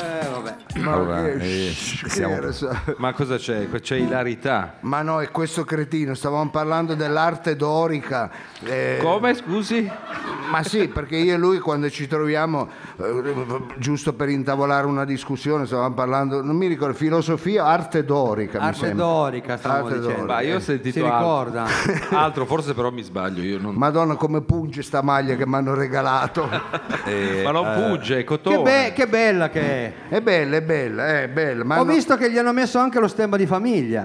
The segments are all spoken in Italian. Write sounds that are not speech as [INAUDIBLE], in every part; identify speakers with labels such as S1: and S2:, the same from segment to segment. S1: Eh, vabbè.
S2: Ma
S3: Vabbè,
S2: perché?
S3: eh,
S2: Shh, Ah, che
S3: siamo-
S2: ne so.
S1: Ma cosa c'è? C'è ilarità.
S2: Ma no, è questo cretino, stavamo parlando dell'arte dorica. eh,
S1: Come, scusi?
S2: Ma sì, perché io e lui quando ci troviamo, eh, giusto per intavolare una discussione, stavamo parlando, non mi ricordo, filosofia, arte dorica. mi
S4: Arte
S2: sembra.
S4: dorica, stiamo
S2: Arte
S4: dicendo.
S2: dorica.
S1: Ma io ho
S2: Eh,
S1: sentito
S4: si ricorda.
S1: Altro. [LAUGHS] Altro, forse però mi sbaglio, io non...
S2: Madonna, come punge sta maglia che mi hanno
S4: [LAUGHS]
S2: regalato.
S3: Eh,
S1: Ma non
S3: eh,
S1: punge, è cotone.
S4: Che, be- che bella che è.
S2: è bella, è bella, eh, è bella. Ma
S4: Ho
S2: no-
S4: visto che gli hanno messo anche lo stemma di famiglia.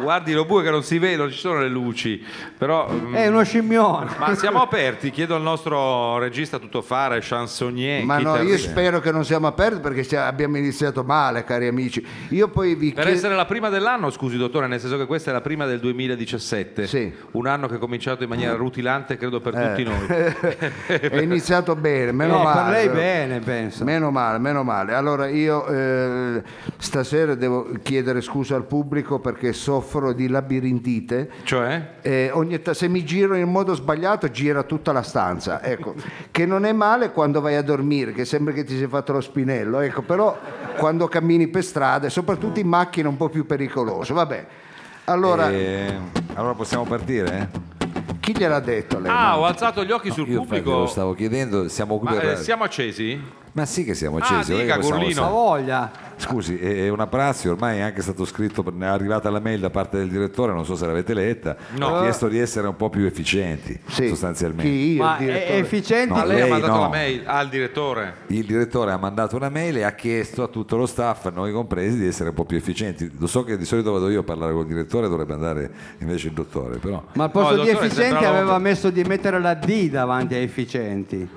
S1: Guardi lo bue che non si vede, non ci sono le luci. Però...
S2: Eh.
S1: mm,
S4: È uno scimmione.
S1: Ma siamo aperti, chiedo al nostro regista tutto fare, chansonnier,
S2: Ma no, io
S1: chitarrista.
S2: spero che non siamo aperti perché stia- abbiamo iniziato male, cari amici. Io poi vi
S1: Per
S2: chiedo...
S1: essere la prima dell'anno, scusi dottore, nel senso che questa è la prima del 2017,
S2: Sì. Eh.
S1: un anno che è cominciato in maniera rutilante credo per tutti noi.
S2: [LAUGHS] è iniziato bene, meno
S4: no,
S2: male.
S4: Eh, per lei bene, penso.
S2: Meno male, meno male. Allora io eh, stasera devo chiedere scusa al pubblico perché soffro di labirintite.
S1: Cioè?
S2: Eh, ogni ta- se mi giro in modo sbagliato gira tutta la stanza,
S3: [LAUGHS]
S2: ecco. che non è male quando vai a dormire, che sembra che ti sia fatto lo spinello, ecco. però quando cammini per strada, soprattutto in macchina è un po' più pericoloso, vabbè. Allora,
S3: eh, allora possiamo partire? eh?
S2: chi gliel'ha detto a lei?
S1: Ah, ho alzato gli occhi sul
S3: Io infatti
S1: pubblico.
S3: lo stavo chiedendo, siamo qui
S1: Ma
S3: per...
S1: eh, siamo accesi?
S3: Ma sì che siamo accesi.
S1: Ah,
S3: non è che
S1: dica,
S3: possiamo-
S1: Gurlino.
S4: La voglia.
S3: Scusi, è è una prassi, ormai è anche stato scritto, è arrivata la mail da parte del direttore, non so se l'avete letta,
S1: No.
S3: ha chiesto di essere un po' più efficienti
S2: Sì.
S3: sostanzialmente.
S2: Chi? Io,
S4: ma
S2: il
S4: è- è
S2: direttore.
S4: efficiente.
S3: No,
S1: A lei, ha
S3: lei
S1: mandato
S3: no.
S1: la mail al direttore.
S3: Il direttore ha mandato una mail e ha chiesto a tutto lo staff, noi compresi, di essere un po' più efficienti. Lo so che di solito vado io a parlare con il direttore, dovrebbe andare invece il dottore, però
S4: Ma al posto
S1: No,
S4: di
S1: dottore,
S4: efficienti
S1: sembrava un-
S4: aveva messo di mettere la D davanti a efficienti.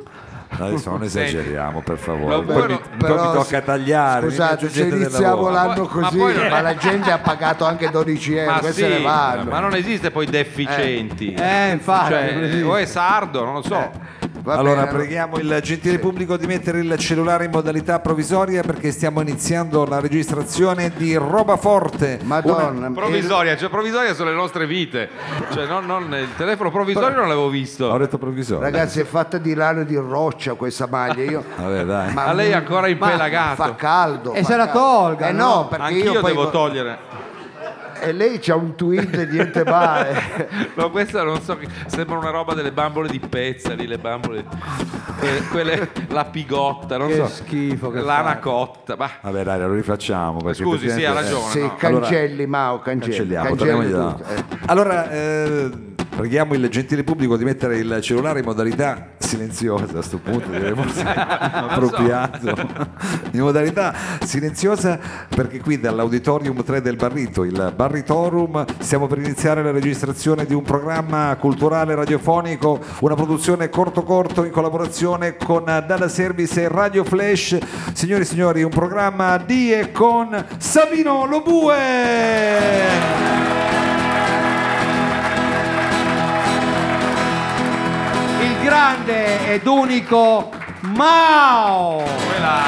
S2: [LAUGHS]
S3: adesso non esageriamo, per favore.
S1: Lo-
S3: Poi, mi,
S1: però-
S3: poi mi
S2: Però
S3: tocca
S2: se-
S3: tagliare. mi
S2: Scusate, se
S3: aggiungete del
S2: iniziamo
S3: lavoro.
S2: l'anno
S1: Ma poi- ma
S2: così, ma,
S1: poi-
S2: la gente ha pagato anche 12 euro,
S1: Ma,
S2: Eh, queste
S1: sì,
S2: ne vanno.
S1: ma non esiste poi deficienti.
S4: Eh, infatti. non
S1: Cioè,
S4: esiste.
S1: o è sardo, non lo so.
S2: Va
S3: allora
S2: bene,
S3: preghiamo il gentile pubblico di mettere il cellulare in modalità provvisoria perché stiamo iniziando la registrazione di Roba Forte.
S2: Madonna, eh,
S1: Provvisoria, cioè provvisoria sono le nostre vite. Cioè, non- non- il telefono provvisorio non l'avevo
S3: Ho
S1: visto.
S3: detto
S2: eh,
S3: provvisoria.
S2: ragazzi, è fatta di lano e di roccia questa maglia.
S3: [LAUGHS]
S2: Io,
S3: Vabbè, dai.
S1: Ma lei è ancora
S2: fa
S1: impelagato.
S2: caldo.
S4: E
S2: fa
S4: se la
S2: caldo.
S4: tolga,
S2: Eh
S4: no?
S2: no, perché
S1: Anch'io
S2: io poi
S1: devo
S2: go-
S1: togliere.
S2: E lei c'ha un tweet e niente eh. male.
S1: [LAUGHS] No, questa non so, che- sembra una roba delle bambole di Pezzali, le bambole, que- quelle, la pigotta, non
S4: Che
S1: so,
S4: schifo che
S1: l'anacotta, ma
S3: Vabbè, dai, lo rifacciamo. perché
S1: Scusi, sì, ha
S3: effettivamente-
S1: ragione.
S2: sì,
S1: no.
S2: cancelli, Mao, cancelli.
S3: Cancelliamo,
S2: cancelli
S3: torniamo
S2: tutto,
S3: di là.
S2: eh.
S3: Allora, eh, preghiamo il gentile pubblico di mettere il cellulare in modalità silenziosa a questo punto, direi forse appropriato. In modalità silenziosa perché qui dall'auditorium 3 del Barrito, il Barritorum, stiamo per iniziare la registrazione di un programma culturale radiofonico, una produzione corto corto in collaborazione con Dada Service e Radio Flash. Signori e signori, un programma di e con Savino Lobue.
S4: Il grande ed unico Mao.
S2: Eh.
S1: quella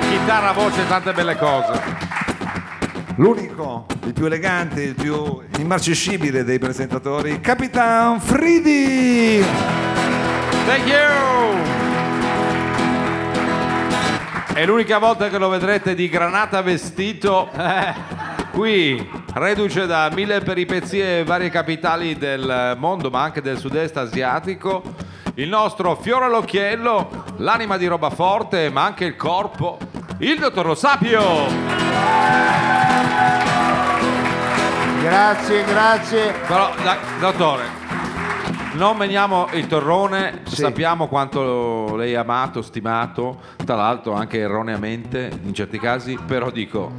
S1: chitarra, voce, tante belle cose.
S3: L'unico, il più elegante, il più immarcescibile dei presentatori, Capitan Fridi!
S1: Thank you! È l'unica volta che lo vedrete di granata vestito eh, qui, reduce da mille peripezie e varie capitali del mondo, ma anche del sud-est asiatico. Il nostro fiore all'occhiello, l'anima di roba forte, ma anche il corpo, il dottor Lo Sapio.
S2: Grazie, grazie.
S1: Però, da- dottore, non meniamo il torrone,
S2: Sì.
S1: sappiamo quanto lei è amato, stimato, tra l'altro anche erroneamente in certi casi, però dico,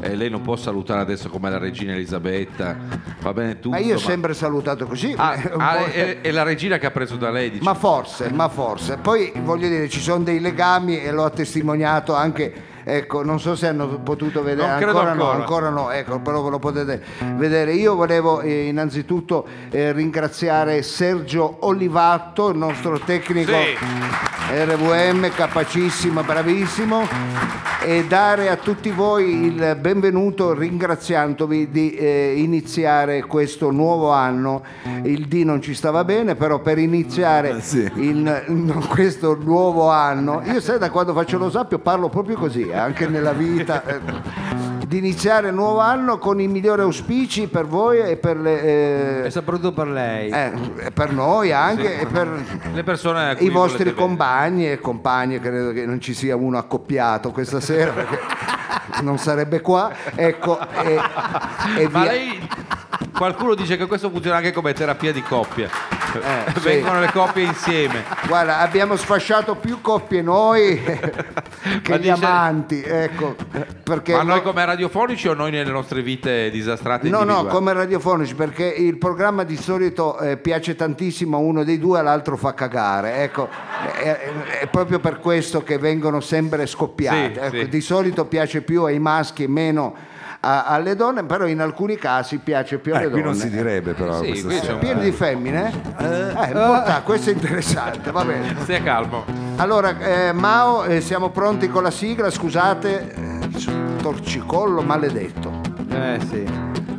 S1: eh, lei non può salutare adesso come la regina Elisabetta, va bene tutto.
S2: Ma io ho sempre salutato così.
S1: Ah,
S2: [LAUGHS] un po'-
S1: ah, è, è la regina che ha preso da lei, dice.
S2: Ma forse, ma forse. Poi voglio dire, ci sono dei legami e lo ha testimoniato anche. Ecco, non so se hanno potuto vedere,
S1: Non credo
S2: ancora, no,
S1: ancora.
S2: ancora no, ecco, però ve lo potete vedere. Io volevo eh, innanzitutto eh, ringraziare Sergio Olivatto, il nostro tecnico
S1: Sì.
S2: RVM, capacissima, bravissimo. E dare a tutti voi il benvenuto ringraziandovi di eh, iniziare questo nuovo anno. Il D non ci stava bene, però per iniziare
S3: Eh, sì.
S2: il- in questo nuovo anno, io sai da quando faccio lo sappio parlo proprio così, eh, anche nella vita. eh, Di iniziare il nuovo anno con i migliori auspici per voi e per le, eh,
S4: E soprattutto per lei.
S2: eh, e per noi anche e per
S1: Le persone a cui
S2: i vostri
S1: volete bene.
S2: compagni e compagne, credo che non ci sia uno accoppiato questa sera perché non sarebbe qua. Ecco, e, e
S1: Ma
S2: via.
S1: lei qualcuno dice che questo funziona anche come terapia di coppia. [LAUGHS]
S2: Eh, sì.
S1: Vengono le coppie insieme.
S2: Guarda, abbiamo sfasciato più coppie noi che
S1: Ma
S2: gli
S1: dice-
S2: amanti, ecco, perché
S1: Ma noi
S2: no-
S1: come radiofonici o noi nelle nostre vite disastrate?
S2: No, no,
S1: individuali?
S2: come radiofonici, perché il programma di solito eh, piace tantissimo a uno dei due, all'altro fa cagare. Ecco, è, è- è proprio per questo che vengono sempre scoppiate.
S1: Sì,
S2: Ecco,
S1: sì.
S2: Di solito piace più ai maschi e meno a- alle donne, però in alcuni casi piace più alle
S3: Eh, qui
S2: donne. Eh,
S3: non si direbbe però
S1: Sì,
S3: questa
S1: qui
S3: sera.
S1: c'è un-
S2: Pieno di femmine? Eh, porca, questo è interessante, va bene.
S1: Stia calmo.
S2: Allora, eh, Mao, eh, siamo pronti con la sigla, scusate, eh, torcicollo maledetto.
S4: Eh sì.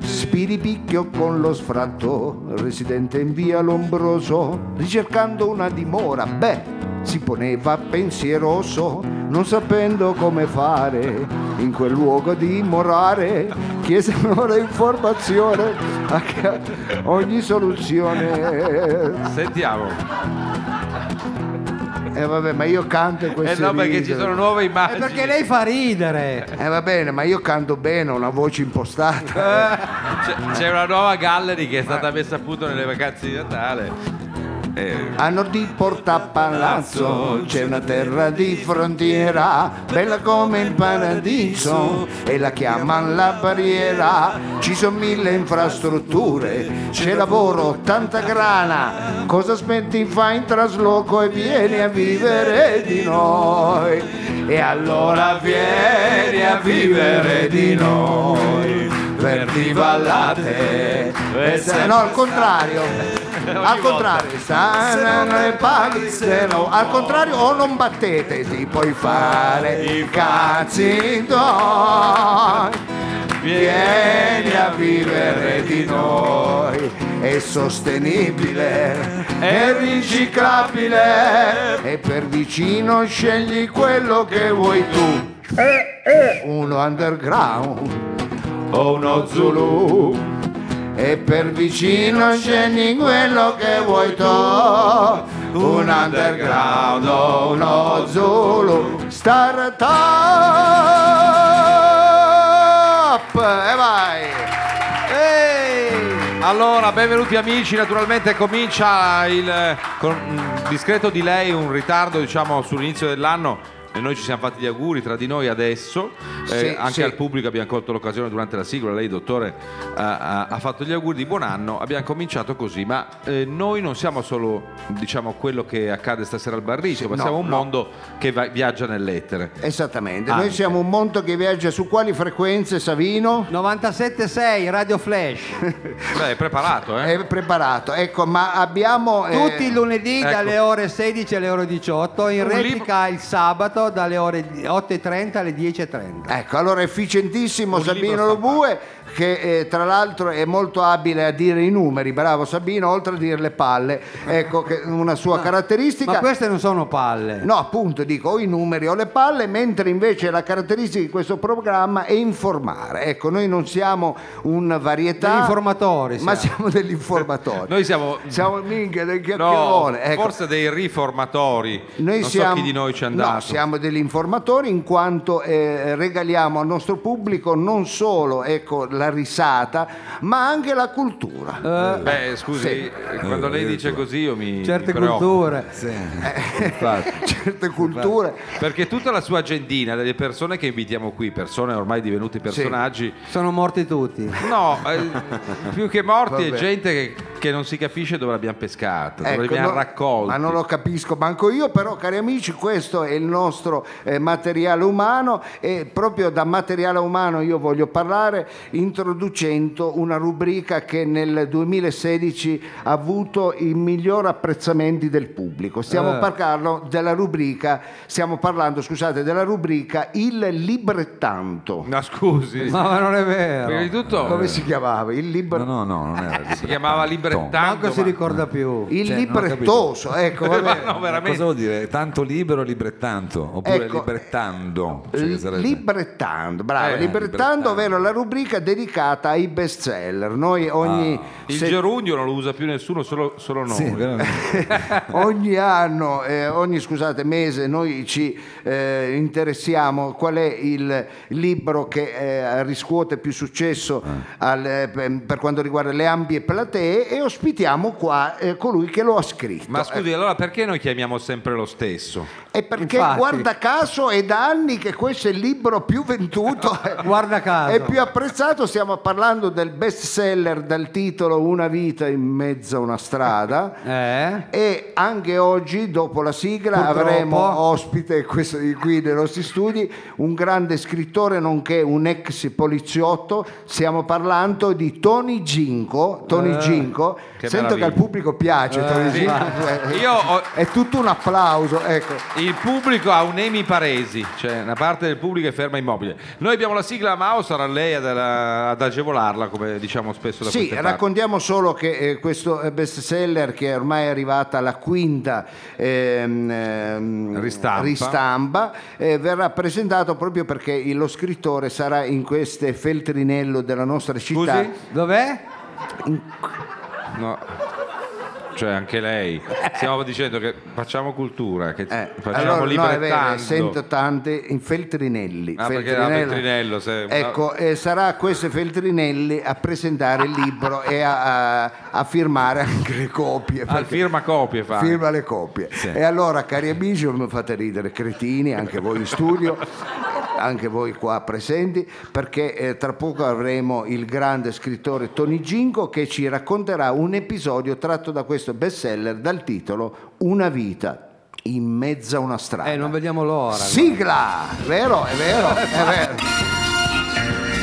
S2: Spiripicchio con lo sfratto, residente in via Lombroso, ricercando una dimora, beh, si poneva pensieroso, non sapendo come fare in quel luogo di morare, chiese allora informazione a ca- ogni soluzione.
S1: Sentiamo.
S2: E vabbè, ma io canto
S1: Eh
S2: queste
S1: no, perché ci
S2: ridere.
S1: sono nuove
S4: Eh,
S1: immagini.
S4: perché lei fa ridere.
S2: Eh va bene, ma io canto bene, ho una voce impostata.
S1: Eh, C'è, c'è una nuova gallery che è stata messa a punto nelle vacanze di Natale. Eh,
S2: A nord di Porta Palazzo c'è una terra di frontiera, bella come il paradiso, e la chiamano la barriera. Ci sono mille infrastrutture, c'è lavoro, tanta grana. Cosa aspetti? Fai in trasloco e vieni a vivere di noi. E allora vieni a vivere di noi. Verdi vallate. e se- No, al contrario. Al contrario, sanano e paghi se no. Al contrario, o non battete, ti puoi fare i cazzi tuoi. Vieni a vivere di noi, è sostenibile, è riciclabile e per vicino scegli quello che vuoi tu. Uno underground o uno Zulu e per vicino scegli quello che vuoi tu un underground o uno Zulu Star Top e vai
S1: Allora, benvenuti amici, naturalmente comincia il con un discreto delay, un ritardo diciamo sull'inizio dell'anno e noi ci siamo fatti gli auguri tra di noi adesso, Eh,
S2: Sì,
S1: anche
S2: sì.
S1: al pubblico abbiamo colto l'occasione durante la sigla, lei dottore ha, ha- ha fatto gli auguri di buon anno, abbiamo cominciato così, ma eh, noi non siamo solo diciamo quello che accade stasera al Barrico, ma
S2: no,
S1: siamo un
S2: no.
S1: mondo che va- viaggia nell'etere.
S2: esattamente
S1: Anche.
S4: Ah.
S2: noi siamo un mondo che viaggia su quali frequenze Savino?
S4: Eh? 97.6 Radio Flash.
S1: [LAUGHS] Beh, è preparato, eh?
S2: è preparato ecco ma abbiamo eh,
S4: Tutti i lunedì
S1: ecco.
S4: dalle ore 16 alle ore 18, in
S1: Un libro-
S4: replica il stabato dalle ore 8.30 alle 10.30.
S2: Ecco, allora efficientissimo
S1: Un libro
S2: Sabino Lobue che eh, tra l'altro è molto abile a dire i numeri, bravo Sabino, oltre a dire le palle, ecco che è una sua caratteristica.
S4: Ma queste non sono palle.
S2: No, appunto, dico o i numeri o le palle, mentre invece la caratteristica di questo programma è informare. Ecco, noi non siamo un varietà...
S4: Degli informatori
S2: Ma
S4: siamo.
S2: siamo degli informatori.
S1: [LAUGHS] Noi siamo
S2: Siamo minchia del
S1: No,
S2: chiacchierone. ecco.
S1: forse dei riformatori.
S2: Noi
S1: non
S2: siamo,
S1: so chi di noi ci è
S2: No,
S1: andato.
S2: siamo degli informatori in quanto eh, regaliamo al nostro pubblico non solo ecco, la risata, ma anche la cultura.
S1: Beh, scusi,
S2: Sì.
S1: quando lei dice così io mi
S4: Eh, Certe
S1: mi preoccupo.
S4: culture.
S3: Sì,
S1: Eh,
S3: infatti.
S2: [LAUGHS] Certe culture.
S1: Perché tutta la sua agendina delle persone che invitiamo qui, persone ormai divenuti personaggi,
S4: Sono morti tutti.
S1: no, eh, più che morti è
S2: Vabbè.
S1: gente che che non si capisce dove l'abbiamo pescata, dove
S2: Ecco,
S1: l'abbiamo
S2: no,
S1: raccolta.
S2: Ma non lo capisco manco io, però cari amici, questo è il nostro eh, materiale umano e proprio da materiale umano io voglio parlare introducendo una rubrica che nel 2016 ha avuto i miglior apprezzamenti del pubblico. Stiamo
S3: Eh.
S2: parlando della rubrica, stiamo parlando, scusate, della rubrica Il librettanto.
S3: Eh.
S1: No, scusi.
S4: No, ma non è
S1: Prima di
S4: vero.
S1: tutto
S2: Come si chiamava? Il librettanto.
S3: No, no, no, non era
S1: Eh, si chiamava librettanto.
S4: Manco si
S1: ma-
S4: ricorda più.
S2: Il
S3: Cioè, non ho
S2: librettoso, ecco, va
S1: Ma
S2: [LAUGHS]
S3: [LAUGHS]
S2: bene.
S1: [LAUGHS] no,
S3: Cosa
S1: veramente.
S3: vuol dire? Tanto libero, librettanto? Oppure
S2: Ecco, eh,
S3: librettando? Cioè, che sarebbe-
S2: Librettando, bravo,
S1: Eh,
S2: librettando,
S3: librettando.
S2: ovvero la rubrica dedicata ai best seller. Noi ogni,
S1: Ah, Il
S2: se-
S1: gerundio non lo usa più nessuno, solo, solo noi.
S3: Sì, veramente.
S2: [LAUGHS] ogni anno, eh, ogni scusate, mese, noi ci eh, interessiamo qual è il libro che eh, riscuote più successo
S1: Ah.
S2: al, eh, per per quanto riguarda le ampie platee e ospitiamo qua eh, colui che lo ha scritto.
S1: Ma scusi, allora perché noi chiamiamo sempre lo stesso?
S2: E perché
S4: Infatti.
S2: guarda caso è da anni che questo è il libro più venduto
S4: Guarda caso.
S2: e più apprezzato, stiamo parlando del best seller dal titolo Una vita in mezzo a una strada.
S4: Eh?
S2: E anche oggi, dopo la sigla,
S4: Purtroppo.
S2: avremo ospite questo di qui nei nostri studi un grande scrittore, nonché un ex poliziotto. Stiamo parlando di Tony Ginco. Tony Ginco.
S1: che
S2: Sento che
S1: meraviglia.
S2: al pubblico piace. Tony
S1: sì.
S2: Ginco.
S1: Io ho-
S2: È tutto un applauso. Ecco.
S1: Il pubblico ha un emi paresi, cioè una parte del pubblico è ferma immobile. Noi abbiamo la sigla Mao, sarà lei ad, ad agevolarla, come diciamo spesso da
S2: Sì,
S1: queste parti.
S2: raccontiamo solo che eh, questo eh, best seller che è ormai arrivata alla quinta ehm, ehm,
S1: Ristampa.
S2: ristampa, eh, verrà presentato proprio perché il- lo scrittore sarà in queste feltrinello della nostra città.
S1: Scusi?
S4: Dov'è?
S1: No. Cioè anche lei. Stiamo dicendo che facciamo cultura, che
S2: Eh,
S1: facciamo Ah,
S2: allora, no, è vero,
S1: librettando.
S2: sento tante in Feltrinelli.
S1: Ah, perché era Feltrinello, se-
S2: Ecco, eh, sarà questo Feltrinelli a presentare il libro e a, a- a firmare anche le copie.
S1: [LAUGHS] Al
S2: perché-
S1: firma copie fa.
S2: firma le copie. E allora, cari amici, non mi fate ridere, cretini, anche voi in studio, anche voi qua presenti, perché eh, tra poco avremo il grande scrittore Tony Ginco che ci racconterà un episodio tratto da questo bestseller dal titolo Una vita in mezzo a una strada.
S4: Eh, non vediamo l'ora.
S2: Sigla! Vero, è vero, è vero.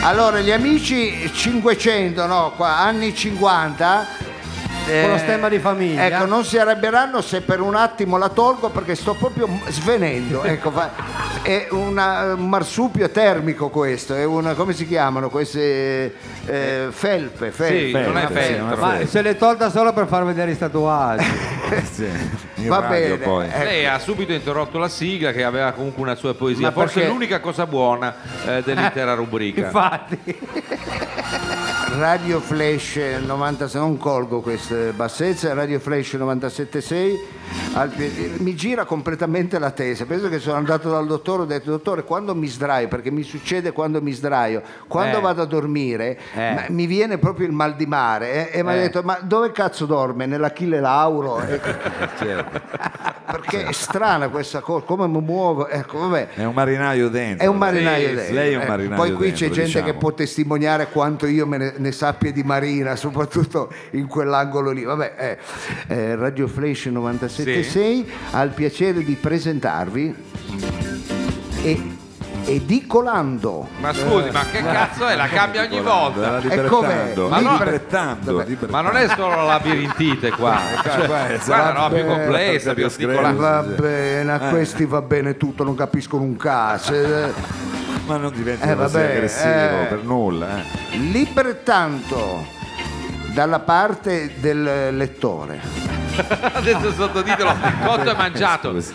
S2: Allora, gli amici 500, no, qua, anni 50.
S4: Con lo stemma di famiglia.
S2: Ecco, non si arrabbieranno se per un attimo la tolgo perché sto proprio svenendo. Ecco, fa- è una- un marsupio termico questo, è una, come si chiamano queste eh, felpe?
S1: Sì,
S2: felpe.
S1: non è
S2: una felpe.
S1: feltro.
S3: sì,
S4: Ma se l'è tolta solo per far vedere
S1: [LAUGHS]
S4: i statuaggi.
S3: Sì, in
S2: Va
S3: radio
S2: bene,
S3: poi.
S2: ecco.
S1: Eh, Lei ha subito interrotto la sigla che aveva comunque una sua poesia,
S2: Ma
S1: forse
S2: perché-
S1: l'unica cosa buona eh, dell'intera rubrica.
S4: Infatti. [LAUGHS]
S2: Radio Flash 97, non colgo queste bassezze, Radio Flash 97.6, al piede- mi gira completamente la testa, penso che sono andato dal dottore, ho detto dottore quando mi sdraio, perché mi succede quando mi sdraio, quando
S4: Eh.
S2: vado a dormire
S4: Eh.
S2: ma- mi viene proprio il mal di mare eh, e mi ha
S4: Eh.
S2: detto ma dove cazzo dorme? Nell'Achille
S4: [LAUGHS]
S2: Lauro? Eh, perché è strana questa cosa, come mi muovo? Ecco, vabbè.
S3: È un marinaio dentro.
S2: È un marinaio
S1: Sì,
S2: dentro.
S3: lei è un
S2: eh.
S3: marinaio
S2: Poi qui c'è
S3: dentro,
S2: gente
S3: diciamo.
S2: che può testimoniare quanto io me ne, ne sappia di Marina, [LAUGHS] soprattutto in quell'angolo lì. Vabbè, eh. Eh, Radio Flash 976 ha il piacere di presentarvi e, Edicolando.
S1: Ma scusi, ma
S2: Eh.
S1: che cazzo è? La cambia
S3: Ecco,
S1: ogni volta.
S2: E com'è?
S3: librettando,
S1: Ma allora-
S3: librettando, librettando.
S1: Ma non è solo la labirintite [LAUGHS] qua, cioè,
S3: qua è-
S1: qua è una roba più
S2: vabbè,
S1: complessa, più
S3: più
S1: articolata.
S3: screma.
S2: Va bene,
S3: Eh.
S2: a questi va bene tutto, non capiscono un cazzo. Eh,
S3: Ma non diventa
S2: Eh,
S3: così
S2: vabbè,
S3: aggressivo
S2: eh.
S3: per nulla. eh.
S2: Librettando dalla parte del lettore.
S1: Adesso il sottotitolo, cotto e mangiato.
S3: Così.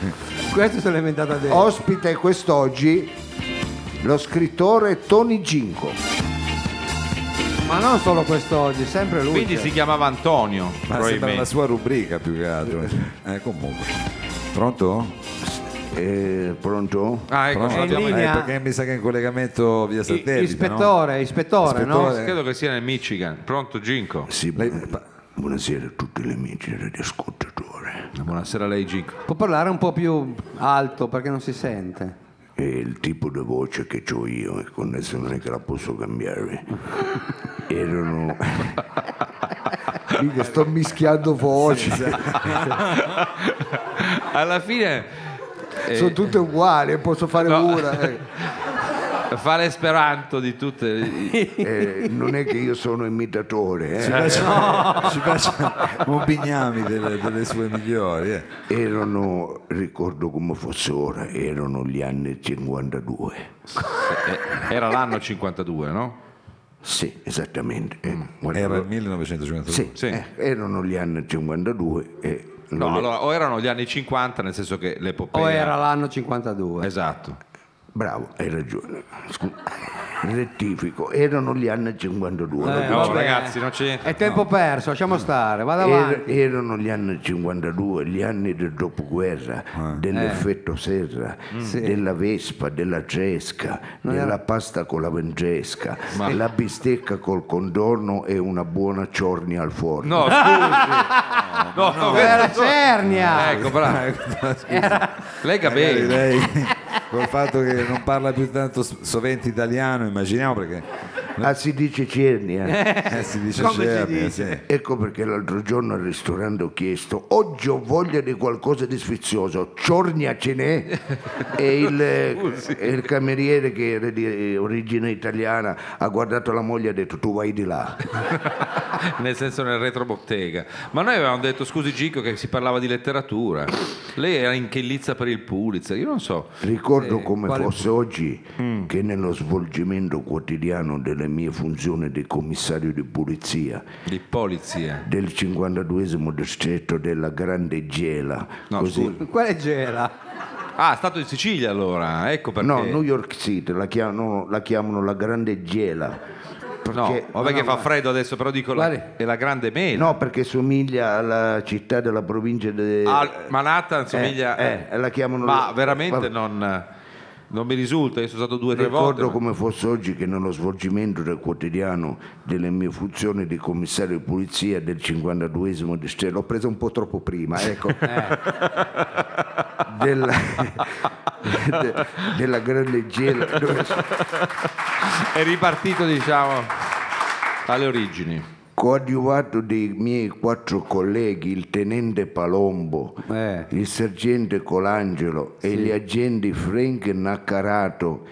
S4: Questo se l'è inventata adesso.
S1: Oh.
S2: Ospite quest'oggi lo scrittore Tony Ginco.
S4: Ma non solo quest'oggi, sempre lui.
S1: Quindi
S4: c'è.
S1: si chiamava Antonio,
S3: Ma sembra la
S1: probabilmente.
S3: sua rubrica più che altro. Eh, comunque. Pronto?
S2: Eh, pronto?
S1: Ah, ecco,
S3: Pronto?
S1: ce l'abbiamo in-
S4: in linea.
S3: Eh, perché mi sa che è in collegamento via
S4: I-
S3: satellite.
S4: ispettore, ispettore, no?
S3: Ispettore.
S1: Credo che sia nel Michigan. Pronto Ginko?
S2: Sì,
S3: Lei-
S5: eh.
S2: bu- buonasera a tutti gli amici radioascoltatori.
S1: Buonasera a lei Ginko.
S4: Può parlare un po' più alto perché non si sente.
S2: È il tipo di voce che ho io, e con
S5: [LAUGHS]
S2: adesso non è che la posso cambiare. Erano
S5: Minchia, sto mischiando voci,
S2: esatto.
S1: Alla fine eh,
S5: sono tutte uguali, posso fare
S1: No.
S5: una. eh.
S1: fa l'esperanto di tutte.
S5: Eh, non è che io sono imitatore, eh.
S3: Ci faccia, [LAUGHS] ci faccia un bignami delle, delle sue migliori. eh.
S5: erano, ricordo come fosse ora, erano gli anni 52.
S1: eh, Era l'anno 52, no?
S5: Sì, esattamente. eh, guarda-
S3: Mm, Era il 1952.
S5: Sì,
S1: Sì.
S5: eh, erano gli anni 52 e
S1: No,
S5: non è-
S1: allora, o erano gli anni 50, nel senso che l'epopea...
S4: O era l'anno 52?
S1: Esatto.
S5: Bravo, hai ragione. Scu- rettifico, erano gli anni 52. non
S4: Eh,
S1: no,
S4: vabbè.
S1: ragazzi, non c'è-
S4: È tempo perso, lasciamo stare, vado
S5: Er-
S4: avanti.
S5: erano gli anni 52, gli anni del dopoguerra, dell'effetto serra, della vespa, della cesca, della pasta con la vengesca, la bistecca col condorno e una buona ciornia al forno.
S1: [LAUGHS] No, scusi. No, no,
S4: Era
S1: [LAUGHS]
S4: Cernia!
S3: [LAUGHS]
S1: Ecco, bravo. Lega
S3: Eh, Magari
S1: bene.
S3: lei, col fatto che non parla più tanto s- sovente italiano, immaginiamo perché
S5: Ah, si dice cernia.
S3: eh, si dice eh,
S4: Come ci
S3: Cernia,
S4: dice?
S3: sì.
S5: Ecco perché l'altro giorno al ristorante ho chiesto, oggi ho voglia di qualcosa di sfizioso, ciornia ce n'è? E il, e il cameriere che era di origine italiana ha guardato la moglie e ha detto tu vai di là.
S1: Nel senso nel retrobottega. Ma noi avevamo detto, scusi Gico, che si parlava di letteratura. Lei era in chellizza per il Pulitzer, io non so.
S5: Ricordo come fosse oggi
S1: Mm.
S5: che nello svolgimento quotidiano delle mie funzioni di commissario di pulizia
S1: Di polizia.
S5: del 52esimo distretto della Grande Gela,
S1: No,
S5: così,
S4: Quale c'era?
S1: Ah, stato in Sicilia allora, ecco perché.
S5: no, New York City la chiamano la, chiamano la Grande Gela.
S1: No,
S5: Perché,
S1: vabbè che fa freddo adesso, però dico la-
S4: Guardi.
S1: è la grande mela.
S5: no, perché somiglia alla città della provincia di
S1: Ah, Manhattan somiglia.
S5: eh, eh, la chiamano-
S1: Ma veramente
S5: Vabbè.
S1: non, non mi risulta, io sono stato due o tre volte.
S5: Ricordo
S1: ma-
S5: come fosse oggi che nello svolgimento del quotidiano delle mie funzioni di commissario di pulizia del 52esimo distretto, l'ho preso un po' troppo prima,
S1: [LAUGHS]
S5: ecco,
S1: Eh.
S5: della, de- della grande gela, dove-
S1: È ripartito, diciamo, alle origini.
S5: coadiuvato dei miei quattro colleghi, il tenente Palombo,
S4: Eh.
S5: il sergente Colangelo e gli agenti Frank Naccarato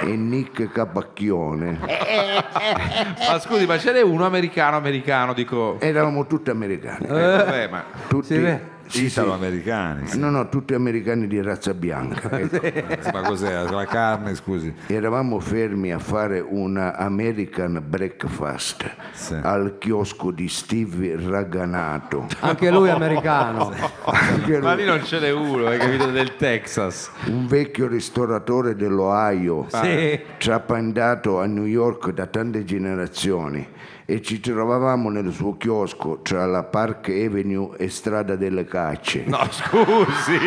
S5: e Nick Capacchione,
S1: Eh. Ma scusi, ma ce n'è uno americano americano, dico.
S5: eravamo tutti americani.
S1: Eh, vabbè, ma
S5: tutti
S4: Sì, beh.
S5: sì, sì.
S3: Italo-americani. sì.
S5: No, no, tutti americani di razza bianca. ecco.
S3: Ma cos'è? La carne, scusi.
S2: Eh,
S5: Eravamo fermi a fare una American breakfast
S3: Sì.
S5: al chiosco di Steve Raganato.
S4: Anche lui è americano.
S5: Anche
S1: Ma
S5: lui,
S1: lì non ce n'è uno, hai capito? Del Texas.
S5: un vecchio ristoratore dell'Ohio,
S4: Sì.
S5: trapandato a New York da tante generazioni e ci trovavamo nel suo chiosco tra la Park Avenue e Strada delle Cacce.
S1: No, scusi.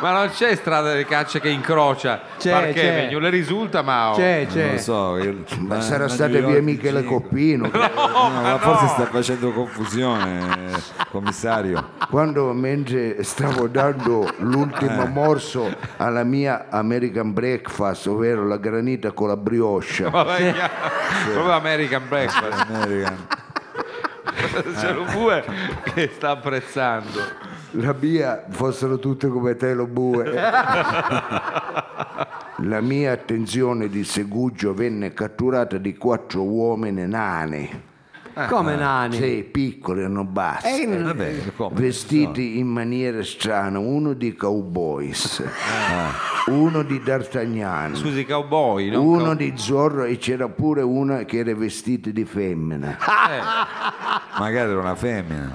S1: ma non c'è strada delle cacce che incrocia.
S4: C'è,
S1: Park
S4: c'è.
S1: Avenue, le risulta, Mao?
S4: C'è,
S3: Non lo
S4: c'è.
S3: so. io-
S5: Ma
S3: la-
S5: sarà
S3: la
S5: stata
S3: eh, New
S5: via
S3: York
S5: Michele
S3: Gico.
S5: Coppino.
S3: No, ma forse sta facendo confusione, eh, commissario.
S5: Quando mentre stavo dando l'ultimo morso alla mia American breakfast, ovvero la granita con la brioche,
S1: Vabbè, chiaro. Proprio American Breakfast.
S3: American.
S1: C'è lo bue che sta apprezzando.
S5: la mia fossero tutte come te lo bue. La mia attenzione di segugio venne catturata di quattro uomini nani,
S4: Eh, Come Nani?
S5: sei piccoli e non bassi.
S4: Eh,
S3: Vabbè, come?
S5: Vestiti in maniera strana, uno di cowboys, uno di D'Artagnan,
S1: Scusi, cowboy, no?
S5: uno di Zorro e c'era pure una che era vestita di
S1: [LAUGHS]
S5: femmina.
S3: Magari era una femmina.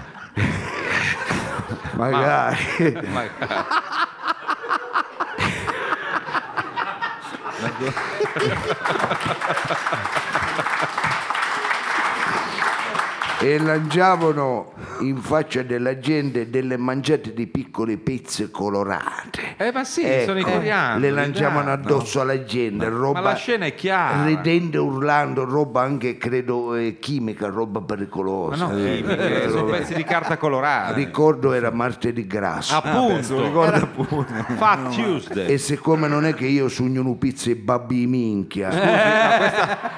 S5: Magari.
S1: Cow- ma-
S5: e lanciavano in faccia della gente delle mangiate di piccole pezze colorate.
S1: Eh, ma sì, sono
S5: Ecco,
S1: italiani.
S5: Le lanciavano
S1: dai.
S5: addosso alla gente, roba
S1: la scena è chiara.
S5: Ridendo, urlando, roba anche credo eh, chimica, roba
S1: Ma
S5: pericolosa.
S1: no,
S5: Eh,
S1: chimiche,
S5: eh,
S1: sono
S5: roba-
S1: pezzi di carta colorata.
S5: Ricordo era martedì
S4: Ah,
S5: grasso.
S1: Ah, Appunto.
S3: Ah, ricorda pure.
S1: Fat Tuesday.
S5: E siccome non è che io sogno un pizza e babbi minchia,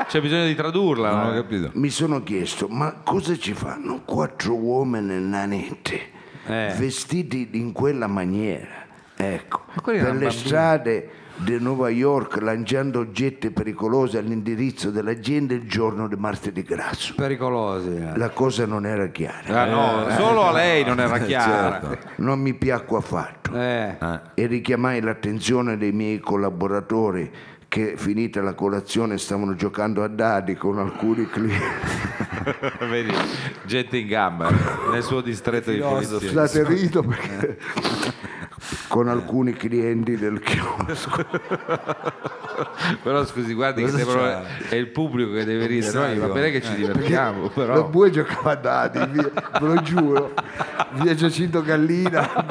S1: C'è bisogno di tradurla.
S3: Non
S1: no?
S3: ho
S4: Eh,
S3: capito.
S5: mi sono chiesto, ma cosa ci fanno quattro uomini nanette
S1: Eh.
S5: vestiti in quella maniera? Ecco, per
S1: quelli
S5: le
S1: erano bambini.
S5: strade di New York lanciando oggetti pericolosi all'indirizzo della gente il giorno di martedì grasso.
S4: Pericolosi. eh.
S5: La cosa non era chiara,
S1: Ah, no, solo a lei non era chiara.
S3: Certo.
S5: non mi piacque affatto.
S4: Eh.
S5: e richiamai l'attenzione dei miei collaboratori che finita la colazione stavano giocando a dadi con alcuni clienti.
S1: [LAUGHS] Vedi, gente in gamba nel suo distretto di
S3: Filosofo.
S1: polizia.
S5: Scusate, rido perché- con alcuni clienti del chiosco.
S1: Però scusi, guardi che
S3: Cosa
S1: devono-
S3: c'è?
S1: è il pubblico che deve ridere. Noi va bene che
S3: eh,
S1: ci divertiamo,
S5: La
S1: però.
S5: bue giocava a dadi, via- ve lo giuro. Via Giacinto Gallina,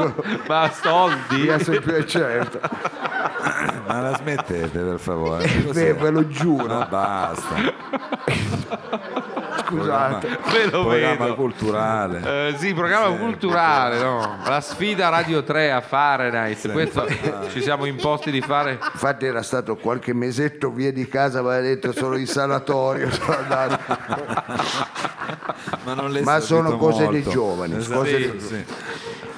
S1: Ma soldi?
S5: via sempre certo.
S3: Ma la smettete per favore. Cos'è?
S5: Beh, Eh, ve lo giuro,
S3: No, basta.
S5: scusate.
S1: Ve lo
S3: Programma
S1: vedo.
S3: culturale.
S1: Eh, sì, programma
S3: eh.
S1: culturale, no? La sfida Radio 3 a Fahrenheit, questo ci siamo imposti di fare.
S5: Infatti era stato qualche mesetto via di casa, aveva detto sono in sanatorio, [LAUGHS] sono andato.
S3: Ma, non le
S5: Ma
S3: so
S5: sono
S3: dito
S5: cose
S3: molto.
S5: dei giovani,
S3: Esatto.
S5: cose
S3: Sì,
S5: dei-
S3: sì.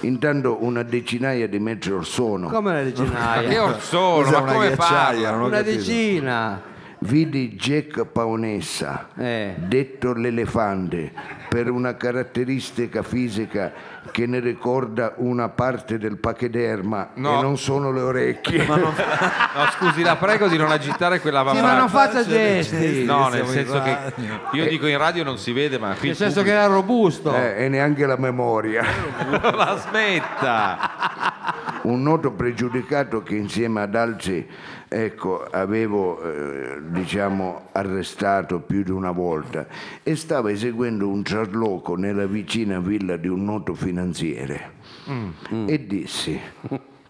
S5: Intanto una decinaia di mezzi or sono.
S4: Come la decinaia?
S1: Io non sono,
S3: Usa
S1: ma
S3: una
S1: come
S3: ghiacciaia,
S1: fa?
S3: non ho
S4: Una
S3: capito.
S4: decina.
S5: Vidi Jack Paonessa,
S4: Eh.
S5: detto l'elefante, per una caratteristica fisica che ne ricorda una parte del pachederma
S1: No.
S5: e non sono le
S1: [LAUGHS]
S5: orecchie.
S1: No, scusi, la prego di non agitare quella
S4: Sì, ma non
S1: mamma.
S4: faccia gesti.
S3: Siamo
S1: No, nel
S3: in
S1: senso che
S3: radio.
S1: io dico in radio non si vede, ma qui
S4: Nel
S1: il
S4: senso che era robusto.
S5: Eh, e neanche la memoria.
S1: pubblico [LAUGHS] la smetta.
S5: Un noto pregiudicato che insieme ad altri ecco, avevo eh, diciamo, arrestato più di una volta e stava eseguendo un trasloco nella vicina villa di un noto finanziere. E dissi,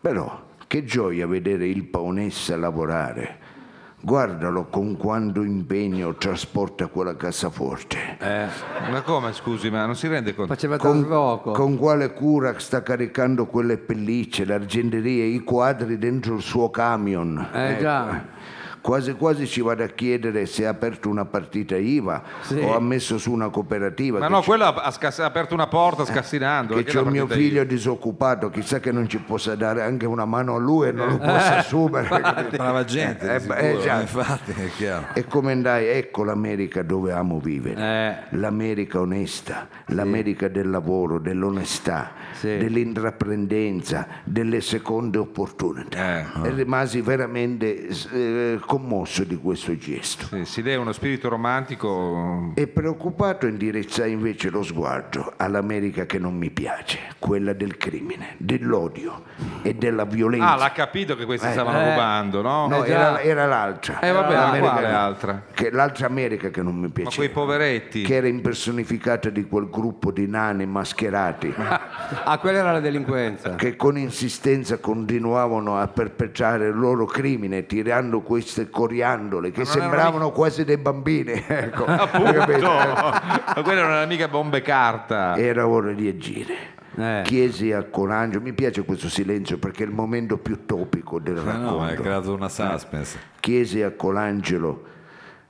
S5: però che gioia vedere il Paonessa lavorare. Guardalo con quanto impegno trasporta quella cassaforte.
S1: Eh, ma come, scusi, ma non si rende conto?
S4: Faceva
S5: Con,
S4: trasloco.
S5: con quale cura sta caricando quelle pellicce, l'argenteria, i quadri dentro il suo camion?
S4: Eh, già.
S5: Quasi quasi ci vado a chiedere se ha aperto una partita IVA
S4: Sì.
S5: o ha messo su una cooperativa.
S1: Ma
S5: che
S1: no,
S5: c'è-
S1: quello ha, ha scass- ha aperto una porta scassinando.
S5: che
S1: perché
S5: c'è
S1: la
S5: un mio
S1: partita
S5: figlio disoccupato, chissà che non ci possa dare anche una mano a lui e non
S4: Eh.
S5: lo possa assumere.
S4: [LAUGHS]
S5: [LAUGHS]
S3: Brava gente, di
S5: Eh, beh, eh,
S3: sicuro,
S5: già.
S3: infatti è chiaro.
S5: E come andai? Ecco l'America dove amo vivere.
S1: Eh.
S5: L'America onesta, l'America del lavoro, dell'onestà,
S4: Sì.
S5: dell'intraprendenza, delle seconde opportunità.
S1: Eh.
S5: E rimasi veramente eh, commosso di questo gesto.
S1: Sì, si deve uno spirito romantico.
S5: E preoccupato indirizzai invece lo sguardo all'America che non mi piace, quella del crimine, dell'odio e della violenza.
S1: Ah, l'ha capito che questi stavano
S4: eh.
S1: rubando, no?
S5: No,
S4: Eh,
S5: era,
S4: già.
S5: era l'altra.
S1: Eh, vabbè,
S5: L'America-
S1: ma quale altra?
S5: Che, l'altra America che non mi piaceva.
S1: Ma quei poveretti.
S5: che era impersonificata di quel gruppo di nani mascherati
S4: Ah, quella era la delinquenza.
S5: che con insistenza continuavano a perpetrare il loro crimine tirando queste coriandole che
S1: non erano
S5: sembravano quasi dei bambini. [LAUGHS] Ecco,
S1: [LAUGHS] Appunto,
S5: capito?
S1: ma quella non era mica bombe carta.
S5: Era ora di agire.
S4: Eh.
S5: Chiesi a Coraggio, mi piace questo silenzio perché è il momento più topico del
S3: Ma Eh no, hai
S5: racconto.
S3: creato una suspense.
S5: chiese a Colangelo,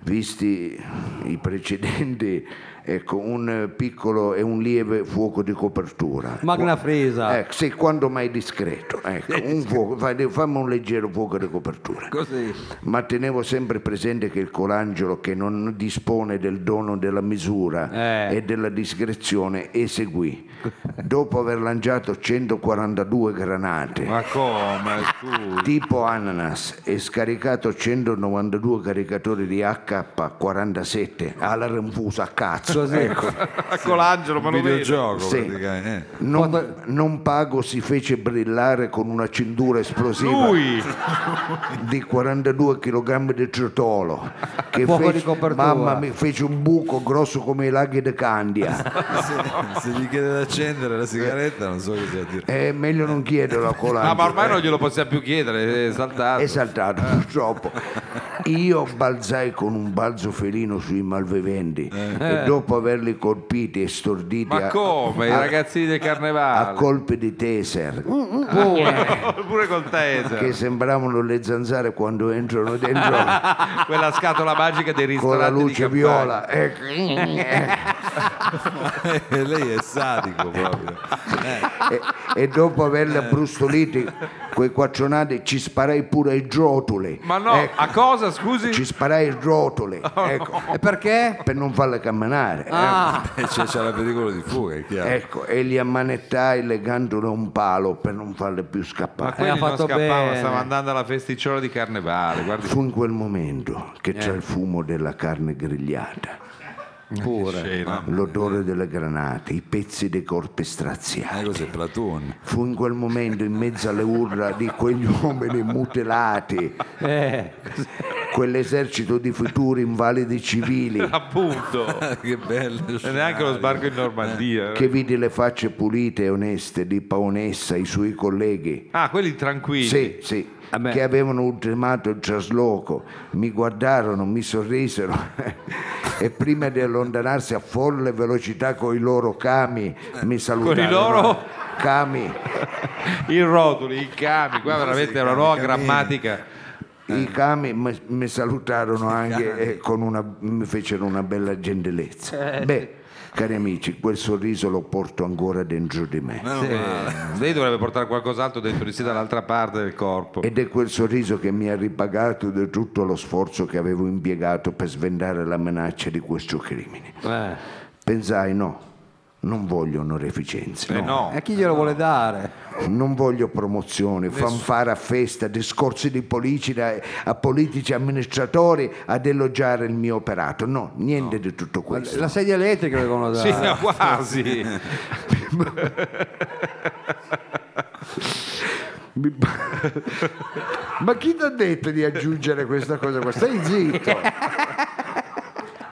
S5: visti i precedenti, ecco, un eh, piccolo e un lieve fuoco di copertura.
S4: Magna
S1: Eh,
S4: Frisa.
S5: Ecco, sì, quando mai discreto. Ecco, un fuoco, fai- fammi un leggero fuoco di copertura.
S4: Così.
S5: Ma tenevo sempre presente che il Colangelo, che non dispone del dono della misura
S4: Eh.
S5: e della discrezione, eseguì. Dopo aver lanciato 142 granate,
S1: Ma
S5: [LAUGHS]
S1: come, scusi.
S5: tipo ananas e scaricato 192 caricatori di H47 alla rinfusa a cazzo
S2: così.
S1: ecco. con l'angelo, ma
S3: un
S1: lo vedo.
S3: videogioco
S5: Sì.
S3: praticamente. eh.
S5: Non, non pago si fece brillare con una cintura esplosiva
S1: Lui,
S5: di 42 kg di ciotolo che
S2: Fuoco di
S5: fece,
S2: copertura.
S5: mamma mi fece un buco grosso come i laghi di
S2: [LAUGHS]
S5: Candia
S3: Se, se gli chiede di accendere la sigaretta non so che sia a dire. [LAUGHS]
S5: è Eh, meglio non chiederlo a
S1: Ah,
S5: Colangelo
S1: ma ormai Eh. non glielo possiamo più
S5: Eh,
S1: chiedere, è saltato.
S5: è saltato purtroppo io balzai con un balzo felino sui malviventi
S2: Eh.
S5: e dopo averli colpiti e storditi
S1: Ma
S5: a-
S1: come? Eh. I
S5: a-
S1: ragazzini del
S5: a
S1: carnevale,
S5: colpi di taser
S1: [LAUGHS] pure col
S5: che
S1: taser,
S5: sembravano le zanzare quando entrano
S1: [LAUGHS]
S5: dentro
S1: quella scatola magica dei
S5: con
S1: ristoranti
S5: la
S1: di
S5: luce
S1: campagna.
S5: viola. Ecco.
S3: E lei è sadico proprio.
S5: e, e dopo averle brustoliti quei quaccionati ci sparai pure i rotoli.
S1: Ma no, ah, Oh,
S5: Ecco,
S1: a cosa, scusi?
S5: ci sparai i
S1: [LAUGHS]
S5: rotoli ecco,
S2: E perché?
S5: per non farle camminare.
S1: Eh.
S5: ecco.
S2: Ah,
S3: E c'è, c'è la pericolo di fuga, è chiaro.
S5: Ecco, e li ammanettai legandole a un palo per non farle più
S1: Ma
S5: scappare.
S1: quelli
S2: Eh, ha
S1: non
S2: fatto
S1: scappavano,
S2: bene.
S1: stavano andando alla festicciola di carnevale, guardi
S5: Fu in quel momento che
S1: Eh.
S5: c'è il fumo della carne grigliata,
S1: che
S2: pure.
S1: scena.
S5: l'odore delle granate, i pezzi dei corpi straziati.
S3: Eh, cos'è Platoon? [LAUGHS]
S5: Fu in quel momento, in mezzo alle urla di quegli [LAUGHS] uomini mutilati,
S2: Eh,
S5: quell'esercito di futuri invalidi
S1: [LAUGHS]
S2: Ah.
S5: civili
S1: Appunto.
S3: che bello.
S1: E neanche lo sbarco in Normandia.
S5: che vide le facce pulite e oneste di Paonessa, i suoi colleghi.
S1: Ah, quelli tranquilli.
S5: Sì, sì,
S2: Ah, beh.
S5: che avevano ultimato il trasloco, mi guardarono, mi sorrisero [LAUGHS] e prima di allontanarsi a folle velocità con i loro cami mi salutarono.
S1: loro?
S5: Cami,
S1: I rotoli, i cami, qua veramente è una nuova
S3: cami, cami.
S1: grammatica. Eh.
S5: i cami mi, mi salutarono
S1: [LAUGHS]
S5: anche e con una, mi fecero una bella
S1: Eh.
S5: gentilezza. Beh, cari amici, quel sorriso lo porto ancora dentro di me.
S1: Eh, Lei dovrebbe portare qualcos'altro dentro di sé dall'altra parte del corpo.
S2: Eh.
S1: [LAUGHS]
S5: Ed è quel sorriso che mi ha ripagato di tutto lo sforzo che avevo impiegato per svendare la minaccia di questo crimine.
S2: eh.
S5: Pensai no, non voglio onoreficenze,
S1: Eh no.
S2: E chi glielo vuole dare?
S5: non voglio promozioni, fanfare a festa, discorsi di politica a politici amministratori ad elogiare il mio operato. No, niente di tutto questo.
S2: La sedia elettrica devono
S1: Sì,
S2: dare.
S1: Eh, quasi.
S5: Mi pa- [LAUGHS] Ma chi ti ha detto di aggiungere questa cosa qua? Stai zitto.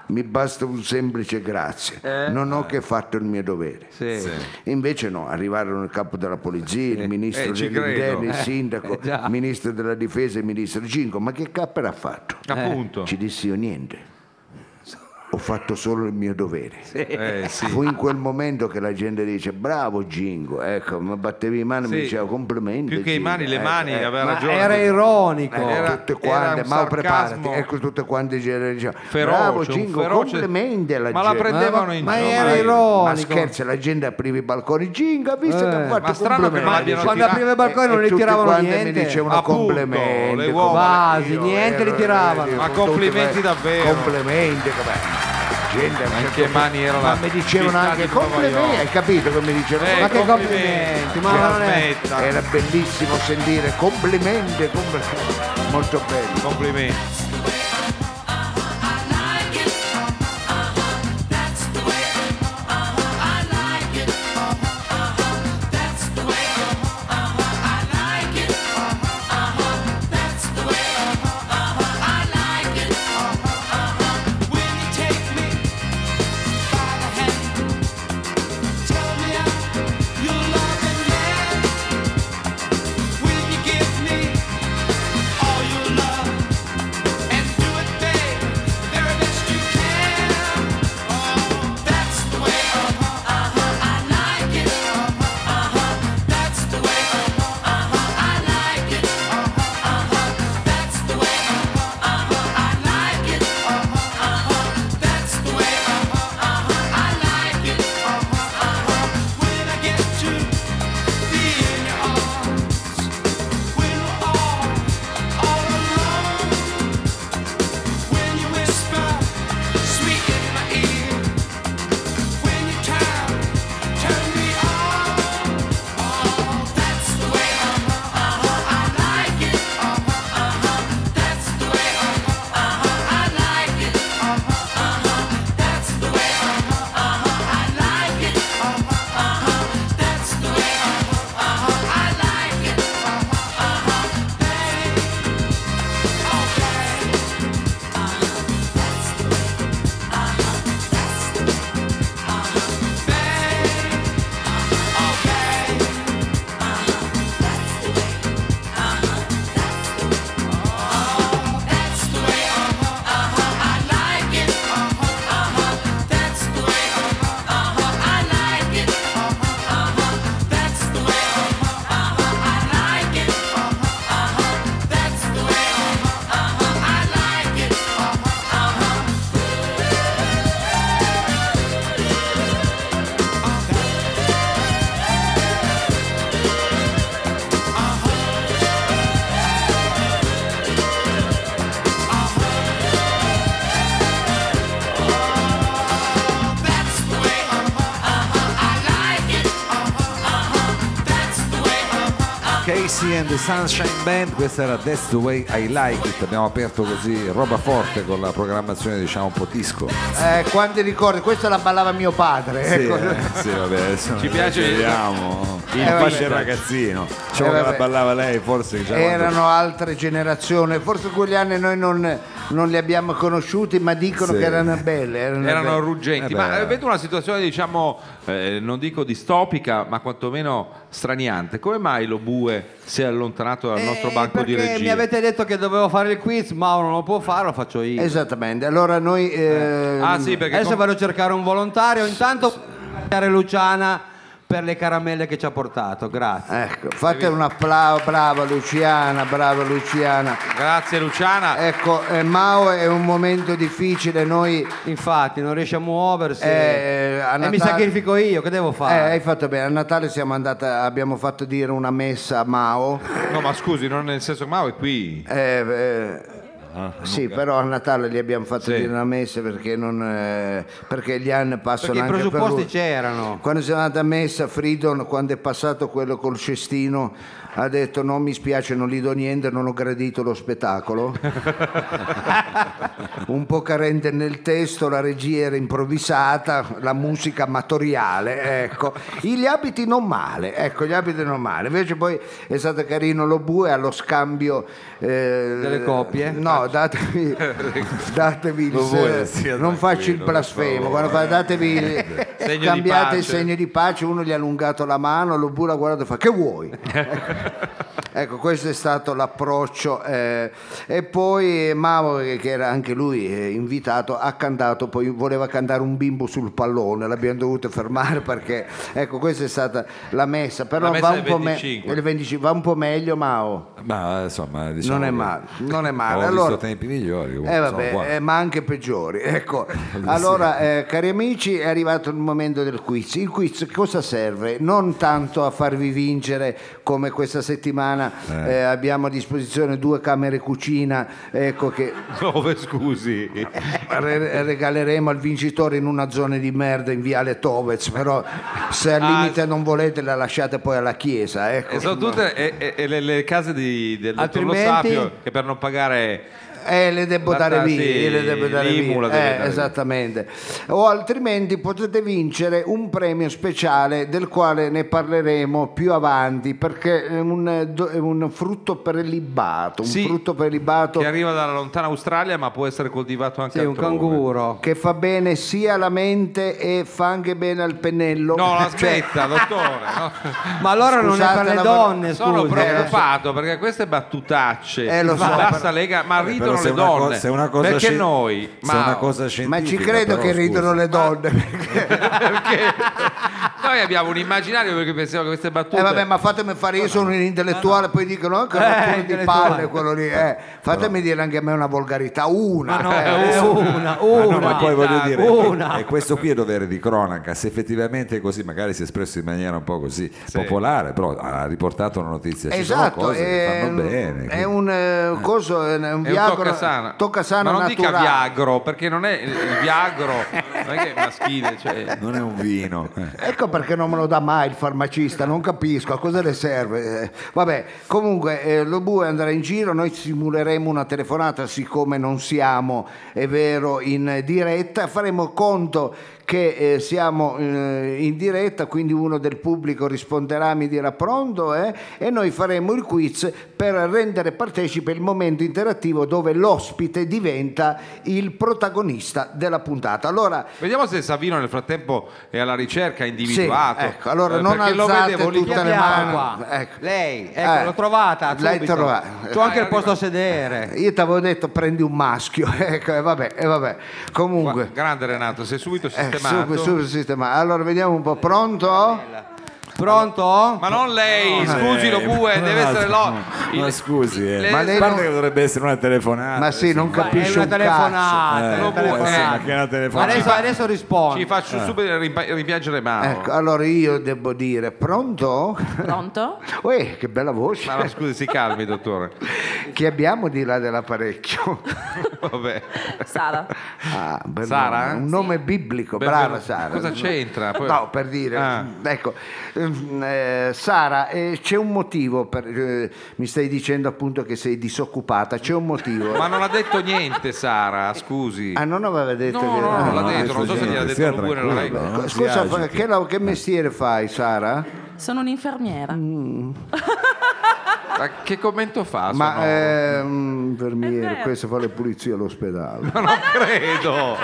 S5: Mi basta un semplice grazie.
S1: Eh?
S5: Non ho che fatto il mio dovere.
S2: Sì.
S5: Invece no, arrivarono il capo della polizia, il ministro
S1: eh, ci credo.
S5: dell'interno, il sindaco, il
S2: già.
S5: ministro della difesa e il ministro Ginco. Ma che cappera ha fatto?
S1: Appunto.
S5: Ci dissi io niente. Ho fatto solo il mio dovere.
S1: Eh, sì.
S5: Fu in quel momento che la gente dice bravo Gingo, ecco, mi battevi i mani e
S1: Sì.
S5: mi diceva complimenti.
S1: Più che i
S5: Gingo",
S1: mani, le
S5: ecco,
S1: mani,
S5: ecco.
S1: aveva
S2: Ma
S1: ragione.
S2: era ironico.
S1: Era-
S5: tutte
S1: era
S5: quante,
S1: un
S5: ma preparati,
S1: sarcasmo
S5: ecco tutte quante gente dicevano,
S1: feroce,
S5: bravo
S1: un
S5: Gingo,
S1: feroce-
S5: complimenti alla
S1: Ma la
S5: gente.
S1: prendevano
S2: Ma-
S1: in
S2: ma
S1: giro.
S2: era
S1: dai.
S2: ironico.
S5: Ma scherzi, la gente apriva i balconi, Gingo, ha visto che ha
S2: Eh,
S5: fatto
S1: ma strano che non
S5: complimenti?"
S1: abbiano
S2: Quando
S1: tirato-
S2: apriva i balconi
S5: E-
S2: non
S5: e
S2: li
S5: tutti
S2: tiravano
S5: quanti
S2: niente.
S5: mi dicevano
S1: Appunto,
S5: complimenti,
S1: le uova.
S2: Vasi,
S5: complimenti,
S2: niente, li
S5: eh,
S2: tiravano.
S5: eh,
S1: Ma
S5: tutto,
S1: complimenti
S5: eh,
S1: davvero.
S5: Complimenti, com'è? Gente, a un certo
S1: Anche mani erano
S5: ma mi dicevano anche complimenti, hai capito che mi dicevano?
S1: Eh,
S2: Ma che complimenti,
S1: complimenti, ma
S2: ma non è-
S1: smetta.
S5: Era bellissimo sentire complimenti, complimenti. Molto bello.
S1: Complimenti.
S6: Will you give me all your love?
S7: Oh, Uh-huh, Uh-huh, Uh-huh, uh-huh, oh, uh-huh, Uh-huh, Uh-huh, uh-huh. uh-huh,
S3: Casey and the Sunshine Band, questa era That's the Way I Like It, abbiamo aperto così roba forte con la programmazione diciamo un po' disco.
S2: Eh, quanti ricordi, questa la ballava mio padre.
S3: Sì,
S2: ecco.
S3: eh, sì, vabbè, adesso
S1: Ci piace il-
S3: vediamo. Il
S2: vabbè.
S3: fascio del ragazzino. Diciamo
S2: Eh,
S3: che la
S2: vabbè.
S3: ballava lei, forse già quando-
S2: Erano altre generazioni, forse quegli anni noi non, non li abbiamo conosciuti, ma dicono
S3: Sì.
S2: che erano belle. Erano,
S1: erano
S2: belle.
S1: ruggenti,
S3: Eh
S1: ma
S3: beh.
S1: eh, vedo una situazione diciamo, eh, non dico distopica, ma quantomeno straniante. Come mai lo Bue si è allontanato dal nostro
S4: Eh,
S1: banco di
S4: perché
S1: regia?
S4: Mi avete detto che dovevo fare il quiz, Mauro non lo può fare, lo faccio io.
S2: Esattamente, allora noi... ehm,
S1: Ah sì, perché
S4: Adesso
S1: com-
S4: vado a cercare un volontario, intanto ringraziare Luciana per le caramelle che ci ha portato, grazie.
S2: Ecco, fate un applauso, brava Luciana, brava Luciana.
S1: Grazie Luciana.
S2: Ecco, eh, Mao è un momento difficile, noi...
S4: Infatti non riesce a muoversi
S2: Eh, a
S4: e mi
S2: Natale-
S4: sacrifico io, che Ah. devo
S2: Eh,
S4: fare?
S2: hai fatto bene, a Natale siamo andata, abbiamo fatto dire una messa a Mao.
S1: No, ma scusi, non nel senso che Mao è qui. [LAUGHS]
S2: Eh, eh,
S4: Ah,
S2: sì, però a Natale gli abbiamo fatto
S1: Sì.
S2: dire una messa perché, non, eh, perché gli anni passano
S4: Perché
S2: anche
S4: i
S2: per
S4: presupposti
S2: lui.
S4: c'erano.
S2: Quando siamo andati a messa, Fridon, quando è passato quello col cestino, ha detto non mi spiace, non gli do niente, non ho gradito lo spettacolo.
S3: [LAUGHS]
S2: Un po' carente nel testo, la regia era improvvisata, la musica amatoriale, ecco. Gli abiti non male, ecco, gli abiti non male. Invece poi è stato carino lo bue allo scambio... eh,
S4: Delle coppie?
S2: No, datevi,
S3: [LAUGHS]
S2: datevi il...
S3: Lo Bue, stia
S2: non faccio il
S3: tranquillo, per
S2: blasfemo,
S3: favore.
S2: quando fa
S1: [LAUGHS]
S2: datevi... il-
S1: Oh. Segno di
S2: Cambiate il
S1: pace.
S2: segno segno di pace, uno gli ha allungato la mano, lo bura guardato e fa che
S1: [LAUGHS]
S2: vuoi? ecco, questo è stato l'approccio. eh, e poi Mauro, che che era anche lui eh, invitato, ha cantato, poi voleva cantare un bimbo sul pallone, l'abbiamo dovuto fermare perché, ecco, questa è stata la messa, però
S1: La messa
S2: va,
S1: del
S2: un po me-
S1: 25.
S2: del 25, va un po' meglio Mao.
S3: Ma insomma, diciamo
S2: Non è
S3: che
S2: male, non è male.
S3: Avevo
S2: Allora-
S3: visto tempi migliori. comunque,
S2: Eh,
S3: insomma,
S2: vabbè,
S3: qua-
S2: eh, ma anche peggiori. Ecco. Allora, eh, cari amici, è arrivato il momento del quiz. Il quiz cosa serve? Non tanto a farvi vincere come questa settimana eh, abbiamo a disposizione due camere cucina, ecco che
S1: Dove scusi?
S4: Eh,
S2: re- regaleremo al vincitore in una zona di merda in Viale Tovez, però se al
S1: Ah.
S2: limite non volete la lasciate poi alla chiesa, ecco.
S1: E sono tutte e- e- e le, le case di, del dottor Lo
S4: Altrimenti-
S1: Sapio che per non pagare
S2: Eh, le devo
S1: Guarda,
S2: dare via,
S1: sì,
S2: le devo dare via.
S1: l'Imu la deve
S2: Eh,
S1: dare via.
S2: esattamente. O altrimenti potete vincere un premio speciale del quale ne parleremo più avanti perché è un, eh, do- è un frutto prelibato, un
S1: Sì,
S2: frutto prelibato
S1: che arriva dalla lontana Australia ma può essere coltivato anche
S4: Sì,
S2: Certo,
S4: un
S1: altrove.
S4: canguro.
S2: che fa bene sia alla mente e fa anche bene al pennello.
S1: No,
S2: [LAUGHS]
S4: [LAUGHS]
S2: Cioè,
S1: aspetta, dottore. no.
S4: Ma allora non è
S2: Scusate
S4: per le
S2: la-
S4: donne, eh.
S1: Sono
S4: scusa.
S1: preoccupato perché queste battutacce
S2: Eh, lo so,
S1: basta
S2: però-
S1: lega, ma
S3: Però
S1: ridono
S3: se
S1: le
S3: è una co-
S1: donne.
S3: se è una cosa
S1: perché
S3: scien-
S1: noi,
S3: se è una
S1: ma
S3: cosa
S2: ma ci
S3: scientifica,
S2: credo
S3: però,
S2: che ridono
S3: scusa.
S2: le donne.
S1: perché noi abbiamo un immaginario perché pensiamo che queste battute
S2: Eh vabbè, ma fatemi fare, io sono un intellettuale, poi dicono "Ah, che rottura di
S4: intellettuale.
S2: palle quello lì. eh. fatemi dire anche a me una volgarità, una.
S4: Ma no,
S2: [LAUGHS] eh.
S4: è una, una.
S3: Ma Ah, no, ma poi voglio dire,
S4: una.
S3: e questo qui è dovere di cronaca, se effettivamente è così, magari si è espresso in maniera un po' così
S1: Sì.
S3: popolare, però ha riportato una notizia. Ci sono
S2: Esatto,
S3: cose che
S2: è,
S3: fanno
S2: un-
S3: bene.
S2: è
S3: quindi-
S2: un eh, coso, è un
S1: è un
S2: Viagra-
S1: toccasana.
S2: toccasana
S1: ma non dica
S2: naturale.
S1: viagro perché non è il il viagro, non è che è maschile, cioè
S3: Non è un vino. eh.
S2: Ecco perché non me lo dà mai il farmacista, non capisco a cosa le serve. Eh, Vabbè, comunque eh, lo bue andrà in giro, noi simuleremo una telefonata siccome non siamo, è vero, in diretta, faremo conto che eh, siamo eh, in diretta, quindi uno del pubblico risponderà, mi dirà pronto eh? e noi faremo il quiz per rendere partecipe il momento interattivo dove l'ospite diventa il protagonista della puntata. Allora
S1: Vediamo se Savino nel frattempo è alla ricerca, è individuato.
S2: sì, ecco, allora
S1: Eh,
S2: non
S1: perché lo
S2: alzate
S1: vedevo lì
S2: tutte
S1: dietro.
S2: le mani.
S4: qua.
S2: Ecco.
S4: Lei, ecco,
S2: Eh,
S4: l'ho trovata.
S2: l'hai
S4: subito.
S2: trovata. Eh,
S4: C'ho anche
S1: Eh,
S4: il posto a sedere.
S2: Io ti avevo detto prendi un maschio, [LAUGHS] ecco, e vabbè, e vabbè.
S1: Qua-
S2: Comunque,
S1: Grande Renato, sei subito
S2: eh,
S1: sistemato.
S2: subito, subito sistemato. Allora vediamo un po', pronto?
S4: Pronto?
S1: Ma non lei, scusi
S2: eh,
S1: lo bue, deve essere lo. il-
S3: Eh, Ma scusi, eh.
S1: le-
S2: Ma
S3: ma
S2: lei
S3: a parte
S2: non-
S3: che dovrebbe essere una telefonata.
S2: Ma sì, non
S4: Ma è
S2: capisce
S4: una
S2: un cazzo.
S4: telefonata.
S3: Eh,
S4: è una
S1: lo vuoi?
S4: telefonata.
S1: Eh, ma
S3: che è una telefonata.
S4: Adesso, adesso rispondi.
S1: Ci faccio subito rimpa- rimpiangere mano.
S2: Ecco, allora io devo dire, pronto? [LAUGHS]
S6: Pronto?
S2: Uè, che bella voce.
S1: Ma no, scusi, si calmi, dottore.
S2: Chi abbiamo di là dell'apparecchio? [LAUGHS]
S1: Vabbè.
S6: Sara.
S2: Ah, bel
S1: Sara? eh?
S2: nome, Un nome biblico,
S1: Beh,
S2: brava
S1: beh,
S2: Sara.
S1: cosa c'entra? Poi-
S2: No, per dire,
S1: Ah.
S2: ecco, eh, eh, Sara, eh, c'è un motivo, per, eh, mi stai dicendo appunto che sei disoccupata, c'è un motivo.
S1: Ma non ha detto niente, Sara, scusi.
S2: Ah, non aveva detto
S1: No, no,
S2: che-
S1: no,
S2: ah,
S1: non l'ha
S2: no.
S1: detto, non so se gliel'ha detto
S3: Stia
S1: lui
S3: tranquillo,
S1: nell'orecchio.
S3: non si
S2: Scusa,
S3: agiti.
S2: fa- che, la- che mestiere fai, Sara?
S6: Sono un'infermiera.
S1: Ma che commento fa?
S2: Ma
S1: sonoro?
S2: ehm,
S6: È
S2: infermiere,
S6: vero.
S2: questo fa le pulizie
S1: [LAUGHS]
S2: all'ospedale.
S1: Ma non credo.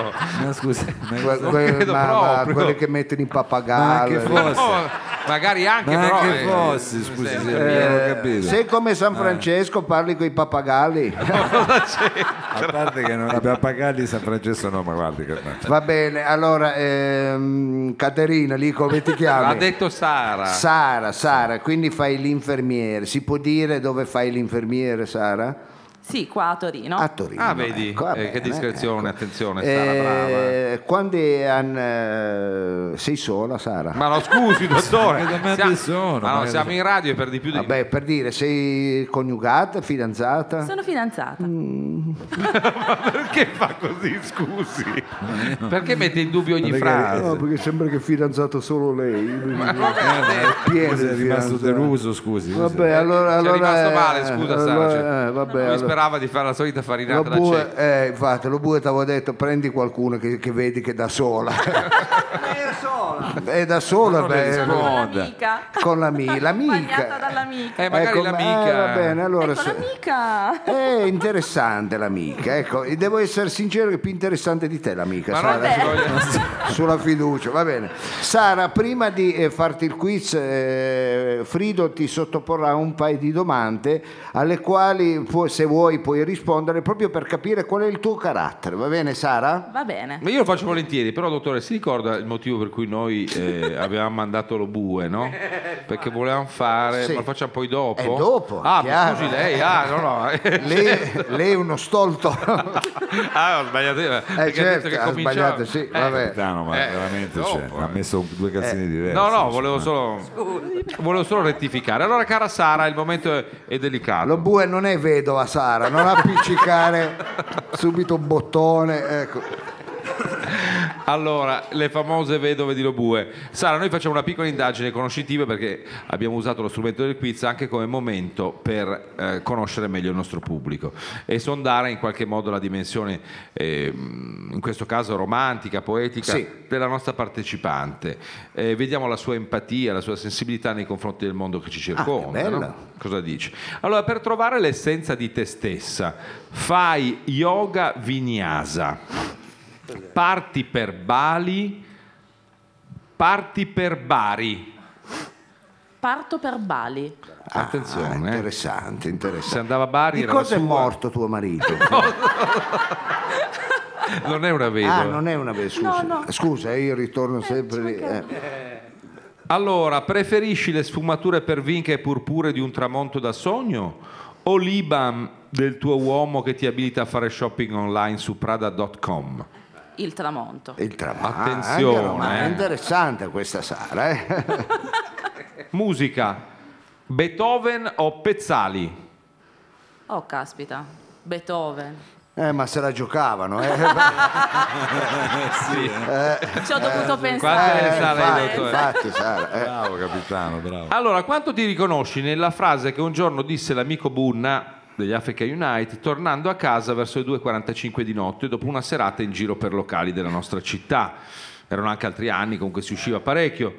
S3: Ma scusa,
S2: Que- [LAUGHS]
S3: ma,
S2: que-
S1: credo
S2: ma, ma
S1: proprio.
S2: quelli che mettono in
S3: ma anche
S2: pappagallo.
S3: fosse,
S1: No, Oh, magari anche,
S3: ma
S1: però.
S3: anche
S1: eh,
S3: fosse,
S1: eh,
S3: scusi,
S1: sì.
S3: se
S2: Eh,
S3: abbiamo capito.
S2: sei come
S1: Eh.
S2: San Francesco, parli con i
S1: [LAUGHS]
S2: pappagalli.
S3: A parte che non abbiamo pagati San Francesco, no, ma guardi che
S2: Va bene, allora ehm, Caterina, lì come ti
S1: [LAUGHS]
S2: chiami?
S1: L'ha detto Sara.
S2: Sara, Sara, quindi fai l'infermiere. Si può dire dove fai l'infermiere, Sara?
S6: Sì, qua a Torino.
S2: A Torino.
S1: Ah, vedi,
S2: ecco, va
S1: eh, che
S2: bene,
S1: discrezione,
S2: ecco.
S1: attenzione, Sara,
S2: Eh, Quando è an- eh, sei sola, Sara?
S1: brava. Ma no, scusi, dottore.
S3: Ma da me
S1: siamo,
S3: chi sono?
S1: ma no,
S3: Ma-
S1: siamo in radio e per di più di...
S2: Vabbè, per dire, sei coniugata, fidanzata?
S6: Sono fidanzata.
S1: Perché fa così, scusi? Perché mette in dubbio ogni
S3: Ma perché-
S1: frase?
S2: No, perché sembra che è fidanzato solo lei.
S3: Ma
S2: Pieno
S3: sei
S2: di
S3: rimasto
S2: fidanzati.
S3: deluso, scusi.
S2: Vabbè, allora,
S1: Ci è
S2: allora,
S1: cioè. rimasto male,
S2: eh,
S1: scusa
S2: allora,
S1: Sara. cioè.
S2: eh, vabbè,
S1: Lui
S2: allora.
S1: sperava di fare la solita farinata
S2: Lo
S1: da cieco.
S2: bue, eh, infatti, lo bue ti avevo detto, prendi qualcuno che, che vedi che da sola. è da sola,
S3: non le
S2: beh,
S6: Sono con
S3: rispondo. Moda.
S6: l'amica.
S2: con l'amica.
S6: Accompagnata
S2: L'amica.
S6: dall'amica.
S1: Eh, magari
S2: ma-
S1: l'amica.
S2: eh, va bene, allora...
S6: Ecco,
S2: se-
S6: l'amica.
S2: È interessante l'amica, ecco, e devo essere sincero che è più interessante di te l'amica,
S1: Ma
S2: Sara.
S1: non adesso
S6: Vabbè.
S2: [LAUGHS]
S1: voglio-
S2: Sulla fiducia, va bene. Sara, prima di eh, farti il quiz, eh, Frido ti sottoporrà un paio di domande alle quali, pu- se vuoi, puoi rispondere proprio per capire qual è il tuo carattere, va bene Sara?
S6: Va bene.
S1: Ma io lo faccio volentieri, però dottore si ricorda il motivo per cui noi
S2: [LAUGHS]
S1: eh, avevamo mandato lo bue, no? Perché volevamo fare,
S2: Sì.
S1: ma lo facciamo poi dopo.
S2: Eh, dopo,
S1: Ah,
S2: chiaro.
S1: ma scusi lei, ah, no, no.
S2: [LAUGHS]
S1: [LAUGHS] certo.
S2: Lei, lei è uno stolto.
S1: ah, ho sbagliato. io, perché ha
S2: certo,
S1: detto che
S2: ha
S1: cominciava-
S2: sbagliato, sì, vabbè.
S3: Capitano, ma
S1: Eh,
S3: veramente
S1: dopo,
S3: cioè, ha messo due cazzini diversi.
S1: No, no,
S3: insomma.
S1: volevo solo, volevo solo rettificare. Allora, cara Sara, il momento è, è delicato.
S2: Lo bue non è vedova Sara, non appiccicare subito un bottone, ecco.
S1: Allora, le famose vedove di Lobue. Sara, noi facciamo una piccola indagine conoscitiva perché abbiamo usato lo strumento del quiz anche come momento per eh, conoscere meglio il nostro pubblico e sondare in qualche modo la dimensione, ehm, in questo caso romantica, poetica,
S2: Sì.
S1: della nostra partecipante. Eh, vediamo la sua empatia, la sua sensibilità nei confronti del mondo che ci circonda.
S2: Ah, bello.
S1: no? Cosa dici? Allora, per trovare l'essenza di te stessa, fai yoga vinyasa. Parti per Bali, parti per Bari.
S6: Parto per Bali.
S2: Ah,
S1: Attenzione, eh.
S2: interessante, interessante.
S1: se andava a Bari
S2: Di
S1: era la
S2: cosa è
S1: sua.
S2: morto tuo marito?
S1: Non è una vedova.
S2: ah, non è una vera scusa.
S6: No, no.
S2: Scusa, io ritorno sempre
S6: ci
S2: lì.
S6: mancherebbe.
S2: eh.
S1: Allora, preferisci le sfumature per vinca e purpure di un tramonto da sogno o l'IBAM del tuo uomo che ti abilita a fare shopping online su prada.com?
S6: Il tramonto.
S2: Il tramonto.
S1: Attenzione,
S2: ma è
S1: eh.
S2: interessante questa Sara. eh. [LAUGHS]
S1: Musica, Beethoven o Pezzali?
S6: Oh, caspita. Beethoven.
S2: Eh, ma se la giocavano,
S1: [LAUGHS]
S2: eh.
S1: Eh,
S6: Ci ho dovuto
S1: quante
S6: pensare.
S1: ne sa lei,
S2: eh, infatti,
S1: dottore?
S2: infatti, Sara. eh.
S3: Bravo, capitano, bravo.
S1: Allora, quanto ti riconosci nella frase che un giorno disse l'amico Bunna degli Africa Unite tornando a casa verso le 2.45 di notte dopo una serata in giro per locali della nostra città? Erano anche altri anni, comunque si usciva parecchio.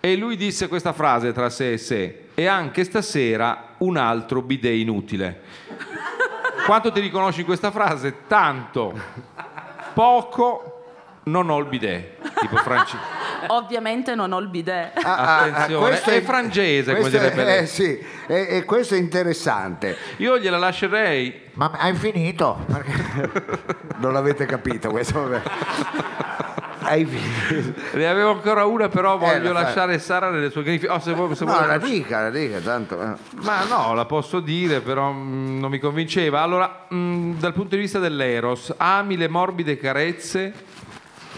S1: E lui disse questa frase tra sé e sé, e anche stasera un altro bidet inutile. Quanto ti riconosci in questa frase? Tanto, poco, non ho il bidet. Tipo Franci-
S6: Ovviamente non ho il bidet.
S2: Ah, ah, ah,
S1: Attenzione,
S2: questo
S1: è francese, come
S2: questo è-
S1: direbbe lei.
S2: eh, sì, e, e questo è interessante.
S1: Io gliela lascerei
S2: Ma hai finito? [LAUGHS] non l'avete capito questo, vabbè. Hai finito.
S1: Ne avevo ancora una, però voglio
S2: Eh, la fai.
S1: lasciare Sara nelle sue griffe. Oh, se vuoi- se
S2: No,
S1: vuoi-
S2: la dica, la dica, tanto. eh.
S1: Ma no, la posso dire, però mm, non mi convinceva. Allora, mm, dal punto di vista dell'Eros, ami le morbide carezze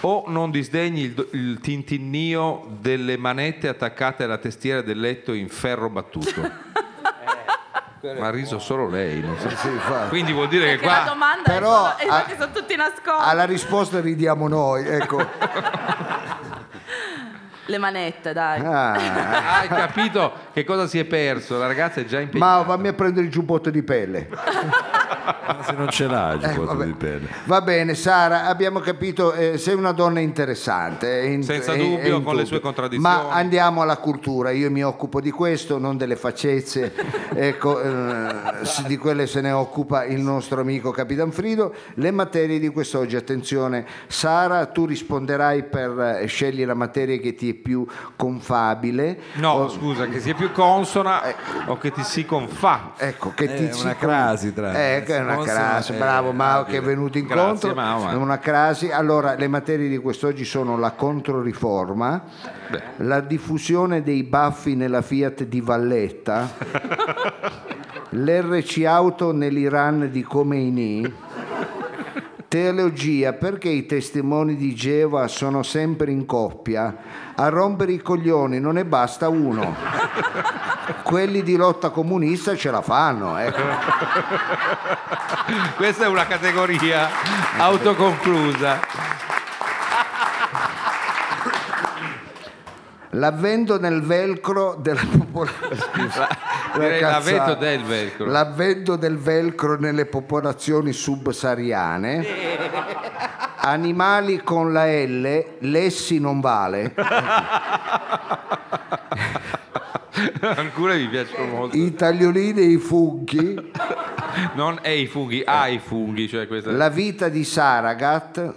S1: o non disdegni il, do- il tintinnio delle manette attaccate alla testiera del letto in ferro
S6: [LAUGHS]
S1: battuto? Ma ha riso solo lei, non so.
S2: Sì, infatti.
S1: quindi vuol dire che
S6: Perché la
S1: qua
S6: domanda è
S2: Però,
S6: solo- è solo
S2: ah,
S6: che sono tutti nascosti.
S2: [LAUGHS] alla risposta ridiamo noi, ecco.
S6: Le manette, dai.
S2: Ah.
S1: Ah, Hai capito che cosa si è perso? La ragazza è già impegnata.
S2: Ma vammi a prendere il giubbotto di pelle.
S3: se non ce l'ha il giubbotto
S2: Eh, vabbè.
S3: di pelle.
S2: Va bene, Sara, abbiamo capito, eh, sei una donna interessante. è in-
S1: Senza
S2: è- è
S1: dubbio,
S2: in
S1: con le sue contraddizioni.
S2: Ma andiamo alla cultura, io mi occupo di questo, non delle
S1: [LAUGHS]
S2: faccezze, ecco, eh, sì, di quelle se ne occupa il nostro amico Capitan Frido. Le materie di quest'oggi, attenzione, Sara, tu risponderai per eh, scegli la materia che ti è più confabile.
S1: No,
S2: O-
S1: scusa, che sia più consona o che ti si confà.
S2: Ecco, che
S3: Eh,
S2: ti
S3: è
S2: si-
S3: una crasi, tra-
S2: Eh, che è una
S3: Sponsor,
S2: crasi,
S3: eh,
S2: bravo Mao che è venuto incontro.
S1: Grazie, Mao, eh.
S2: È una crasi. Allora, le materie di quest'oggi sono la controriforma, la diffusione dei baffi nella Fiat di
S1: [LAUGHS]
S2: Valletta, l'RC auto nell'Iran di Khomeini. Teologia, perché i testimoni di Geova sono sempre in coppia? A rompere i coglioni non ne basta
S1: [LAUGHS]
S2: uno. Quelli di lotta comunista ce la fanno, ecco.
S1: Questa è una categoria autoconclusa.
S2: L'avvento nel velcro della [LAUGHS] popolazione.
S1: Direi l'avvento del velcro.
S2: L'avvento del velcro nelle popolazioni
S1: [LAUGHS]
S2: subsahariane. Animali con la L, lessi non vale.
S1: Ancora mi piacciono molto.
S2: I tagliolini e i funghi.
S1: Non e i funghi, ai funghi, cioè questa.
S2: La vita di Saragat.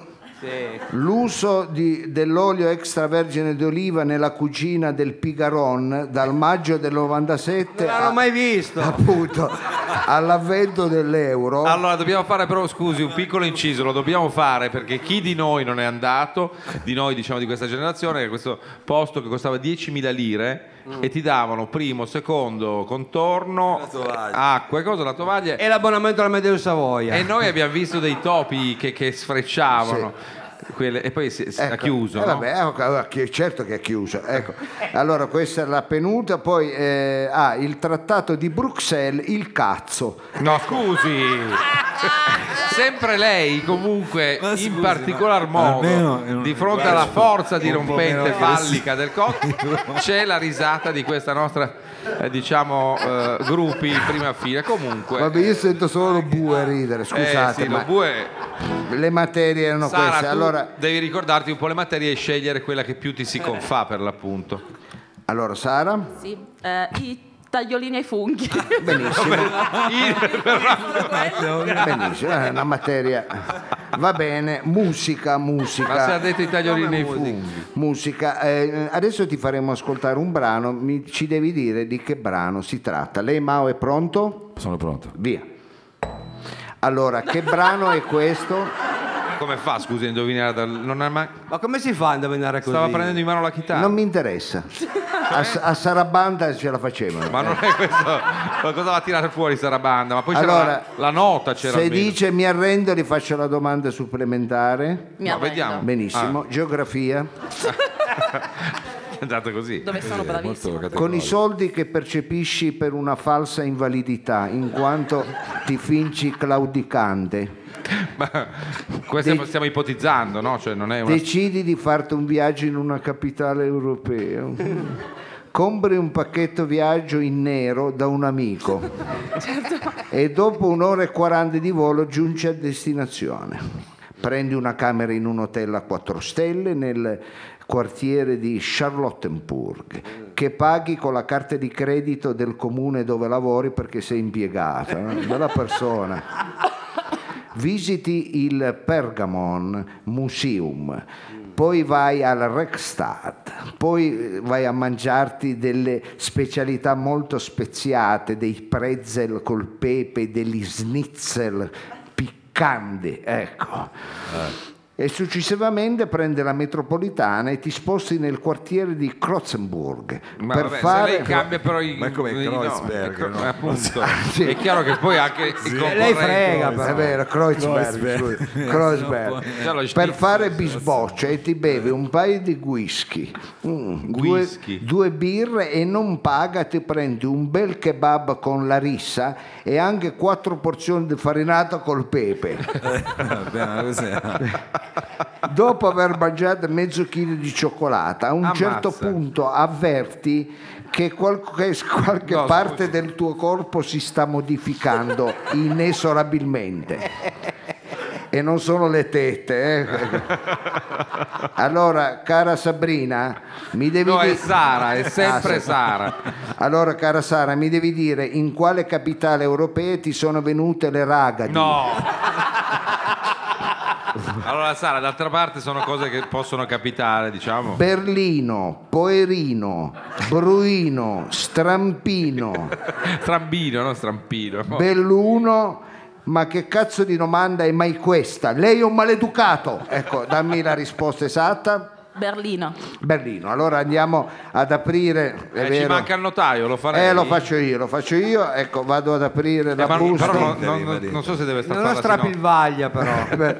S2: L'uso di- dell'olio extravergine d'oliva nella cucina del Pigaron dal maggio del 97
S4: Non l'ho
S2: a-
S4: mai visto.
S2: appunto all'avvento dell'euro.
S1: Allora, dobbiamo fare però, scusi, un piccolo inciso, lo dobbiamo fare perché chi di noi non è andato, di noi diciamo di questa generazione, che questo posto che costava 10.000 lire e ti davano primo, secondo, contorno,
S3: tovaglia.
S1: acqua e cosa, la tovaglia.
S4: E l'abbonamento alla Medeo Savoia.
S2: Eh.
S1: E noi abbiamo visto dei topi che, che sfrecciavano. Quelle- e poi si, si- ha
S2: Ecchi-
S1: chiuso.
S2: eh,
S1: no?
S2: vabbè, eh, ok, allora, chi- certo che è chiuso. ecco. Allora, questa è la penuta, poi eh, ah, il trattato di Bruxelles, il cazzo.
S1: No, scusi. [LAUGHS] Sempre lei, comunque,
S3: Ma scusi,
S1: in
S3: ma
S1: particolar modo,
S3: almeno è un
S1: di fronte alla
S3: linguaggio
S1: forza
S3: un po'
S1: dirompente
S3: meno
S1: fallica del cotto, c'è la risata di questa nostra, eh, diciamo, eh, gruppi in prima fila. Comunque,
S2: Vabbè, io sento solo bue ridere,
S1: eh,
S2: scusate,
S1: sì, lo
S2: ma
S1: bue-
S2: le materie erano
S1: Sara,
S2: queste.
S1: tu
S2: Allora, Eh.
S1: devi ricordarti un po' le materie e scegliere quella che più ti si confà per l'appunto.
S2: allora, Sara,
S6: Sì. Eh, I tagliolini ai funghi.
S2: benissimo,
S1: Il-
S2: benissimo, è una materia. Va bene, musica, musica.
S1: Ma se ha detto i tagliolini nei funghi.
S2: Musica, eh, adesso ti faremo ascoltare un brano, mi- ci devi dire di che brano si tratta. Lei Mao è pronto?
S3: Sono pronto. [LAUGHS]
S2: Via. Allora, che brano è questo?
S1: Come fa, scusi, a indovinare? dal- non ha mai-
S4: Ma come si fa ad indovinare così?
S1: Stava prendendo in mano la chitarra.
S2: Non mi interessa. A, a Sarabanda ce la facevano.
S1: Ma non è questo. Qualcosa va tirare fuori Sarabanda, ma poi
S2: Allora,
S1: c'era la, la nota c'era
S2: Se
S1: almeno.
S2: dice mi arrendo, gli faccio la domanda supplementare.
S6: Mi
S1: Ma
S6: arrendo.
S1: vediamo. Ah.
S2: Benissimo. Geografia.
S1: è andato così.
S6: Dove sono
S3: Molto
S6: bravissimo.
S2: Con i
S3: categorico.
S2: soldi che percepisci per una falsa invalidità, in quanto ti finci claudicante.
S1: Ma questo
S2: Dei-
S1: stiamo ipotizzando, no? Cioè non è una
S2: Decidi di farti un viaggio in una capitale europea. Compri un pacchetto viaggio in nero da un amico e dopo un'ora e 40 di volo giungi a destinazione. Prendi una camera in un hotel a 4 stelle nel quartiere di Charlottenburg che paghi con la carta di credito del comune dove lavori perché sei impiegata, no? bella persona. Visiti il Pergamon Museum, poi vai al Rekstad, poi eh, vai a mangiarti delle specialità molto speziate, dei pretzel col pepe, degli schnitzel piccanti, ecco.
S1: Eh.
S2: E successivamente prende la metropolitana e ti sposti nel quartiere di Krotzenburg
S1: Ma
S2: per
S1: vabbè,
S2: fare
S1: se lei cambia però i,
S3: Ma è come
S1: i- no,
S3: Kreuzberg,
S1: cro-
S3: no?
S1: appunto.
S2: [LAUGHS] Sì.
S1: È chiaro che poi anche i concorrenti
S4: Lei frega,
S2: È vero, Kreuzberg,
S3: Kreuzberg.
S2: scusi,
S3: Eh,
S2: Kreuzberg.
S3: se
S1: no poi-
S2: per fare bisboccia e ti bevi un paio di whisky, mm, due,
S1: Whisky.
S2: due birre e non paga, ti prendi un bel kebab con la rissa e anche quattro porzioni di farinata col pepe.
S3: Vabbè, ma cos'è?
S2: dopo aver mangiato mezzo chilo di cioccolata, a un
S1: Ammazza.
S2: certo punto avverti che qual- che s- qualche
S1: No,
S2: parte del tuo corpo si sta
S1: [LAUGHS]
S2: modificando inesorabilmente. E non sono le tette. eh. Allora, cara Sabrina, mi devi
S1: No, è
S2: dire...
S1: Sara, è sempre
S2: Ah, sì.
S1: Sara.
S2: Allora, cara Sara, mi devi dire in quale capitale europea ti sono venute le ragadi?
S1: No. Allora Sara, d'altra parte sono cose che possono capitare, diciamo.
S2: Berlino, Poerino, Bruino, Strampino,
S1: Strambino, no? Strampino.
S2: Belluno. Ma che cazzo di domanda è mai questa? Lei è un maleducato. Ecco, dammi la risposta esatta.
S6: Berlino.
S2: Berlino. Allora andiamo ad aprire. È
S1: Eh, ci
S2: vero.
S1: manca il notaio, lo farei.
S2: Eh, lo faccio io, lo faccio io. Ecco, vado ad aprire
S1: Eh,
S2: la
S1: ma-
S2: busta.
S1: però no-
S3: Devi,
S1: no-
S3: Marito.
S1: non so se deve
S4: Non ho
S1: stare [LAUGHS]
S4: strapilvaglia però.
S2: Eh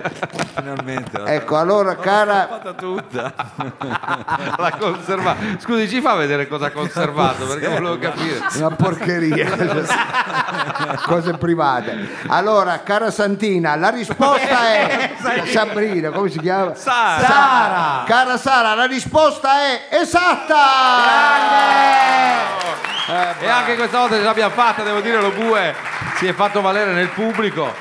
S3: Finalmente. la-
S2: Ecco, allora, cara.
S3: fatta tutta.
S1: la Ah, conserva. Scusi, ci fa vedere cosa ha conservato perché volevo capire.
S2: una [LAUGHS] porcheria cioè, cose private allora cara Santina la risposta [LAUGHS] Eh, è Sabrina come si chiama?
S1: Sara.
S2: Sara cara Sara la risposta è Eh. esatta
S1: Eh, e anche questa volta ce l'abbiamo fatta, devo dire, lo bue si è fatto valere nel pubblico.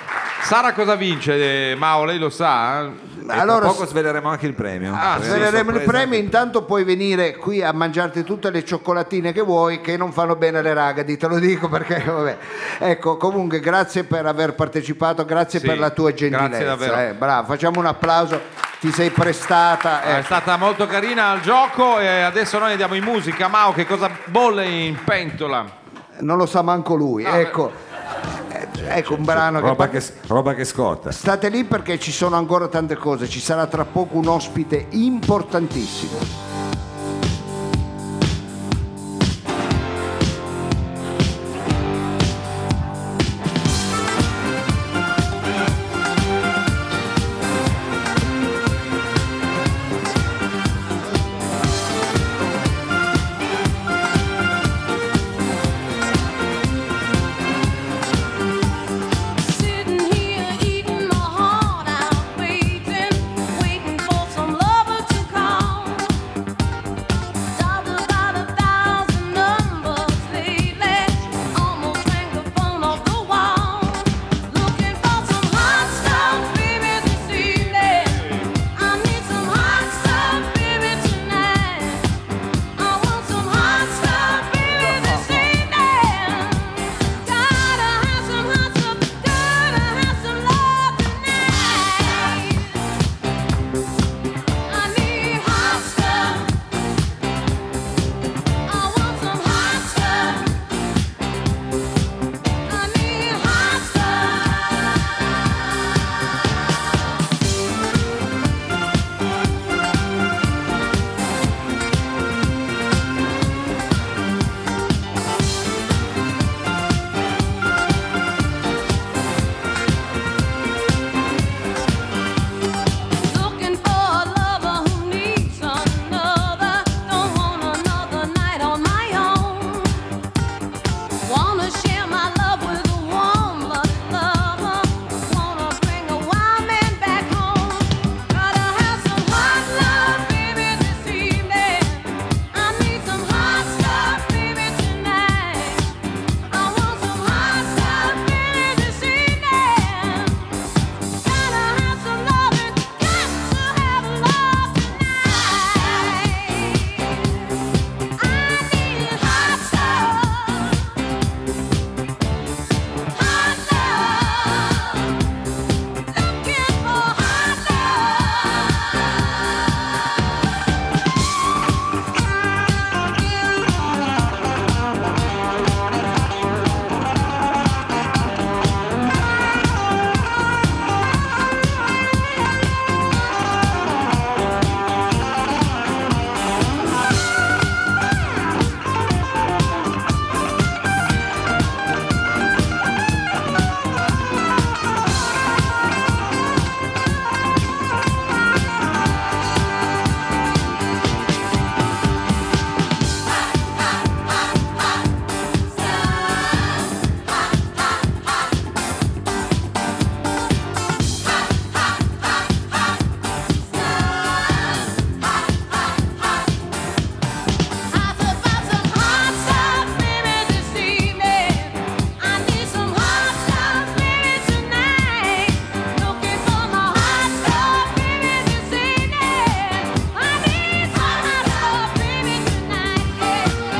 S1: Sara cosa vince? Eh, Mao, lei lo sa? eh?
S3: Allora,
S2: allora
S3: poco sveleremo anche il premio.
S1: Ah,
S3: Perché
S2: sveleremo il
S3: sorpresa.
S2: premio intanto puoi venire qui a mangiarti tutte le cioccolatine che vuoi che non fanno bene alle ragadi te lo dico perché vabbè ecco comunque grazie per aver partecipato grazie
S1: Sì,
S2: per la tua
S1: grazie
S2: gentilezza
S1: davvero.
S2: eh, bravo facciamo un applauso ti sei prestata
S1: È
S2: eh.
S1: stata molto carina al gioco e adesso noi andiamo in musica. Mao, che cosa bolle in pentola?
S2: non lo sa manco lui ecco Eh, ecco un brano che,
S3: Roba che, roba che scotta.
S2: state lì perché ci sono ancora tante cose ci sarà tra poco un ospite importantissimo
S8: Sitting here eating my heart out, waiting, waiting for some lover to call.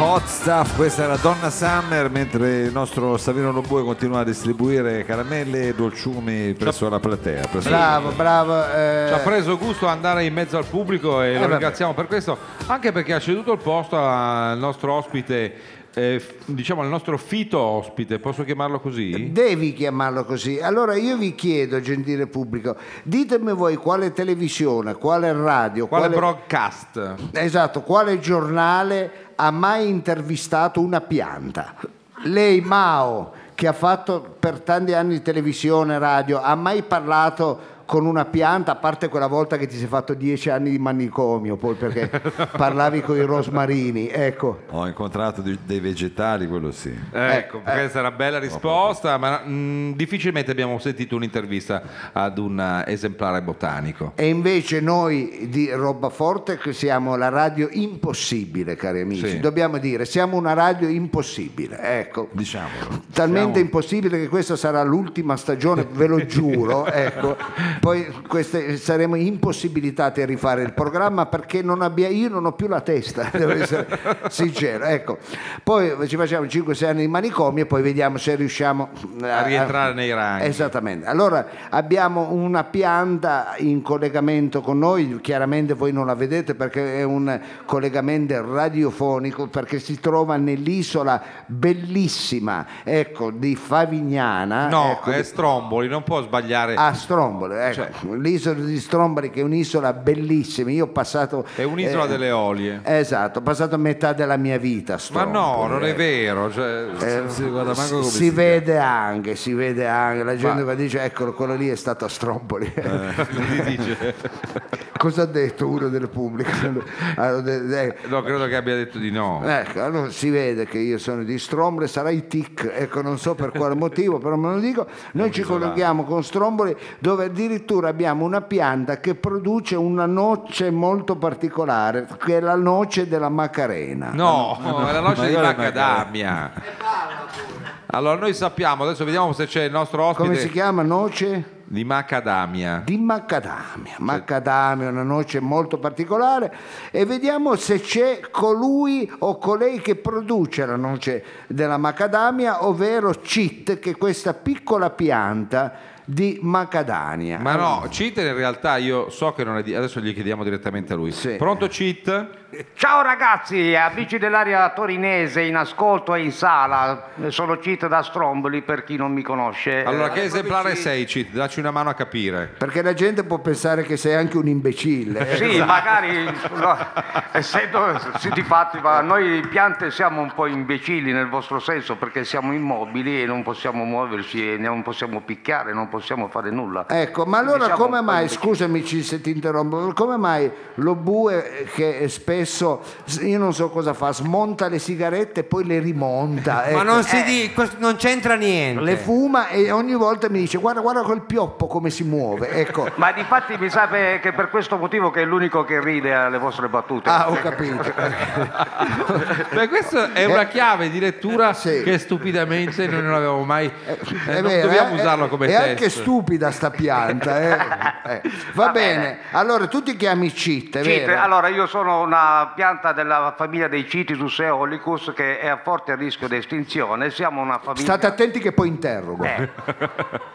S3: Hot Stuff, questa era Donna Summer, mentre il nostro Savino Lobue continua a distribuire caramelle e dolciumi presso la platea. presso-
S2: Bravo, bravo. eh,
S1: Ci ha preso gusto andare in mezzo al pubblico e lo
S2: vabbè.
S1: ringraziamo per questo, anche perché ha ceduto il posto al nostro ospite, eh, f- diciamo al nostro fito ospite, posso chiamarlo così?
S2: Devi chiamarlo così. Allora io vi chiedo, gentile pubblico, ditemi voi quale televisione, quale radio,
S1: Quale broadcast?
S2: Esatto, quale giornale ha mai intervistato una pianta? Lei, Mao, che ha fatto per tanti anni televisione, radio, ha mai parlato con una pianta, a parte quella volta che ti sei fatto dieci anni di manicomio, poi perché parlavi con i rosmarini, ecco.
S3: Ho incontrato di- dei vegetali, quello sì.
S2: Eh,
S1: Ecco, questa è una bella risposta, ma mh, difficilmente abbiamo sentito un'intervista ad un eh, esemplare botanico.
S2: E invece noi di Roba Forte che siamo la radio impossibile, cari amici.
S1: Sì.
S2: Dobbiamo dire, siamo una radio impossibile, ecco.
S3: Diciamolo.
S2: Talmente impossibile che questa sarà l'ultima stagione, ve lo
S1: [LAUGHS]
S2: giuro. ecco. Poi queste- saremo impossibilitati a rifare il programma perché non abbia- io non ho più la testa, [LAUGHS] devo essere sincero. Ecco. Poi ci facciamo 5-6 anni di manicomio e poi vediamo se riusciamo
S1: A rientrare nei ranghi.
S2: Esattamente. Allora abbiamo una pianta in collegamento con noi, chiaramente voi non la vedete perché è un collegamento radiofonico perché si trova nell'isola bellissima, ecco, di Favignana.
S1: No, eh,
S2: ecco, Ah,
S1: è
S2: di-
S1: Stromboli, non può sbagliare.
S2: a Stromboli,
S1: Cioè.
S2: ecco. l'isola di Stromboli che è un'isola bellissima, io ho passato...
S1: È un'isola
S2: eh,
S1: delle olie.
S2: Esatto, ho passato metà della mia vita a
S1: Ma
S2: Stromboli.
S1: no, non è
S2: ecco.
S1: vero. cioè,
S2: Eh,
S3: si
S1: [LAUGHS]
S3: guarda manco come
S2: si,
S3: si
S2: vede anche, si vede anche. La gente qua dice: Eccolo, quello lì è stato a Stromboli.
S3: Eh.
S1: gli dice-
S2: [LAUGHS] Cosa ha detto uno del pubblico? [LAUGHS] Allora, de- de-
S1: No, credo che abbia detto di no.
S2: Ecco, allora si vede che io sono di Stromboli, sarai tic, ecco, non so per quale motivo, però me lo dico. Noi ci colleghiamo con Stromboli dove addirittura abbiamo una pianta che produce una noce molto particolare, che è la noce della Macarena.
S1: No,
S2: Ah,
S1: è la
S2: [LAUGHS]
S3: Ma
S1: noce di
S3: io le
S1: macadamia. Allora, noi sappiamo, adesso vediamo se c'è il nostro
S2: Come si
S1: ospite
S2: chiama noce?
S1: di macadamia.
S2: di macadamia. Macadamia è una noce molto particolare e vediamo se c'è colui o colei che produce la noce della macadamia, ovvero CIT, che è questa piccola pianta di macadamia.
S1: Ma no, Cheat in realtà io so che non è di... Adesso gli chiediamo direttamente a lui.
S2: Sì. Eh,
S1: Pronto Cheat?
S9: Ciao ragazzi, amici dell'area torinese in ascolto e in sala, sono Cito da Stromboli per chi non mi conosce.
S1: Allora, che
S9: Eh,
S1: esemplare sei Cheat? Dacci una mano a capire.
S2: Perché la gente può pensare che sei anche un imbecille.
S9: Sì, magari, no, essendo, sì, di fatti, ma noi piante siamo un po' imbecilli nel vostro senso perché siamo immobili e non possiamo muoverci, e non possiamo picchiare, non possiamo fare nulla.
S2: Ecco, ma allora
S9: Diciamo
S2: come
S9: un po'
S2: mai,
S9: imbecilli.
S2: scusami ci- se ti interrompo, come mai lo bue eh, che spesso, s- io non so cosa fa, smonta le sigarette e poi le rimonta?
S4: Ma
S2: ecco.
S4: non si di- questo non c'entra niente.
S2: le fuma e ogni volta mi dice guarda guarda quel pioppo come si muove ecco
S9: Ma di fatti mi sa che che per questo motivo che è l'unico che ride alle vostre battute.
S2: ah ho capito
S1: Beh, questa è una chiave di lettura
S2: Eh, Sì.
S1: che stupidamente noi non avevamo mai... eh, non
S2: vero,
S1: dobbiamo
S2: eh,
S1: usarlo come
S2: è
S1: test.
S2: anche stupida sta pianta eh. Eh, va,
S9: Va
S2: bene.
S9: bene.
S2: allora tu ti chiami Cheat
S9: Cite,
S2: è vero?
S9: allora io sono una pianta della famiglia dei Citrus eolicus che è a forte rischio di estinzione. Siamo una famiglia.
S2: state attenti che poi interrogo
S9: Eh,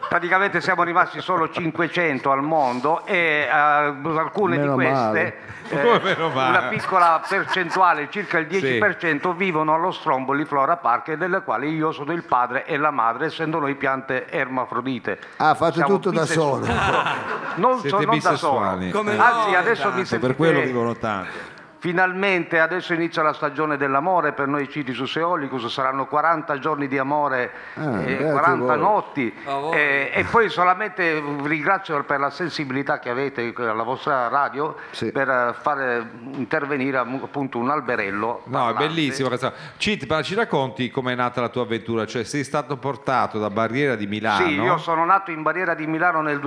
S9: praticamente siamo rimasti solo 500 al mondo e eh, alcune
S2: Meno
S9: di queste,
S1: [LAUGHS]
S9: eh,
S1: Come meno male?
S9: una piccola percentuale, circa il 10%, vivono allo Stromboli Flora Park, delle quali io sono il padre e la madre, essendo noi piante ermafrodite.
S2: ah fate
S9: Siamo
S2: tutto da
S9: bisessuali.
S2: solo
S9: Non, so,
S1: Siete
S9: non da
S1: bisessuali.
S9: solo.
S4: Come
S9: Anzi,
S4: no,
S9: adesso mi
S3: Tanto,
S9: sentite...
S3: Eh, per quello dicono tanto.
S9: Finalmente adesso inizia la stagione dell'amore per noi Citrus Eolicus, saranno 40 giorni di amore,
S2: Ah,
S9: eh,
S2: beati
S9: 40
S2: voi.
S9: notti
S4: A voi.
S9: eh, e poi solamente vi ringrazio per la sensibilità che avete eh, alla vostra radio
S2: Sì.
S9: per eh, fare intervenire am- appunto un alberello.
S1: No, è
S9: parlante.
S1: bellissimo. questa- Cheat, ma ci racconti com'è nata la tua avventura? Cioè, sei stato portato da Barriera di Milano...
S9: Sì, io sono nato in Barriera di Milano nel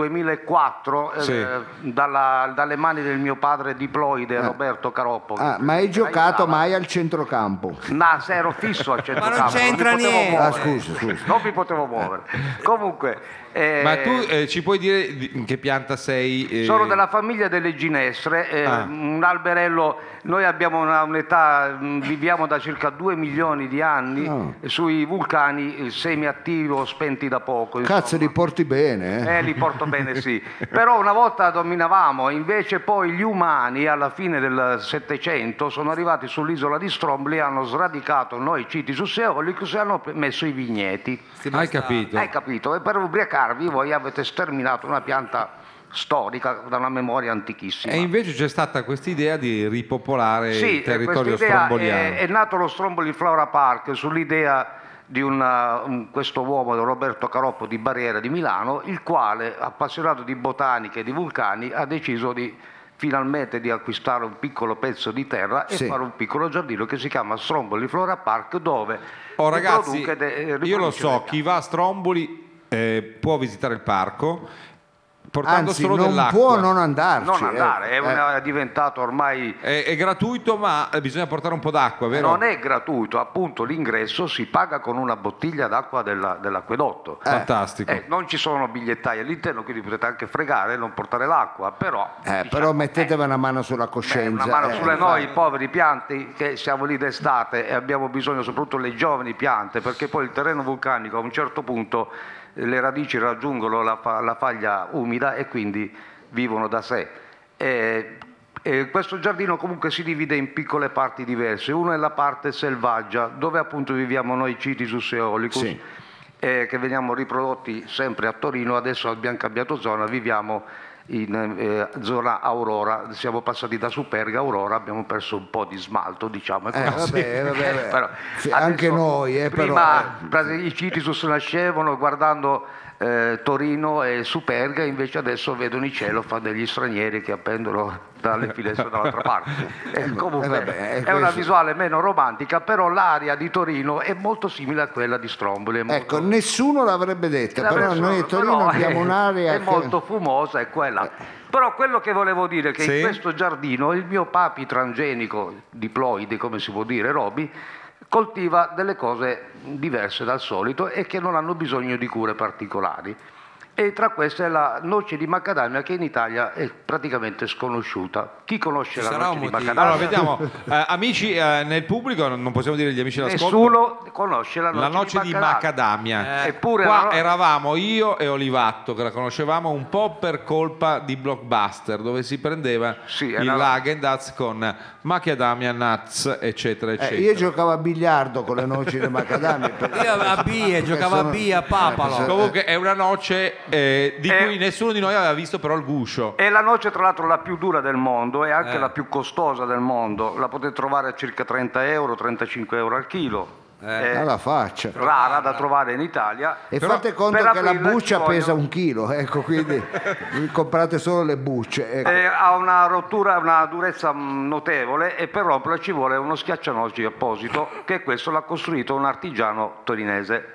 S9: 2004 eh,
S1: Sì.
S9: dalla- dalle mani del mio padre diploide Roberto Caroppo.
S2: Eh. Ah,
S9: che
S2: ma hai
S9: mi
S2: giocato
S9: aiutava.
S2: mai al centrocampo
S9: No, se ero fisso al
S4: [LAUGHS] non
S9: centrocampo.
S4: c'entra
S9: mi potevo
S4: niente.
S2: ah
S9: muovere.
S2: scusa scusa
S9: Non mi potevo muovere. Comunque, Eh,
S1: Ma tu eh, ci puoi dire di- in che pianta sei? eh?
S9: Sono della famiglia delle ginestre, eh,
S1: Ah.
S9: un alberello, noi abbiamo una- un'età, mh, viviamo da circa 2 milioni di anni
S1: Ah.
S9: eh, sui vulcani eh, semiattivi o spenti da poco. insomma.
S2: Cazzo, li porti bene. eh.
S9: Eh, li porto bene, sì. Però una volta dominavamo, invece poi gli umani alla fine del Settecento sono arrivati sull'isola di Stromboli e hanno sradicato noi citi susseolicus e hanno messo i vigneti.
S1: Ah, Hai capito?
S9: Hai capito? E per ubriacarvi voi avete sterminato una pianta storica da una memoria antichissima.
S1: E invece c'è stata quest'idea di ripopolare
S9: Sì,
S1: Eh, il territorio
S9: questa idea
S1: stromboliano. Oh,
S9: È, è nato lo Stromboli Flora Park sull'idea di una- un- questo uomo, Roberto Caroppo di Barriera di Milano, il quale, appassionato di botanica e di vulcani, ha deciso di finalmente di acquistare un piccolo pezzo di terra e
S2: Sì.
S9: fare un piccolo giardino che si chiama Stromboli Flora Park dove
S1: Oh ragazzi,
S9: riproduce de- eh, riproduce
S1: io lo so,
S9: le-
S1: chi va a Stromboli eh, può visitare il parco portando
S2: Anzi,
S1: [LAUGHS] solo
S2: non
S1: dell'acqua.
S2: può non andarci.
S9: non
S2: eh.
S9: andare, è,
S2: Eh.
S9: una- è diventato ormai
S1: È, è gratuito, ma eh, bisogna portare un po' d'acqua, vero?
S9: Non è gratuito, appunto l'ingresso si paga con una bottiglia d'acqua della- dell'acquedotto.
S1: Fantastico.
S9: Eh, non ci sono bigliettai all'interno, quindi potete anche fregare e non portare l'acqua, però...
S2: Eh,
S9: diciamo,
S2: però mettetevi una mano sulla
S9: eh, beh,
S2: coscienza.
S9: una mano
S2: eh.
S9: sulle noi poveri pianti che siamo lì d'estate e abbiamo bisogno soprattutto le giovani piante perché poi il terreno vulcanico a un certo punto eh, le radici raggiungono la, fa- la faglia umida e quindi vivono da sé. Eh, eh, questo giardino comunque si divide in piccole parti diverse, una è la parte selvaggia dove appunto viviamo noi citi susseolicus
S2: Sì.
S9: eh, che veniamo riprodotti sempre a Torino, adesso abbiamo cambiato zona, viviamo in eh, zona Aurora, siamo passati da Superga a Aurora, abbiamo perso un po' di smalto, diciamo. e
S2: Eh,
S9: così.
S2: vabbè,
S9: [LAUGHS]
S2: vabbè, vabbè.
S9: Però
S2: Sì,
S9: adesso,
S2: anche noi, eh,
S9: prima prase- i Citisus nascevano guardando eh, Torino e Superga, invece adesso vedono il cielo, fa degli stranieri che appendono dalle finestre dall'altra parte. Eh, comunque
S2: [LAUGHS] eh, vabbè, eh,
S9: è una
S2: questo-
S9: visuale meno romantica, però l'area di Torino è molto simile a quella di Stromboli. è molto- Eh,
S2: Ecco, nessuno l'avrebbe detta,
S9: la
S2: però
S9: persona,
S2: noi a Torino
S9: però,
S2: abbiamo
S9: eh,
S2: un'area
S9: è
S2: che- Eh.
S9: molto fumosa è quella però quello che volevo dire è che
S1: Sì?
S9: in questo giardino il mio papi transgenico diploide come si può dire Roby coltiva delle cose diverse dal solito e che non hanno bisogno di cure particolari e tra queste è la noce di macadamia che in Italia è praticamente sconosciuta. Chi conosce
S4: Ci
S9: la
S4: sarà
S9: noce
S4: un
S9: di
S4: motivo.
S9: macadamia?
S1: Allora,
S9: [LAUGHS]
S1: vediamo, Eh, amici eh, nel pubblico, non non possiamo dire gli amici d'ascolto.
S9: Nessuno conosce la noce,
S1: La noce di macadamia.
S9: Eh, Eppure
S1: Qua
S9: la no-
S1: eravamo io e Olivatto che la conoscevamo un po' per colpa di Blockbuster dove si prendeva
S9: Sì,
S1: il
S9: era-
S1: Lagen Daz con macadamia nuts, eccetera,
S2: Eh,
S1: eccetera.
S2: io giocavo a biliardo con le noci di macadamia. perché-
S4: Io
S2: [LAUGHS]
S4: a Bia,
S2: perché
S4: giocavo a
S2: sono-
S4: Bia, a Papalo.
S2: eh,
S1: Comunque è una noce eh, di
S9: Eh.
S1: cui nessuno di noi aveva visto però il guscio.
S9: È la noce tra l'altro la più dura del mondo e
S1: Eh.
S9: anche la più costosa del mondo, la potete trovare a circa 30 euro, 35 euro al chilo,
S2: eh,
S9: è
S2: alla faccia.
S9: rara da trovare in Italia.
S2: E
S9: Però
S2: fate conto
S9: per
S2: che la
S9: aprirla ci
S2: buccia
S9: vogliono-
S2: pesa un chilo, ecco, quindi vi comprate solo le bucce. ecco.
S9: Eh, ha una rottura, una durezza mh, notevole e per romperla ci vuole uno schiaccianoci apposito che questo l'ha costruito un artigiano torinese.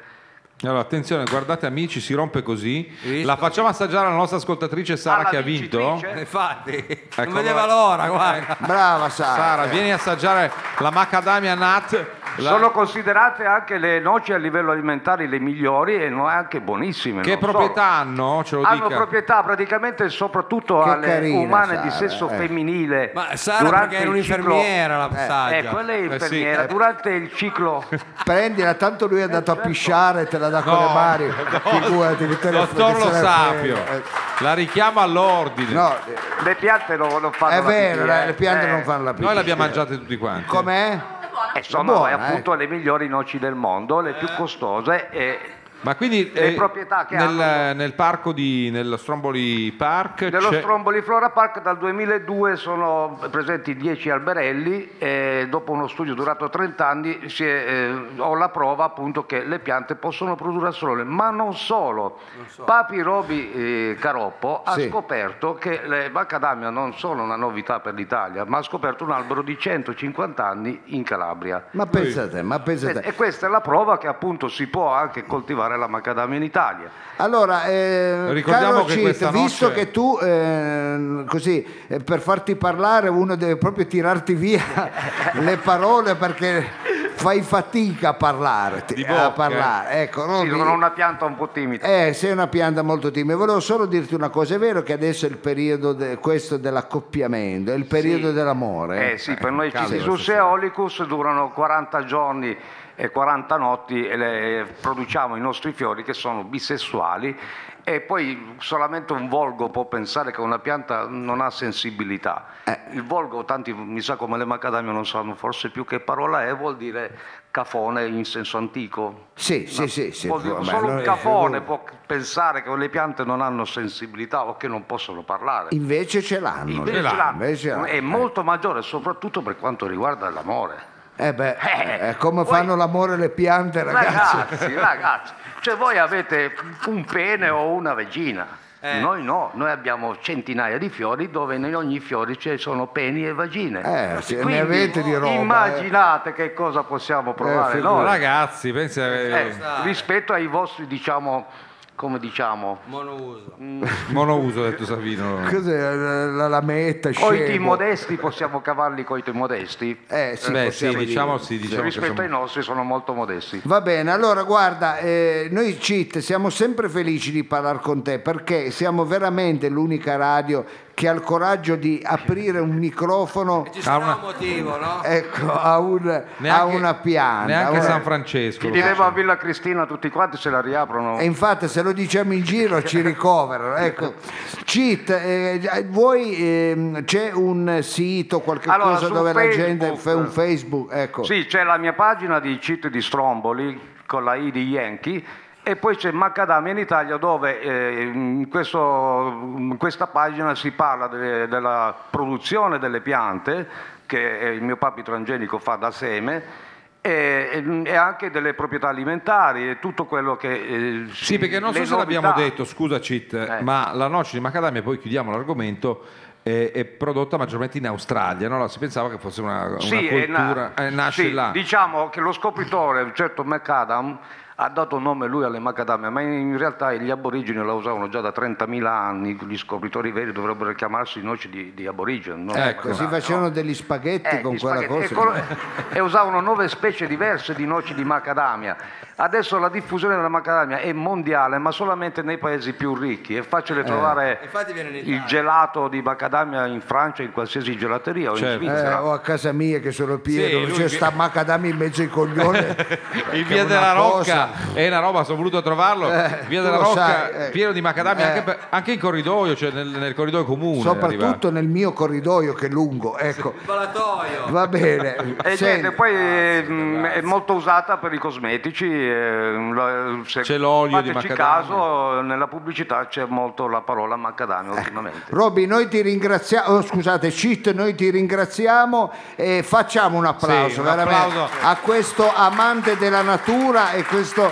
S1: Allora, attenzione, guardate amici, si rompe così.
S4: Visto?
S1: La facciamo assaggiare alla nostra ascoltatrice Sara
S9: Alla
S1: che ha vinto.
S9: vincitrice.
S4: Infatti, non
S1: Eccola.
S4: vedeva l'ora, guarda.
S2: Brava
S9: Ah,
S2: Sara.
S1: Sara,
S2: eh.
S1: vieni a assaggiare la macadamia nut. La-
S9: Sono considerate anche le noci a livello alimentare le migliori e no- anche buonissime.
S1: Che
S9: non solo.
S1: proprietà hanno? Ce lo
S9: hanno
S1: dica.
S9: proprietà praticamente soprattutto
S2: Che
S9: alle
S2: carina,
S9: umane di
S2: Sara,
S9: sesso
S2: eh.
S9: femminile.
S4: Ma Sara
S9: durante
S4: perché era
S9: il ciclo-
S4: un'infermiera la saggia.
S9: Eh, quella è infermiera.
S1: sì.
S9: Durante il
S4: [LAUGHS]
S9: ciclo
S2: Prendila, tanto lui è andato a pisciare, te la dà con le
S1: Eh, certo. [LAUGHS] No,
S2: mani. Figurati che te la
S1: Oh, Dottor Lo
S2: te la
S1: Sapio,
S2: frega, eh.
S1: la richiamo all'ordine.
S2: No, eh,
S9: le piante non, non fanno
S2: è
S9: la
S2: vero,
S9: pipì,
S2: le-
S9: eh.
S2: le piante
S9: Eh,
S2: non fanno la pipì.
S1: Noi l'abbiamo mangiate tutti quanti.
S2: Com'è?
S9: eh, sono
S2: Buona,
S9: appunto le migliori noci del mondo, le più costose e
S1: Ma quindi eh,
S9: Le proprietà che
S1: nel,
S9: hanno.
S1: nel parco di nello Stromboli Park
S9: Nello
S1: c'è-
S9: Stromboli Flora Park dal 2002 sono presenti 10 alberelli e dopo uno studio durato 30 anni si è, eh, ho la prova appunto che le piante possono produrre al sole, ma non solo. Papi Robi eh, Caroppo ha
S2: Sì.
S9: scoperto che le macadamia non sono una novità per l'Italia, ma ha scoperto un albero di 150 anni in Calabria.
S2: Ma pensate, ma pensate.
S9: E questa è la prova che appunto si può anche coltivare la macadamia in Italia.
S2: Allora, eh,
S1: Ricordiamo
S2: caro
S1: che
S2: Cit,
S1: questa
S2: visto
S1: noce-
S2: che tu, eh, così, eh, [LAUGHS] per farti parlare uno deve proprio tirarti via le parole perché fai fatica a parlare.
S1: Di bocca, eh.
S2: a parlare. Ecco, non
S9: Sì,
S2: di-
S9: sono una pianta un po' timida.
S2: eh, sei una pianta molto timida. Volevo solo dirti una cosa, è vero che adesso è il periodo de- questo dell'accoppiamento, è il periodo
S9: Sì.
S2: dell'amore.
S9: Eh sì, per noi
S1: caldo
S9: Cissus e Olicus durano 40 giorni e 40 notti e le- eh, produciamo i nostri fiori che sono bisessuali e poi solamente un volgo può pensare che una pianta non ha sensibilità. Il volgo, tanti mi sa come le macadamia non sanno forse più che parola è, vuol dire cafone in senso antico.
S2: Sì, sì, sì, sì.
S9: Vuol dire-
S2: Vabbè,
S9: solo
S2: allora-
S9: un cafone può pensare che le piante non hanno sensibilità o che non possono parlare.
S2: Invece ce l'hanno.
S9: Invece
S2: loro,
S9: la-
S2: invece ce l'hanno.
S9: è molto maggiore, soprattutto per quanto riguarda l'amore.
S2: Eh beh,
S9: Eh,
S2: è come
S9: poi- Eh, ah.
S2: fanno l'amore le piante, [LAUGHS] ragazzi.
S9: Ragazzi, ragazzi, cioè voi avete un pene o una vagina.
S2: Eh.
S9: Noi no, noi abbiamo centinaia di fiori dove in ogni fiore ci sono peni e vagine.
S2: Eh, se ne
S9: Quindi,
S2: avete di roba, eh.
S9: Immaginate che cosa possiamo provare
S2: Eh,
S9: noi
S1: Ragazzi, pensi
S9: eh,
S1: a
S9: rispetto ai vostri, diciamo, come diciamo,
S4: Monouso.
S1: monouso, ha detto Savino.
S2: Cos'è la, la lametta?
S9: coiti
S2: scemo?
S9: modesti, possiamo cavarli coiti modesti?
S2: Eh, sì,
S1: Beh, sì,
S2: possiamo dire.
S1: diciamo sì, diciamo che
S9: rispetto
S1: siamo-
S9: ai nostri sono molto modesti.
S2: Va bene, allora guarda, eh, noi CIT siamo sempre felici di parlare con te perché siamo veramente l'unica radio che ha il coraggio di aprire un microfono
S4: Ci sarà
S1: una-
S4: un motivo, no?
S2: ecco, a, un-
S1: Neanche-
S2: a una pianta.
S1: Neanche
S2: Ora-
S1: San Francesco.
S9: Chi
S1: lo
S9: viveva
S1: faceva.
S9: a Villa Cristina tutti quanti se la riaprono.
S2: E infatti se lo diciamo in giro ci ricoverano. Ecco. CIT, eh, vuoi, ehm, c'è un sito, qualche
S9: Allora,
S2: cosa
S9: su
S2: dove la
S9: Facebook.
S2: gente fa un Facebook? Ecco.
S9: Sì, c'è la mia pagina di Cit di Stromboli con la I di Yankee e poi c'è Macadamia in Italia dove eh, in, questo- in questa pagina si parla delle- della produzione delle piante che eh, il mio papi transgenico fa da seme e, e- e anche delle proprietà alimentari e tutto quello che... eh,
S1: Sì,
S9: si-
S1: perché non so
S9: le
S1: se l'abbiamo
S9: novità.
S1: detto, scusa Cit,
S9: Eh.
S1: ma la noce di macadamia, poi chiudiamo l'argomento, è, è prodotta maggiormente in Australia, no? si pensava che fosse una, una
S9: Sì, è na-
S1: cultura, eh, nasce
S9: sì,
S1: là.
S9: Diciamo che lo scopritore, un certo McAdam, ha dato nome lui alle macadamia, ma in realtà gli aborigeni la usavano già da 30.000 anni, gli scopritori veri dovrebbero chiamarsi noci di, di aborigeni. non
S1: Ecco,
S2: Ecco,
S9: macadamia,
S2: si facevano
S9: no?
S2: degli spaghetti
S9: Eh,
S2: con
S9: gli
S2: quella
S9: spaghetti.
S2: cosa.
S9: E, colo- e usavano nove specie diverse di noci di macadamia. Adesso la diffusione della macadamia è mondiale, ma solamente nei paesi più ricchi. È facile
S1: Eh.
S9: trovare
S4: Infatti viene in
S9: il
S4: Italia.
S9: gelato di macadamia in Francia, in qualsiasi gelateria o
S1: Certo.
S9: in
S2: Eh,
S9: Svizzera.
S2: o a casa mia che sono
S1: Sì,
S2: pieno,
S1: lui
S2: c'è
S1: che-
S2: sta macadamia in mezzo ai
S1: [LAUGHS]
S2: coglioni.
S1: Il
S2: Che è
S1: Via
S2: una
S1: della
S2: cosa-
S1: Rocca è una roba, sono voluto trovarlo.
S2: Eh,
S1: Via
S2: tu
S1: della
S2: lo
S1: Rocca,
S2: sai, eh.
S1: pieno di macadamia,
S2: Eh.
S1: anche, per- anche in corridoio, cioè nel, nel corridoio comune. arriva.
S2: Soprattutto nel mio corridoio che è lungo, ecco.
S4: Il balatoio.
S2: Va bene.
S9: E
S2: senti, ah,
S9: niente, poi eh, mh, è molto usata per i cosmetici. eh, lo- se
S1: C'è l'olio di
S9: fateci
S1: macadamia.
S9: caso, eh, nella pubblicità c'è molto la parola macadamia ultimamente.
S2: Robby, noi ti ringraziamo, oh, scusate, Cit, noi ti ringraziamo e facciamo un applauso,
S1: Sì, un
S2: veramente,
S1: applauso.
S2: a questo amante della natura e questo-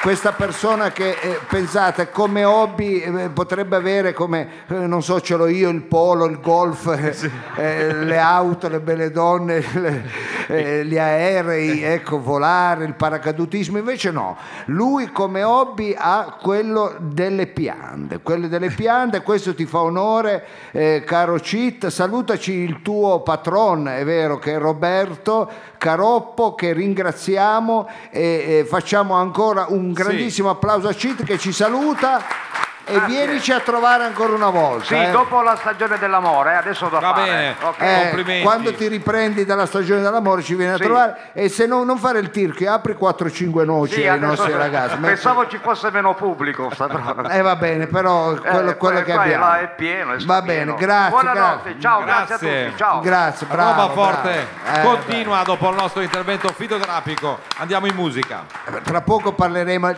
S2: questa persona che eh, pensate come hobby eh, potrebbe avere come, eh, non so, ce l'ho io, il polo, il golf, eh, eh, le auto, le belle donne, [LAUGHS] le- eh, gli aerei, ecco, volare, il paracadutismo, invece no, lui come hobby ha quello delle piante, quello delle piante, questo ti fa onore, eh, caro Cit, salutaci il tuo patron, è vero, che è Roberto Caroppo, che ringraziamo e eh, facciamo ancora un grandissimo applauso a Cit che ci saluta e
S9: Grazie.
S2: vienici a trovare ancora una volta.
S9: Sì,
S2: eh.
S9: dopo la stagione dell'amore, eh, adesso da
S1: Va
S9: fare.
S1: bene.
S9: ok?
S2: Eh,
S1: complimenti.
S2: quando ti riprendi dalla stagione dell'amore ci vieni a
S9: Sì.
S2: trovare e se no non fare il tir che apri 4-5 noci
S9: Sì,
S2: ai
S9: adesso-
S2: nostri ragazzi.
S9: [LAUGHS]
S2: Ma-
S9: Pensavo ci fosse meno pubblico.
S2: [LAUGHS]
S9: sta-
S2: Eh va bene, però quello,
S9: Eh,
S2: quello
S9: qua-
S2: che
S9: qua è
S2: abbiamo.
S9: là, è pieno. è
S2: va
S9: strapieno.
S2: bene, grazie.
S9: Buonanotte,
S2: grazie.
S9: ciao, grazie.
S1: Grazie.
S9: a tutti. Ciao.
S2: Grazie, bravo.
S1: roba forte
S2: bravo. Eh,
S1: continua dopo il nostro intervento fitoterapico. Andiamo in musica.
S2: beh, Tra poco parleremo.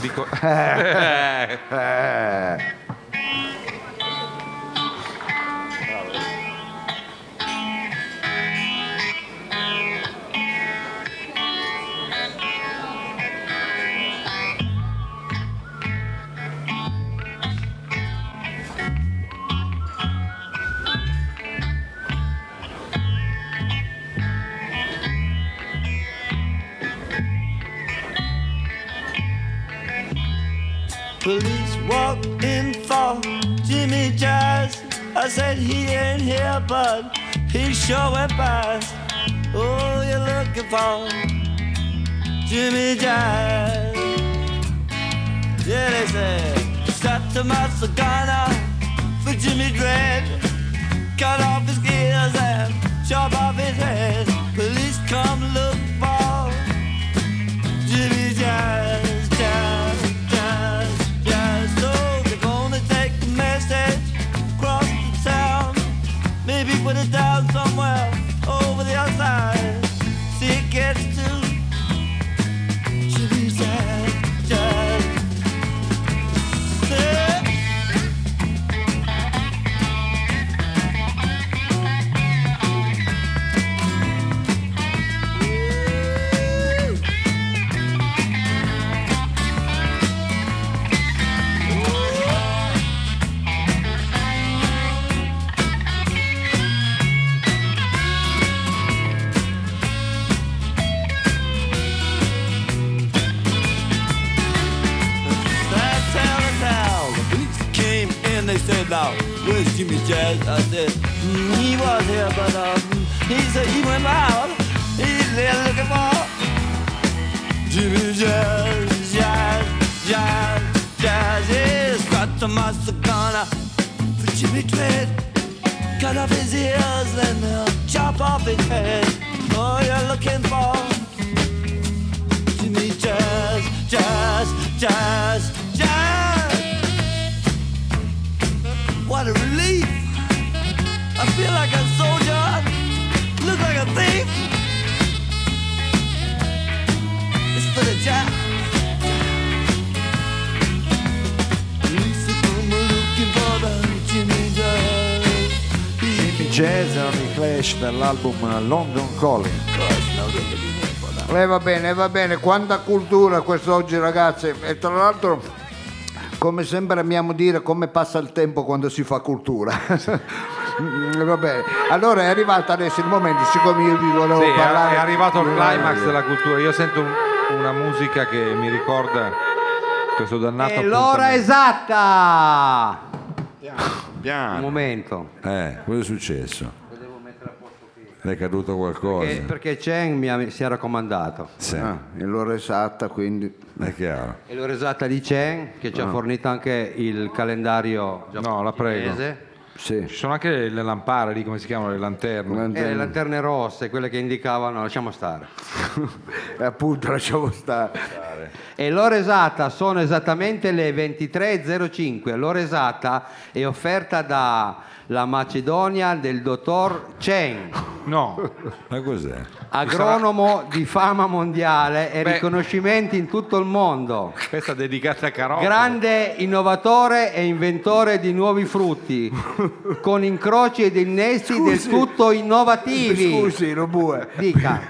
S1: Dico- [LAUGHS] Eh.
S2: Eh.
S7: Police walked in for Jimmy Jazz. I said he ain't here, but he sure went by. Oh, you're looking for Jimmy Jive. Yeah, they say, start to muscle Ghana for Jimmy Dread. Cut off his ears and chop off his head. Police come look for Jimmy Jazz, Jazz, Jazz, Jazz. So oh, they're gonna take the message across the town. Maybe put it down somewhere over the outside. See it gets to Jimmy Jazz, Jazz. Say, That's how it's how. The police came in, they said, now, where's Jimmy Jazz? I said, "Mm, he was here, but um, he said he went out. He's there looking for Jimmy Jazz, Jazz, Jazz, Jazz. He's got the master gunner for Jimmy Dread. Cut off his ears, then they'll chop off his head. Oh, you're looking for Jimmy Jazz, Jazz, Jazz, Jazz. What a relief! I feel like a soldier, look like a thief. It's for the jazz. Lisa Boomer looking for the Jimmy Jazz.
S3: Jimmy Jazz erano i Clash dall'album London Calling.
S2: Eh, va bene, va bene, quanta cultura quest'oggi ragazzi e tra l'altro come sempre amiamo dire come passa il tempo quando si fa cultura. [LAUGHS] Mm, va bene, allora è arrivato adesso il momento, siccome io vi volevo
S1: Sì, è-
S2: parlare...
S1: è arrivato il
S2: Eh,
S1: climax della cultura. Io sento un- una musica che mi ricorda questo dannato.
S4: È l'ora
S1: appuntamento.
S4: esatta!
S1: Ah.
S4: Un
S3: Piano.
S4: momento.
S3: Eh, cosa è successo? Le è caduto qualcosa.
S4: Perché, Eh, perché Chen mi ha- si è raccomandato.
S3: Sì,
S2: Ah, è l'ora esatta, quindi...
S3: è chiaro.
S4: È l'ora esatta di Chen che ci ha fornito anche il calendario
S1: Ah. No, la prego.
S4: giapponese.
S2: Sì.
S1: Ci sono anche le lampare lì, come si chiamano, le lanterne.
S4: E Eh,
S9: Eh,
S4: le lanterne rosse, quelle che indicavano, lasciamo stare.
S2: E [LAUGHS] appunto lasciamo stare.
S4: E l'ora esatta sono esattamente le 23.05. L'ora esatta è offerta dalla Macedonia del dottor Chen,
S1: No,
S3: Ma cos'è?
S4: agronomo di fama mondiale e
S1: Beh.
S4: riconoscimenti in tutto il mondo.
S1: questa è dedicata a Carota.
S4: Grande innovatore e inventore di nuovi frutti, con incroci ed innesti del tutto innovativi.
S2: Scusi, Robue,
S4: Dica.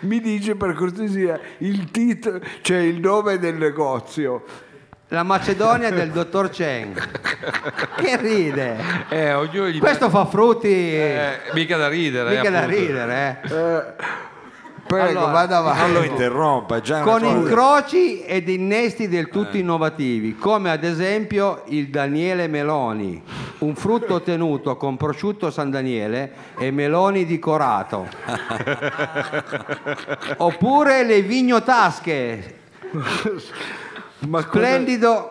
S2: mi dice per cortesia il titolo, cioè il nome del negozio.
S4: La Macedonia del dottor Chen. Che ride.
S1: Eh, ognuno gli
S4: Questo fa frutti.
S1: Eh, mica da ridere.
S4: Mica da
S1: appunto.
S4: ridere, eh.
S2: Prego,
S4: Allora,
S2: vada avanti.
S3: Non Ah, lo interrompa, è già una
S4: con
S3: cosa-
S4: incroci ed innesti del
S2: Eh.
S4: tutto innovativi, come ad esempio il Daniele Meloni, un
S2: [LAUGHS]
S4: frutto ottenuto con prosciutto San Daniele e meloni
S2: [LAUGHS]
S4: di corato. Oppure le vignotasche,
S2: [LAUGHS] Ma cosa-
S4: splendido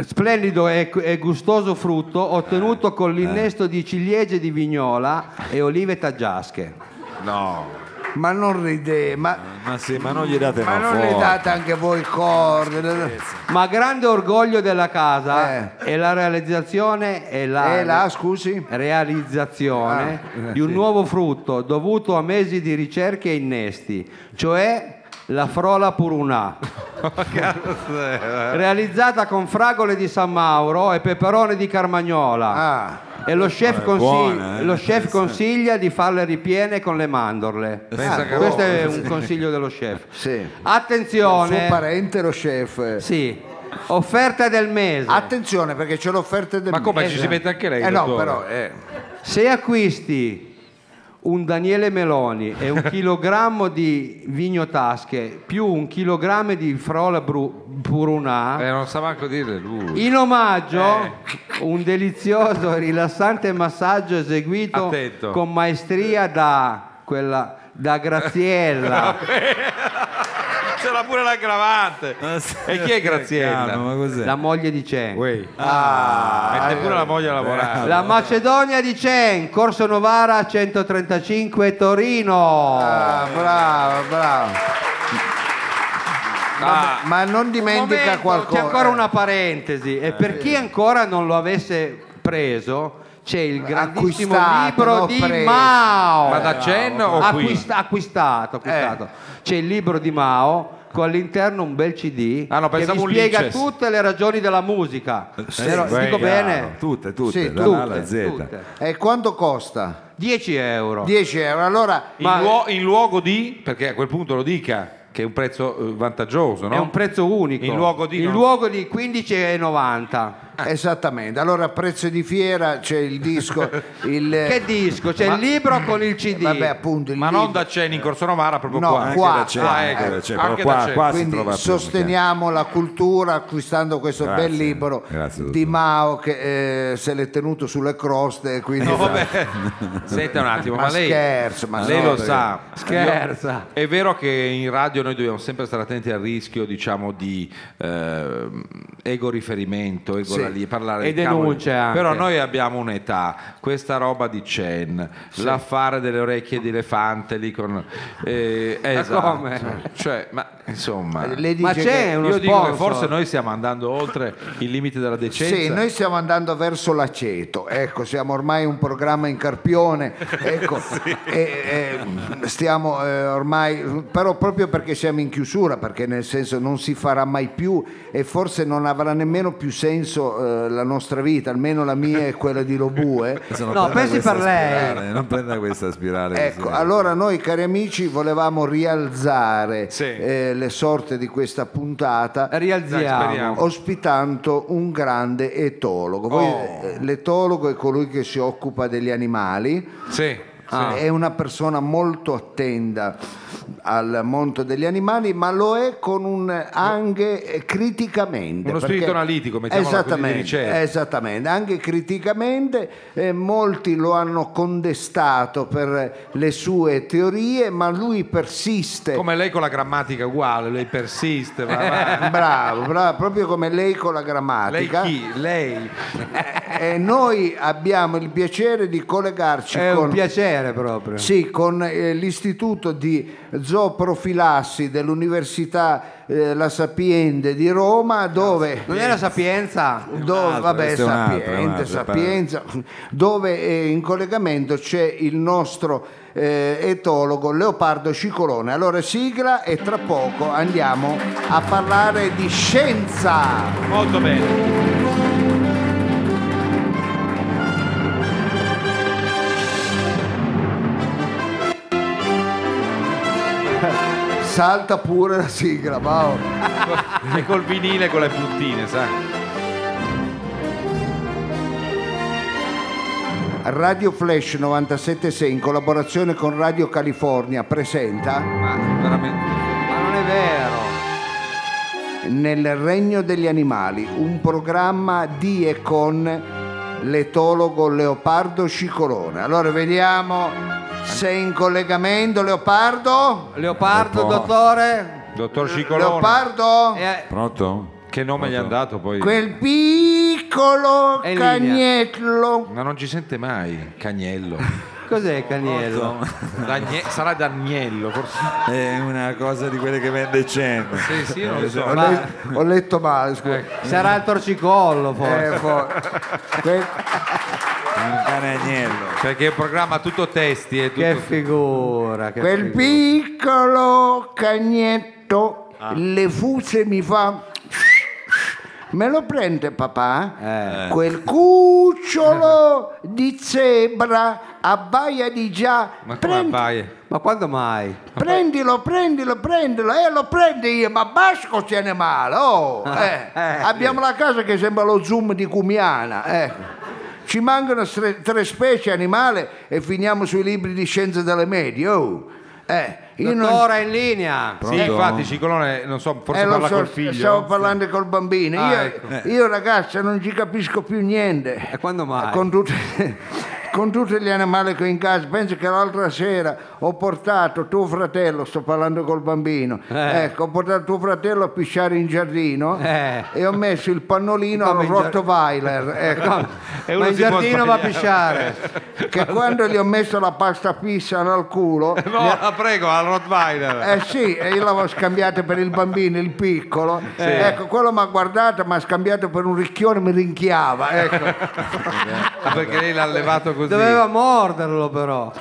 S4: Splendido e, e gustoso frutto ottenuto con
S2: Eh.
S4: l'innesto di ciliegie di vignola e olive taggiasche.
S3: No,
S2: Ma non ride, ma,
S3: ma sì, ma non gli date
S2: ma
S3: una
S2: non le
S3: forza.
S2: date anche voi Eh, corde?
S4: Ma grande orgoglio della casa è la realizzazione e la,
S2: Eh, là, scusi?
S4: realizzazione
S2: Ah, eh,
S4: di un nuovo frutto dovuto a mesi di ricerche e innesti, cioè la
S2: [LAUGHS]
S4: frola purunà. Realizzata con fragole di San Mauro e peperone di Carmagnola.
S2: Ah.
S4: E lo chef,
S3: è
S4: consi-
S3: buona, eh.
S4: lo chef consiglia di farle ripiene con le mandorle.
S1: Pensa
S4: Ah,
S1: che-
S4: questo è un consiglio dello chef.
S2: Sì. Suo
S4: Attenzione,
S2: parente lo chef.
S4: sì, offerta del mese.
S1: Ah.
S2: Attenzione perché c'è l'offerta del
S1: Ma come, ci
S2: mese.
S1: si mette anche lei,
S2: Eh no,
S1: dottore?
S2: però eh.
S4: Se acquisti un Daniele Meloni e un
S1: [LAUGHS]
S4: chilogrammo di Vigno Tasche più un chilogrammo di Frola Bru- Brunà
S1: Eh, non sa manco dire lui.
S4: in omaggio, un delizioso e rilassante massaggio eseguito
S1: Attento.
S4: con maestria da quella
S1: [LAUGHS]
S4: da Graziella.
S1: C'era pure l'aggravante.
S4: Ah,
S1: E chi è Graziella?
S3: Ma cos'è?
S4: La moglie di Chen.
S1: Uè. Ah, Mette pure la moglie a lavorare.
S4: Ah, eh, La Macedonia di Chen, Corso Novara 135 Torino.
S2: Ah, bravo, bravo.
S1: Ah,
S2: Ma non dimentica
S4: Momento,
S2: qualcosa. Eh,
S4: C'è ancora una parentesi. E per chi ancora non lo avesse preso, c'è il grandissimo
S2: Acquistato,
S4: libro
S2: no,
S4: di
S2: preso.
S4: Mao.
S1: Ma da Chen o qui?
S4: Acquist- acquistato, acquistato.
S2: Eh.
S4: C'è il libro di Mao con all'interno un bel CD
S1: Ah, no,
S4: che
S1: pensavo
S4: vi
S1: un Eh,
S4: spiega
S1: Lices.
S4: tutte le ragioni della musica.
S3: Eh, Sì,
S4: Però,
S3: beh,
S4: dico
S3: chiaro.
S4: bene,
S3: Tutte, tutte,
S2: Sì,
S3: dalla
S4: tutte,
S3: A alla Z.
S4: tutte.
S2: E Eh, quanto costa?
S4: 10 euro.
S2: 10 euro. Allora,
S1: in, luo- in luogo di, perché a quel punto lo dica, che è un prezzo eh, vantaggioso, no?
S4: È un prezzo unico.
S1: In luogo di-
S4: In luogo di 15,90.
S2: Ah. esattamente. Allora, a prezzo di fiera c'è il disco. il, eh,
S4: Che disco? C'è il libro con il CD.
S2: Vabbè, appunto. il
S1: Ma non
S2: libro.
S1: da Chen in Corso Novara, proprio
S2: No,
S1: qua.
S2: anche
S3: Qua,
S2: Qua,
S3: da Chen,
S1: ah,
S3: anche
S1: ecco,
S3: da Chen,
S1: anche
S3: però qua,
S1: da Chen.
S3: qua si
S2: Quindi
S3: trova più,
S2: sosteniamo la cultura acquistando questo
S3: Grazie,
S2: bel libro
S3: grazie,
S2: di
S3: dottore.
S2: Mao che eh, se l'è tenuto sulle croste. Quindi
S1: No,
S3: Esatto.
S1: vabbè. Senta un attimo, ma,
S2: Esatto. Ma
S1: lei,
S2: scherzo, ma
S1: lei
S2: no,
S1: lo
S2: perché-
S1: sa.
S4: Scherza.
S1: Io- È vero che in radio noi dobbiamo sempre stare attenti al rischio, diciamo, di eh, ego riferimento, ego
S2: Sì.
S1: la lì, parlare
S4: E
S1: di cavoli.
S4: denunce anche.
S1: Però noi abbiamo un'età, questa roba di Chen, l'affare delle orecchie di elefante lì con eh, esatto.
S4: come?
S1: Cioè, ma insomma,
S2: lei dice
S4: Ma c'è
S2: che-
S4: uno
S1: io dico che
S4: sponsor.
S1: forse noi stiamo andando oltre il limite della decenza.
S2: Sì, noi stiamo andando verso l'aceto, ecco, siamo ormai un programma in carpione, ecco, e, e, stiamo eh, ormai, però proprio perché siamo in chiusura, perché nel senso non si farà mai più e forse non avrà nemmeno più senso eh, la nostra vita, almeno la mia e quella di eh. Lobue.
S3: Adesso non
S4: No,
S3: prenda
S4: pensi
S3: questa
S4: per lei.
S3: spirale, Eh, non prenda questa spirale.
S2: Ecco,
S3: così.
S2: allora noi cari amici volevamo rialzare
S1: Sì.
S2: eh, le sorte di questa puntata
S1: Dai,
S4: Rialziamo.
S1: speriamo.
S2: ospitando un grande etologo. Voi,
S1: Oh.
S2: eh, L'etologo è colui che si occupa degli animali,
S1: Sì, sì.
S2: Ah, è una persona molto attenta al mondo degli animali, ma lo è con un eh, anche eh, criticamente.
S1: Uno spirito analitico, mettiamola così, di ricerca.
S2: Esattamente, esattamente, anche criticamente eh, molti lo hanno condestato per le sue teorie, ma lui persiste.
S1: Come lei con la grammatica uguale, lei persiste,
S2: [LAUGHS]
S1: va avanti.
S2: Ah, Bravo, bravo, proprio come lei con la
S1: Lei
S2: grammatica.
S1: chi? Lei.
S2: E Eh, noi abbiamo il piacere di collegarci
S4: È
S2: con,
S4: un piacere proprio.
S2: sì, con eh, l'Istituto di Zooprofilassi dell'Università eh, La Sapiente di Roma, dove...
S4: Non è la sapienza?
S2: dove-
S3: altro,
S2: vabbè,
S3: questo è un altro,
S2: sapiente,
S3: un altro,
S2: sapienza, dove eh, in collegamento c'è il nostro eh, etologo Leopardo Scicolone. Allora sigla e tra poco andiamo a parlare di scienza.
S1: Molto bene.
S2: Salta pure la sigla, Mao.
S1: E col vinile con le puntine, sai?
S2: Radio Flash 976 in collaborazione con Radio California presenta
S1: Ma veramente.
S4: Ma non è vero.
S2: Nel Regno degli Animali, un programma di e con l'etologo Leopardo Scicolone. Allora vediamo se è in collegamento Leopardo.
S4: Leopardo,
S3: Dopo-
S4: dottore? Eh,
S1: Dottor Scicolone,
S2: Leopardo,
S4: È,
S3: Pronto?
S1: che nome gli hanno dato poi?
S2: quel piccolo
S4: È in linea.
S2: cagnetto.
S1: Ma non ci sente mai, [LAUGHS] Cagnello.
S4: cos'è Caniello?
S1: Dagne- Sarà Daniello, forse.
S3: È una cosa di quelle che vende Chen.
S1: Sì, sì, non lo Eh, so.
S2: Ho, le- ho letto male, scusa.
S4: Sarà il torcicollo Ecco, forse.
S2: Eh, poi- que-
S4: [LAUGHS]
S3: È un cane agnello.
S1: Perché è un programma tutto testi e tutto...
S4: che figura. Che
S2: Quel
S4: figura.
S2: piccolo cagnetto
S1: Ah.
S2: le fuse mi fa. Me lo prende
S1: Eh.
S2: papà? Quel cucciolo di zebra abbaia di già.
S1: Ma come
S2: Prendi-
S1: vai?
S4: Ma quando mai?
S2: prendilo, prendilo, prendilo. Eh, lo prendo io, ma Basco se ne male. Oh, eh.
S4: Eh,
S2: Abbiamo la casa che sembra lo zoom di Cumiana. Eh. Ci mancano tre, tre specie animali e finiamo sui libri di scienze delle medie. Oh. Eh, io non-
S4: Dottore in linea.
S1: Sì, infatti, Cicolone, non so, forse
S2: eh, lo
S1: parla
S2: so,
S1: col figlio.
S2: Stavo parlando col bambino.
S4: Ah,
S2: io,
S4: ecco.
S2: io, ragazza non ci capisco più niente.
S4: E quando mai?
S2: Con tutte- con tutti gli animali che ho in casa, penso che l'altra sera ho portato tuo fratello, sto parlando col bambino,
S4: Eh.
S2: ecco, ho portato tuo fratello a pisciare in giardino
S4: Eh.
S2: e ho messo il pannolino
S4: Come
S2: al
S4: in giar-
S2: Rottweiler, ecco,
S1: [LAUGHS] E uno
S4: Ma in
S1: si può
S4: giardino va a
S1: sbagliare.
S2: Eh,
S1: [LAUGHS]
S4: pisciare.
S2: che quando gli ho messo la pasta fissa al culo,
S1: No, la prego, al
S2: [LAUGHS]
S1: Rottweiler.
S2: Eh sì, e io l'avevo scambiato per il bambino, il piccolo. Ecco, quello mi ha guardato, mi ha scambiato per un ricchione, mi rinchiava. Ecco.
S1: Perché lei l'ha levato così.
S4: Doveva morderlo però.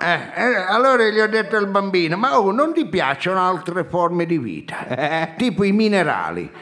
S2: Eh, eh, allora gli ho detto al bambino, ma oh, non ti piacciono altre forme di
S1: [LAUGHS]
S2: vita?
S1: Eh.
S2: Tipo i minerali.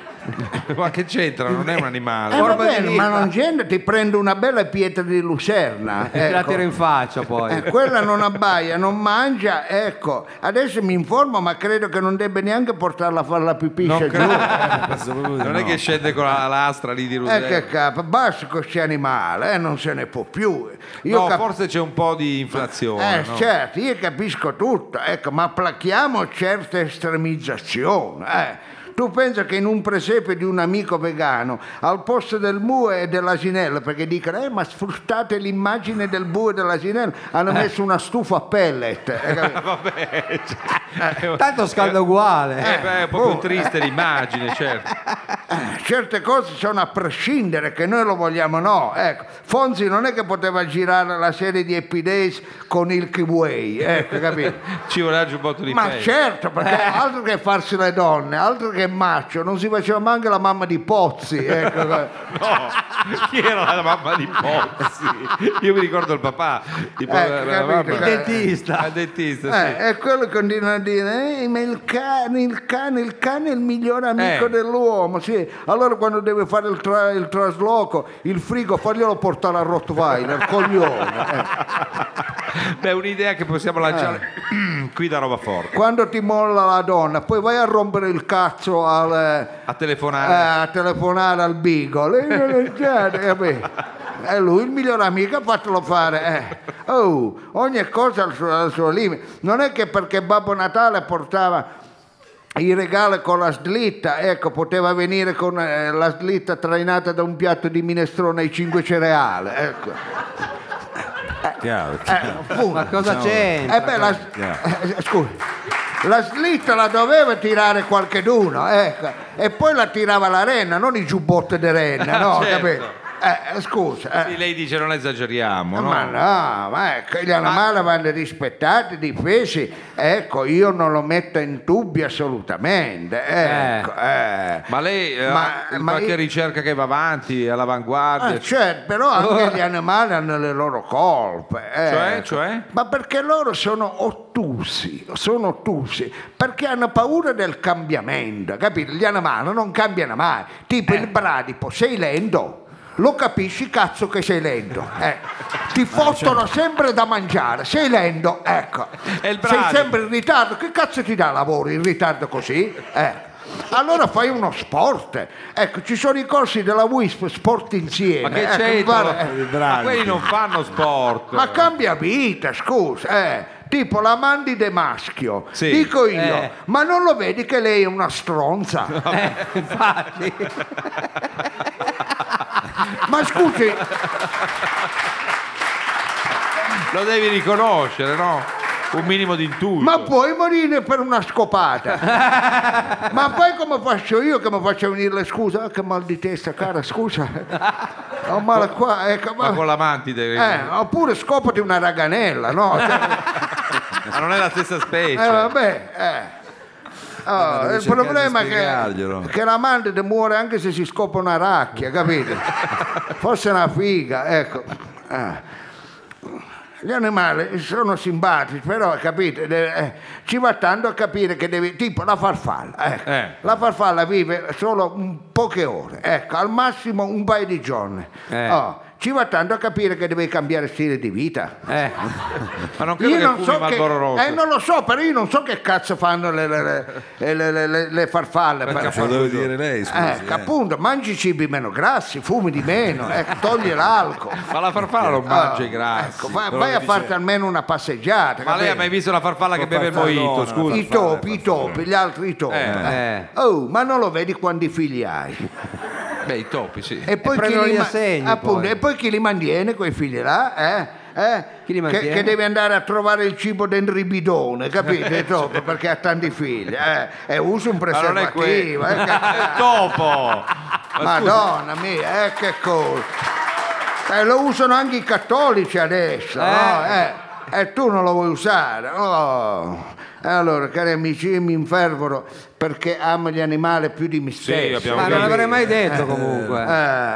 S1: Ma che c'entra? Non è un animale.
S2: Eh, va
S4: Forme di
S2: bene,
S4: vita.
S2: ma non c'entra, ti prendo una bella pietra di
S1: [LAUGHS]
S2: lucerna.
S4: E te la
S2: ecco.
S4: tiro in faccia poi.
S2: Eh, quella non abbaia, non mangia, ecco. Adesso mi informo, ma credo che non debba neanche portarla a fare la
S1: Non,
S2: pipisce giù.
S1: credo- non è che scende con la lastra lì di
S2: Eh
S1: Rudelli.
S2: che capo, basta con questi animali, eh, non se ne può più. Io
S1: no,
S2: cap-
S1: forse c'è un po' di inflazione.
S2: eh,
S1: no?
S2: certo, io capisco tutto, ecco, ma plachiamo certe estremizzazioni. eh. Tu pensa che in un presepe di un amico vegano, al posto del bue e dell'asinello, perché dicono, eh, ma sfruttate l'immagine del bue e dell'asinello, hanno messo una stufa a pellet. eh, capito?
S4: Tanto scalda uguale.
S1: Eh, beh, è un po'
S2: boh.
S1: più triste l'immagine, certo.
S2: certe cose sono a prescindere che noi lo vogliamo o no. Ecco, Fonzi non è che poteva girare la serie di Happy Days con il Kiwi, ecco, capito?
S1: Ci voleva giù un botto di Eh.
S2: Ma
S1: pezzi.
S2: certo, perché altro che farsi le donne, altro che macio, non si faceva manco la mamma di
S1: [LAUGHS]
S2: Pozzi, ecco,
S1: Eh,
S2: capito?
S1: No, chi era la mamma di Pozzi? Io mi ricordo il papà. Di po-
S2: Ecco,
S1: la
S2: capito,
S1: mamma-
S2: capito. Il
S4: dentista.
S1: Il dentista, sì.
S2: Eh, e quello continua a dire, eh, ma il cane, il cane, il cane è il migliore amico
S1: Eh.
S2: dell'uomo. Sì. Allora quando deve fare il, tra- il trasloco, il frigo, faglielo portare a Rottweiler, [LAUGHS] coglione. eh.
S1: Beh, è un'idea che possiamo lanciare
S2: Eh.
S1: [CLEARS THROAT] qui da roba forte.
S2: Quando ti molla la donna, poi vai a rompere il cazzo al, eh,
S1: A telefonare.
S2: a telefonare al Beagle. eh, non è giusto, capì? E lui, il miglior amico, fatelo fare. eh. Oh, ogni cosa ha il suo, ha il suo limite. Non è che perché Babbo Natale portava i regali con la slitta, ecco, poteva venire con eh, la slitta trainata da un piatto di minestrone ai cinque cereali. Ecco.
S3: Chiaro,
S2: Eh, appunto.
S4: Ma cosa c'entra?
S2: Eh beh, la, [LAUGHS] eh, scusa, la slitta la doveva tirare qualcheduno, ecco. E poi la tirava la renna, non i giubbotti di renna, no,
S1: Certo.
S2: capito? Eh, eh, scusa. eh.
S1: Sì, lei dice non esageriamo, no?
S2: Ma no, ma ecco, gli animali vanno rispettati, difesi. Ecco, io non lo metto in dubbio assolutamente. Ecco, eh.
S1: Ma lei eh,
S2: Ma-
S1: ha
S2: ma
S1: qualche
S2: io-
S1: ricerca che va avanti, all'avanguardia?
S2: Ah, certo, però
S1: [LAUGHS]
S2: anche gli animali hanno le loro colpe. eh.
S1: Cioè, cioè?
S2: Ma perché loro sono ottusi, sono ottusi, perché hanno paura del cambiamento, capito? Gli animali non cambiano mai, tipo
S1: Eh.
S2: il bradipo, sei lento. Lo capisci cazzo che sei lento, eh. ti fottono sempre da mangiare, sei lento,
S1: [LAUGHS]
S2: ecco,
S1: E certo. il
S2: sei
S1: bradipo?
S2: sempre in ritardo, che cazzo ti dà lavoro in ritardo così? Eh. Allora fai uno sport, ecco ci sono i corsi della WISP Sport Insieme,
S1: ma che
S2: ecco,
S1: c'entra?
S2: guarda, eh.
S1: Ma quelli non fanno sport.
S2: Ma cambia vita, scusa, eh. Tipo la mandi de maschio,
S1: Sì.
S2: dico io,
S4: Eh.
S2: ma non lo vedi che lei è una stronza?
S4: Infatti.
S2: Ma scusi,
S1: Lo devi riconoscere, no? Un minimo di intuito.
S2: ma puoi morire per una scopata? ma poi come faccio io che mi faccio venire le scuse? Ah, che mal di testa, cara, scusa. Ho male qua, ecco,
S1: Ma
S2: ma...
S1: con la mantide.
S2: eh, oppure scopati una raganella, no? Cioè,
S1: Ma non è la stessa specie.
S2: Eh, vabbè, eh. Oh,
S3: devi
S2: il
S3: cercare
S2: problema è
S3: di
S2: che,
S3: spiegarglielo.
S2: che l'amante te muore anche se si scopa una racchia, capite? Forse è una figa, ecco. Eh. Gli animali sono simpatici, però capite, de- eh, ci va tanto a capire che devi. Tipo la farfalla, ecco.
S1: Eh.
S2: la farfalla vive solo un- poche ore, ecco, al massimo un paio di giorni.
S4: Eh.
S2: Oh, Ci va tanto a capire che devi cambiare stile di vita.
S1: Eh. Ma non credo
S2: io
S1: che
S2: non
S1: fumi
S2: so che,
S1: Marlboro Rosso.
S2: eh, non lo so, però io non so che cazzo fanno le, le- le- le- le- le- le farfalle. per-
S3: Lo deve dire lei, scusi.
S2: Eh, che appunto, mangi cibi meno grassi, fumi di meno, ecco, togli l'alcol.
S1: Ma la farfalla non mangia i grassi.
S2: Ah, Ecco, vai, vai a farti almeno una passeggiata.
S1: Ma lei ha
S2: capito?
S1: mai visto la farfalla che beve il
S3: farfallona,
S1: mojito?
S3: la
S1: Scusi.
S2: I topi, i topi, gli altri i topi.
S4: Eh.
S2: Oh, ma non lo vedi quanti figli hai?
S1: Beh, i topi, sì.
S2: E poi,
S4: prendono
S2: chi,
S4: gli
S2: li ma-
S4: assegni,
S2: appunto,
S4: poi.
S2: E poi chi li mantiene quei figli là? Eh? Eh?
S4: Chi
S2: che,
S4: li mantiene?
S2: che deve andare a trovare il cibo del ribidone, capite? i topi, perché ha tanti figli. Eh? E usa un
S1: Ma non è
S2: preservativo.
S1: quello.
S2: eh,
S1: [LAUGHS]
S2: che-
S1: il topo!
S2: Madonna mia, eh, che cosa. Eh, lo usano anche i cattolici adesso, no? Eh, e tu non lo vuoi usare. Oh. Allora, cari amici, io mi infervoro perché amo gli animali più di me stesso.
S1: abbiamo
S4: Ma non
S1: capito.
S4: l'avrei mai detto comunque.
S2: Eh,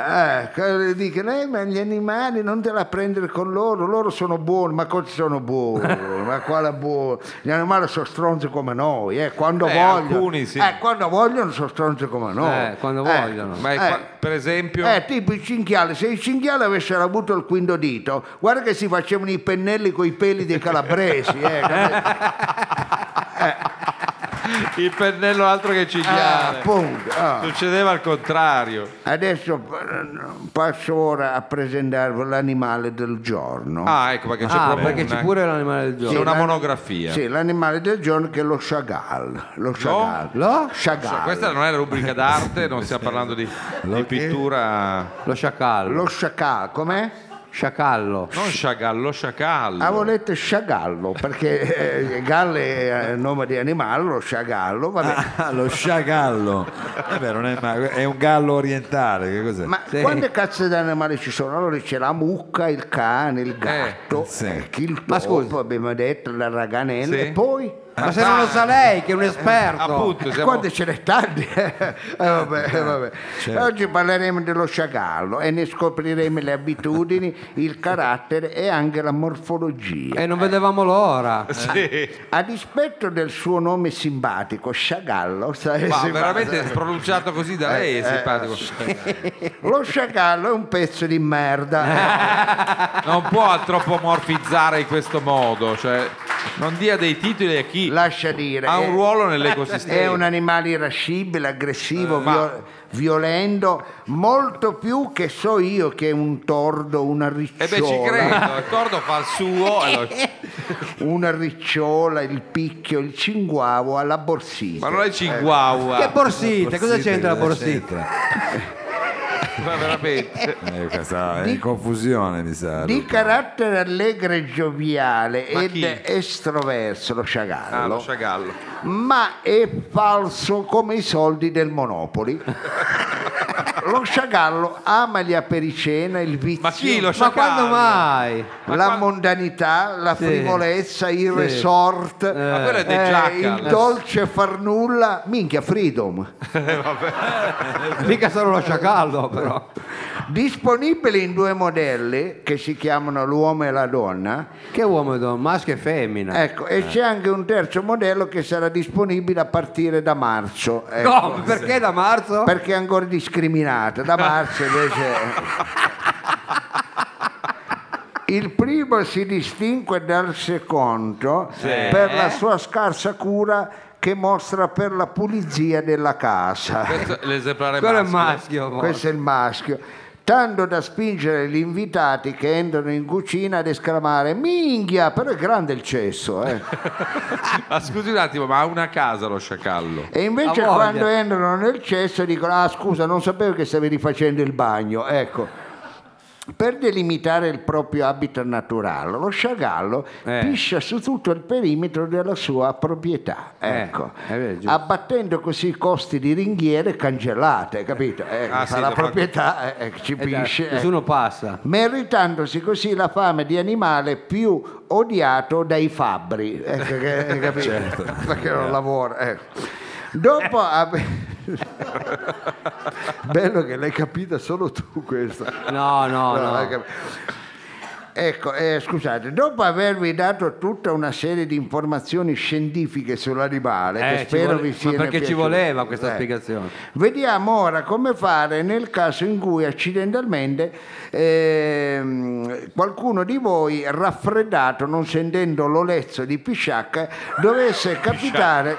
S2: eh, che dicono, eh, ma gli animali non te la prendere con loro, loro sono buoni, ma cosa sono buoni? ma quale buono? Gli animali sono stronzi come noi, eh, quando
S1: Eh,
S2: vogliono.
S1: alcuni sì.
S2: Eh, quando vogliono sono stronzi come noi.
S4: Eh, quando vogliono.
S1: Ma è qua- per esempio...
S2: Eh, tipo il cinghiale, se il cinghiale avessero avuto il quinto dito, guarda che si facevano i pennelli con i peli dei calabresi.
S1: [LAUGHS]
S2: eh, capito?
S1: Il pennello altro che
S2: Ah,
S1: cinghiale.
S2: appunto. ah.
S1: Succedeva al contrario.
S2: Adesso eh, passo ora a presentarvi l'animale del giorno.
S1: Ah, ecco perché c'è
S4: Ah,
S1: proprio
S4: perché
S1: una...
S4: c'è pure l'animale del
S1: c'è
S4: giorno.
S1: una
S2: la-
S1: monografia.
S2: Sì, l'animale del giorno che è lo chagal. Lo chagal.
S4: Lo?
S2: Chagal.
S1: Cioè, Questa non è la rubrica d'arte, non stiamo parlando di, di pittura.
S4: Lo sciacallo.
S2: Lo chacal, com'è?
S4: sciacallo.
S1: Non sciagallo, sciacallo.
S2: Ah, volete sciagallo, perché eh, galle è nome di animale, lo sciagallo, va bene.
S3: Ah, lo sciagallo. Vabbè, non è, ma- è un gallo orientale, che cos'è?
S2: Ma
S4: Sì.
S2: quante cazzo di animali ci sono? Allora c'è la mucca, il cane, il gatto,
S3: sì.
S2: eh, il topo,
S4: Ma scusi.
S2: abbiamo detto, la raganella
S1: Sì. Ah.
S2: e poi...
S4: Ma se non lo sa lei, che è un esperto.
S1: Appunto, siamo-
S2: Quante ce n'è tanti? [LAUGHS] Eh, vabbè, eh, vabbè.
S1: certo.
S2: Oggi parleremo dello sciagallo e ne scopriremo le abitudini, il carattere e anche la morfologia.
S1: Eh.
S4: E non vedevamo l'ora.
S1: Sì.
S2: A dispetto del suo nome simpatico, sciagallo, sai,
S1: Ma
S2: si-
S1: veramente pronunciato così da lei è simpatico.
S2: lo sciagallo è un pezzo di
S1: Eh,
S2: merda.
S1: Non può antropomorfizzare in questo modo, cioè non dia dei titoli a chi
S2: Lascia dire.
S1: ha
S2: eh.
S1: un ruolo
S2: [LAUGHS] È
S1: nell'ecosistema.
S2: un animale irascibile, aggressivo,
S1: Eh, ma-
S2: vio- violento, molto più che so io che un tordo, una ricciola,
S1: E Eh beh ci credo, il tordo fa il suo. e lo-
S2: una ricciola, il picchio, il cinguavo alla borsina.
S1: Ma non è Chihuahua,
S4: Che borsite, cioè, cosa
S3: Borsite, eh,
S4: c'entra la
S3: cosa
S4: borsita?
S3: c'entra?
S1: ma veramente.
S3: Eh, questa è in confusione, mi sa. Eh,
S2: Di carattere allegro e gioviale
S1: Ma
S2: ed
S1: chi?
S2: estroverso lo sciagallo,
S1: Ah, lo sciagallo.
S2: ma è falso come i soldi del
S1: [LAUGHS]
S2: Monopoli. lo sciagallo ama gli apericena, il vizio.
S1: Ma chi lo
S4: Ma
S1: sciagallo?
S4: quando mai?
S1: Ma
S2: la
S1: quando-
S2: mondanità, la
S4: Sì.
S2: frivolezza, il
S4: Sì. Eh.
S2: resort, eh,
S1: Ma quello è De Giaca.
S2: il dolce far nulla, minchia
S1: [LAUGHS]
S2: freedom.
S4: Mica solo lo sciacallo, però.
S2: Disponibile in due modelli che si chiamano l'uomo e la donna.
S4: Che uomo e donna, maschio e
S1: Eh.
S4: femmina.
S2: Ecco, e c'è anche un terzo modello che sarà disponibile a partire da marzo. ecco.
S4: No, perché da marzo?
S2: Perché è ancora discriminata, da marzo invece. Il primo si distingue dal secondo per la sua scarsa cura che mostra per la pulizia della casa.
S1: Questo è l'esemplare
S4: Quello è
S1: maschio.
S4: maschio. poi.
S2: Questo è il maschio. Tanto da spingere gli invitati che entrano in cucina ad esclamare: Minghia, però è grande il cesso, eh.
S1: Ma scusi un attimo, ma ha una casa lo sciacallo.
S2: E invece
S4: Ha voglia.
S2: quando entrano nel cesso dicono ah scusa non sapevo che stavi rifacendo il bagno, ecco. Per delimitare il proprio habitat naturale, lo sciagallo
S4: Eh.
S2: piscia su tutto il perimetro della sua proprietà,
S4: Eh,
S2: ecco,
S4: è vero, giusto.
S2: abbattendo così i costi di ringhiere cancellate, capito? Ecco,
S1: Ah,
S2: fa
S1: sì,
S2: la
S1: lo fa-
S2: proprietà eh, eh, ci
S4: Eh, dai,
S2: pisce. ecco
S4: Nessuno passa.
S2: meritandosi così la fame di animale più odiato dai fabbri, ecco che,
S4: [LAUGHS]
S2: hai capito?
S4: Certo.
S2: perché
S4: Eh.
S2: non lavora. ecco.
S4: [LAUGHS]
S2: Dopo [LAUGHS] ave- Bello che l'hai capita solo tu questa.
S4: No,
S2: No,
S4: no,
S2: l'hai
S4: no.
S2: capita. Ecco, eh, scusate, dopo avervi dato tutta una serie di informazioni scientifiche sull'animale,
S4: Eh,
S2: che
S4: ci
S2: spero
S4: vuole-
S2: vi
S4: ma
S2: siano
S4: perché ci
S2: piaciute, Eh.
S4: voleva questa spiegazione?
S2: Vediamo ora come fare nel caso in cui accidentalmente ehm, qualcuno di voi raffreddato, non sentendo l'olezzo di Pisciacca, dovesse capitare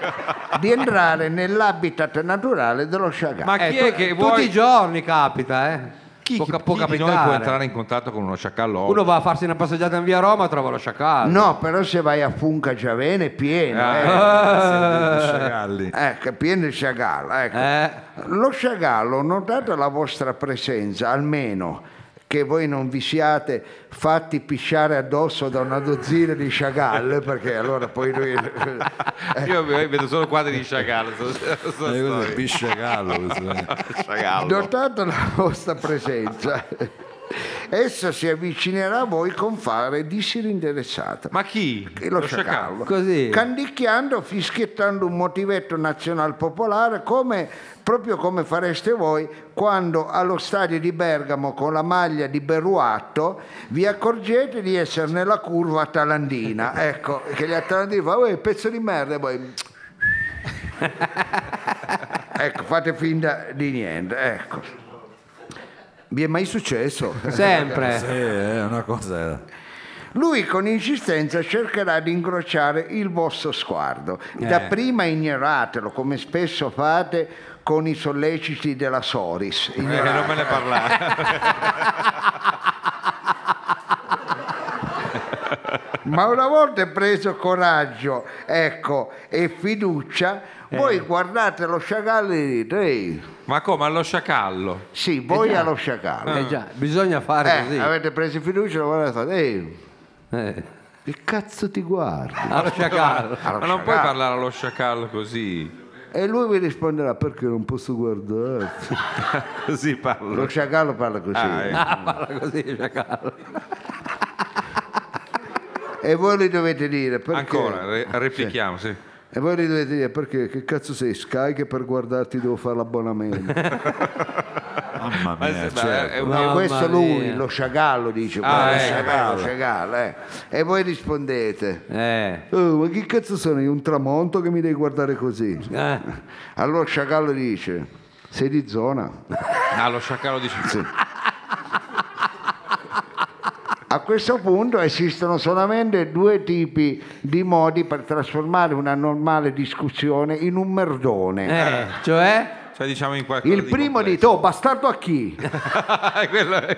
S2: di entrare nell'habitat naturale dello sciacca.
S1: Ma chi è che vuoi-
S4: Eh, Tutti i giorni capita, eh.
S1: Chi,
S4: può,
S1: chi-
S4: può
S1: chi di
S4: capitare.
S1: noi può entrare in contatto con uno sciacallo?
S4: Uno va a farsi una passeggiata in via Roma trova lo sciacallo.
S2: No, però se vai a Funca Giavene è pieno.
S1: Ah.
S3: Dei sciacalli.
S2: eh. Ecco, è pieno il sciagallo. ecco.
S4: Eh,
S2: Lo sciagallo, notata la vostra presenza, almeno che voi non vi siate fatti pisciare addosso da una dozzina di sciagalle, perché allora poi [LAUGHS] lui... Ecco.
S1: Io vedo solo quadri di sciacallo. sta- sta
S3: Eh, questo è
S1: storia.
S3: il bisciacallo, questo eh. è.
S1: Sciacallo.
S2: Notata la vostra [LAUGHS] presenza, esso si avvicinerà a voi con fare di siri interessata.
S1: Ma chi?
S2: E lo, sciacallo.
S4: Così.
S2: Candicchiando, fischiettando un motivetto nazional popolare, come, proprio come fareste voi quando allo stadio di Bergamo con la maglia di Beruatto vi accorgete di essere nella curva atalandina. Ecco, che gli atalandini fanno, "Uè, pezzo di merda, e poi... ecco, fate finta di niente, ecco. Vi è mai successo?
S4: [LAUGHS] sempre.
S3: Sì, è una cosa. eh.
S2: Lui con insistenza cercherà di incrociare il vostro sguardo.
S1: Eh.
S2: Dapprima ignoratelo, come spesso fate con i solleciti della Soris.
S1: Eh, non me ne parlare. [LAUGHS]
S2: Ma una volta preso coraggio, ecco, e fiducia,
S1: Eh.
S2: voi guardate lo sciacallo e dite, ehi,
S1: Ma come? Allo sciacallo?
S2: sì, voi allo sciacallo.
S4: Eh già, bisogna fare
S2: Eh,
S4: così.
S2: avete preso fiducia, lo guardate e fate, ehi,
S4: Eh, [LAUGHS]
S2: che cazzo ti guardi?
S4: allo sciacallo. [LAUGHS]
S1: Ma non puoi parlare allo sciacallo così.
S2: E lui vi risponderà, perché non posso
S1: [LAUGHS]
S2: guardarti?
S1: Così parlo.
S2: Lo sciacallo parla così.
S1: Ah, eh.
S4: Ah, parla così, sciacallo.
S2: E voi gli dovete dire perché.
S1: Ancora, re- replichiamo, sì.
S2: E voi gli dovete dire perché che cazzo sei Sky che per guardarti devo fare
S4: [LAUGHS]
S2: l'abbonamento. Eh,
S3: Mamma
S1: Ma
S3: mia,
S2: certo.
S1: se- ma
S3: cioè,
S1: Eh, è un-
S4: Mamma
S2: E questo lui,
S4: mia.
S2: lo sciagallo dice,
S1: Ah,
S2: "Guarda,
S1: eh,
S2: sciagallo, sciagallo", eh. E voi rispondete.
S4: Eh.
S2: "Oh, ma che cazzo sono io? Un tramonto che mi devi guardare così?
S4: eh.
S2: Allora Sciagallo dice, sei di zona.
S1: Ah, lo sciacallo dice...
S2: A questo punto esistono solamente due tipi di modi per trasformare una normale discussione in un merdone.
S4: Eh, cioè?
S1: Cioè diciamo in qualcosa
S2: Il primo
S1: complesso.
S2: dite, oh bastardo a chi?
S1: [LAUGHS] Quello è...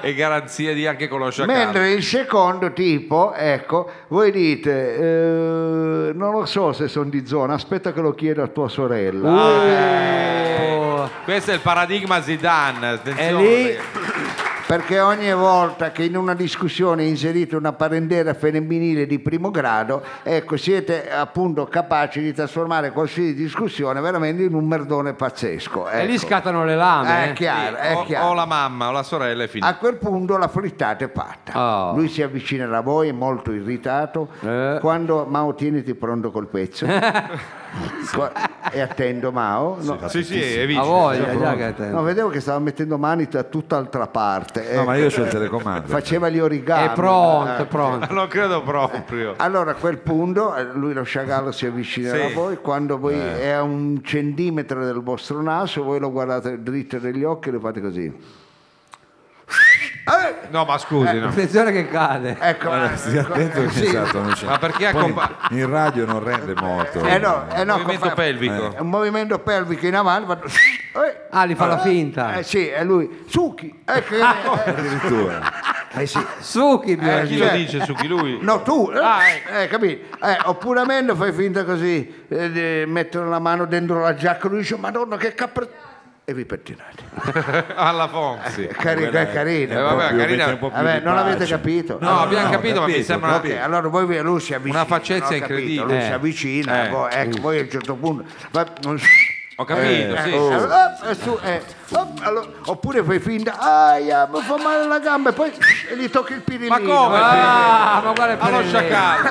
S2: [LAUGHS]
S1: è garanzia di anche con lo
S4: Cioè,
S1: sciacallo.
S2: Mentre il secondo tipo, ecco, voi dite, eh, non lo so se sono di zona, aspetta che lo chiedo a tua sorella.
S4: Ah,
S1: Eh, questo è il paradigma Zidane,
S4: E
S1: attenzione.
S4: lì
S2: Perché ogni volta che in una discussione inserite una parentela femminile di primo grado, ecco, siete appunto capaci di trasformare qualsiasi discussione veramente in un merdone pazzesco.
S4: E lì
S2: ecco.
S4: scattano le
S2: Eh,
S4: lame.
S2: È
S4: eh.
S2: chiaro, è
S1: o,
S2: chiaro.
S1: o la mamma o la sorella è finita.
S2: A quel punto la frittata è fatta.
S4: Oh.
S2: Lui si avvicinerà a voi, molto irritato.
S4: Eh.
S2: Quando Mao tieniti pronto col pezzo. Qua- e attendo Mao. No,
S1: sì, sì, è
S4: A
S1: vice.
S4: voglia, già che
S2: no, vedevo che stava mettendo mani da tutt'altra parte.
S3: no,
S2: eh.
S3: ma io ho il telecomando.
S2: Faceva gli origami.
S4: È pronto, è
S2: Eh.
S4: pronto.
S1: Non credo proprio.
S2: Allora a quel punto eh, lui lo sciagallo si avvicinerà
S1: Sì.
S2: a voi, quando voi
S3: Eh.
S2: è a un centimetro del vostro naso, voi lo guardate dritto negli occhi e lo fate così.
S1: No, ma scusi, no.
S4: Attenzione che cade.
S2: Ecco,
S3: Allora, stia attento che
S2: sì.
S3: esatto, non c'è.
S1: Eh, Ma perché
S3: Poi Eh,
S1: accompa-
S3: in radio non rende molto.
S2: Eh no, eh no,
S1: Movimento
S2: fa-
S1: pelvico.
S2: È un movimento pelvico in avanti. fa- Eh,
S4: Ah, li fa la finta.
S2: eh, sì, è lui. Succhi. Ecco, eh,
S3: Addirittura.
S2: eh, sì.
S4: Succhi
S1: Eh,
S4: bisogna-
S1: chi
S2: cioè-
S1: lo dice su chi lui?
S2: No, tu, eh,
S1: Ah, ecco.
S2: eh, capito? Eh, oppure a meno fai finta così, eh, di mettere la mano dentro la giacca, lui dice, Madonna che capre... E vi pettinate.
S1: alla Fonsi.
S2: È carino, è
S1: Ah, Eh,
S2: carino.
S1: vabbè,
S3: Proprio,
S1: carina-
S3: metti un po' più
S2: Vabbè,
S3: di
S2: non l'avete
S3: pace.
S2: capito?
S1: No, abbiamo capito, ma mi
S3: capito,
S1: sembra
S2: Ok, allora voi lui si avvicina.
S1: Una faccezza
S2: ho capito,
S1: incredibile.
S2: Lui
S4: Eh.
S2: si avvicina,
S1: Eh.
S2: poi, ecco, poi a un certo punto... va-
S1: Ho capito,
S2: Eh,
S1: sì.
S3: oh.
S2: eh, allora, eh, su, eh, oh, allora, oppure fai finta, aia, mi fa male la gamba e poi e gli tocchi il pirinino.
S1: Ma come?
S2: Eh,
S4: Ah, ma quale
S1: Allo
S4: prende?
S1: sciacallo.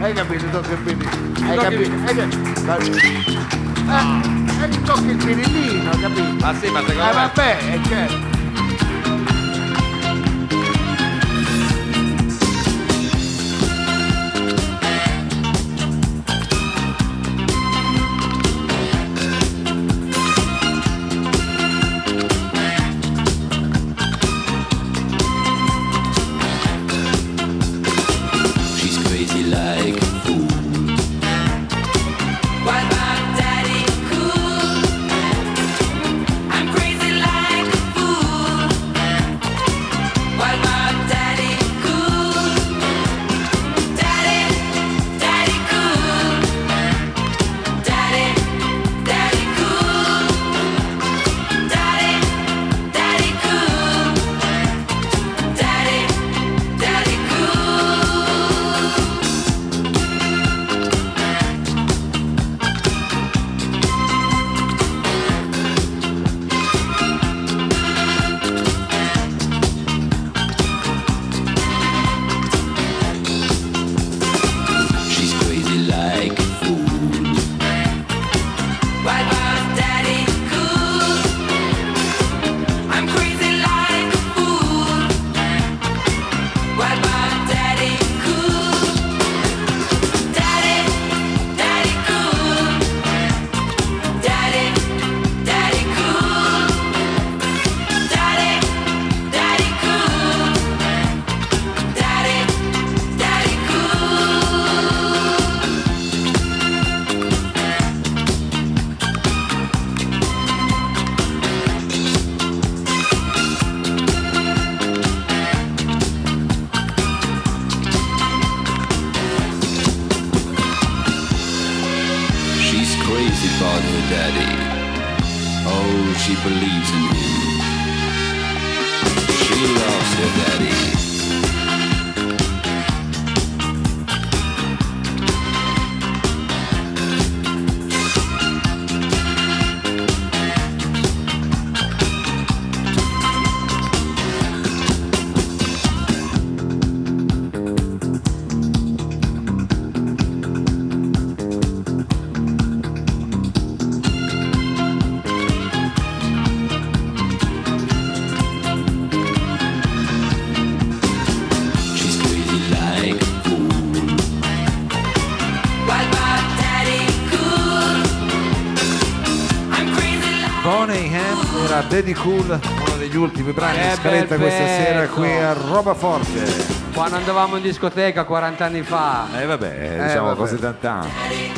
S2: Hai capito, tocca il pirinino. Hai
S1: Tocchi-
S2: capito? Hai capito? Eh, E gli tocchi il pirinino, capito?
S1: Ma sì, ma
S2: Eh
S1: secondo me...
S2: vabbè, eh, certo.
S5: plays it by her daddy. Oh, she believes in him. She loves her daddy. She's crazy like a fool.
S8: What about Daddy Cool? I'm crazy like
S3: Boneyham era Daddy Cool, uno degli ultimi brani
S4: Che
S3: in scaletta
S4: bel
S3: questa
S4: pezzo.
S3: sera qui
S4: eh.
S3: a Roba
S2: Eh,
S3: Forte.
S4: Quando andavamo in discoteca 40 anni fa.
S3: Eh vabbè, diciamo
S2: vabbè.
S3: cose tant'anni.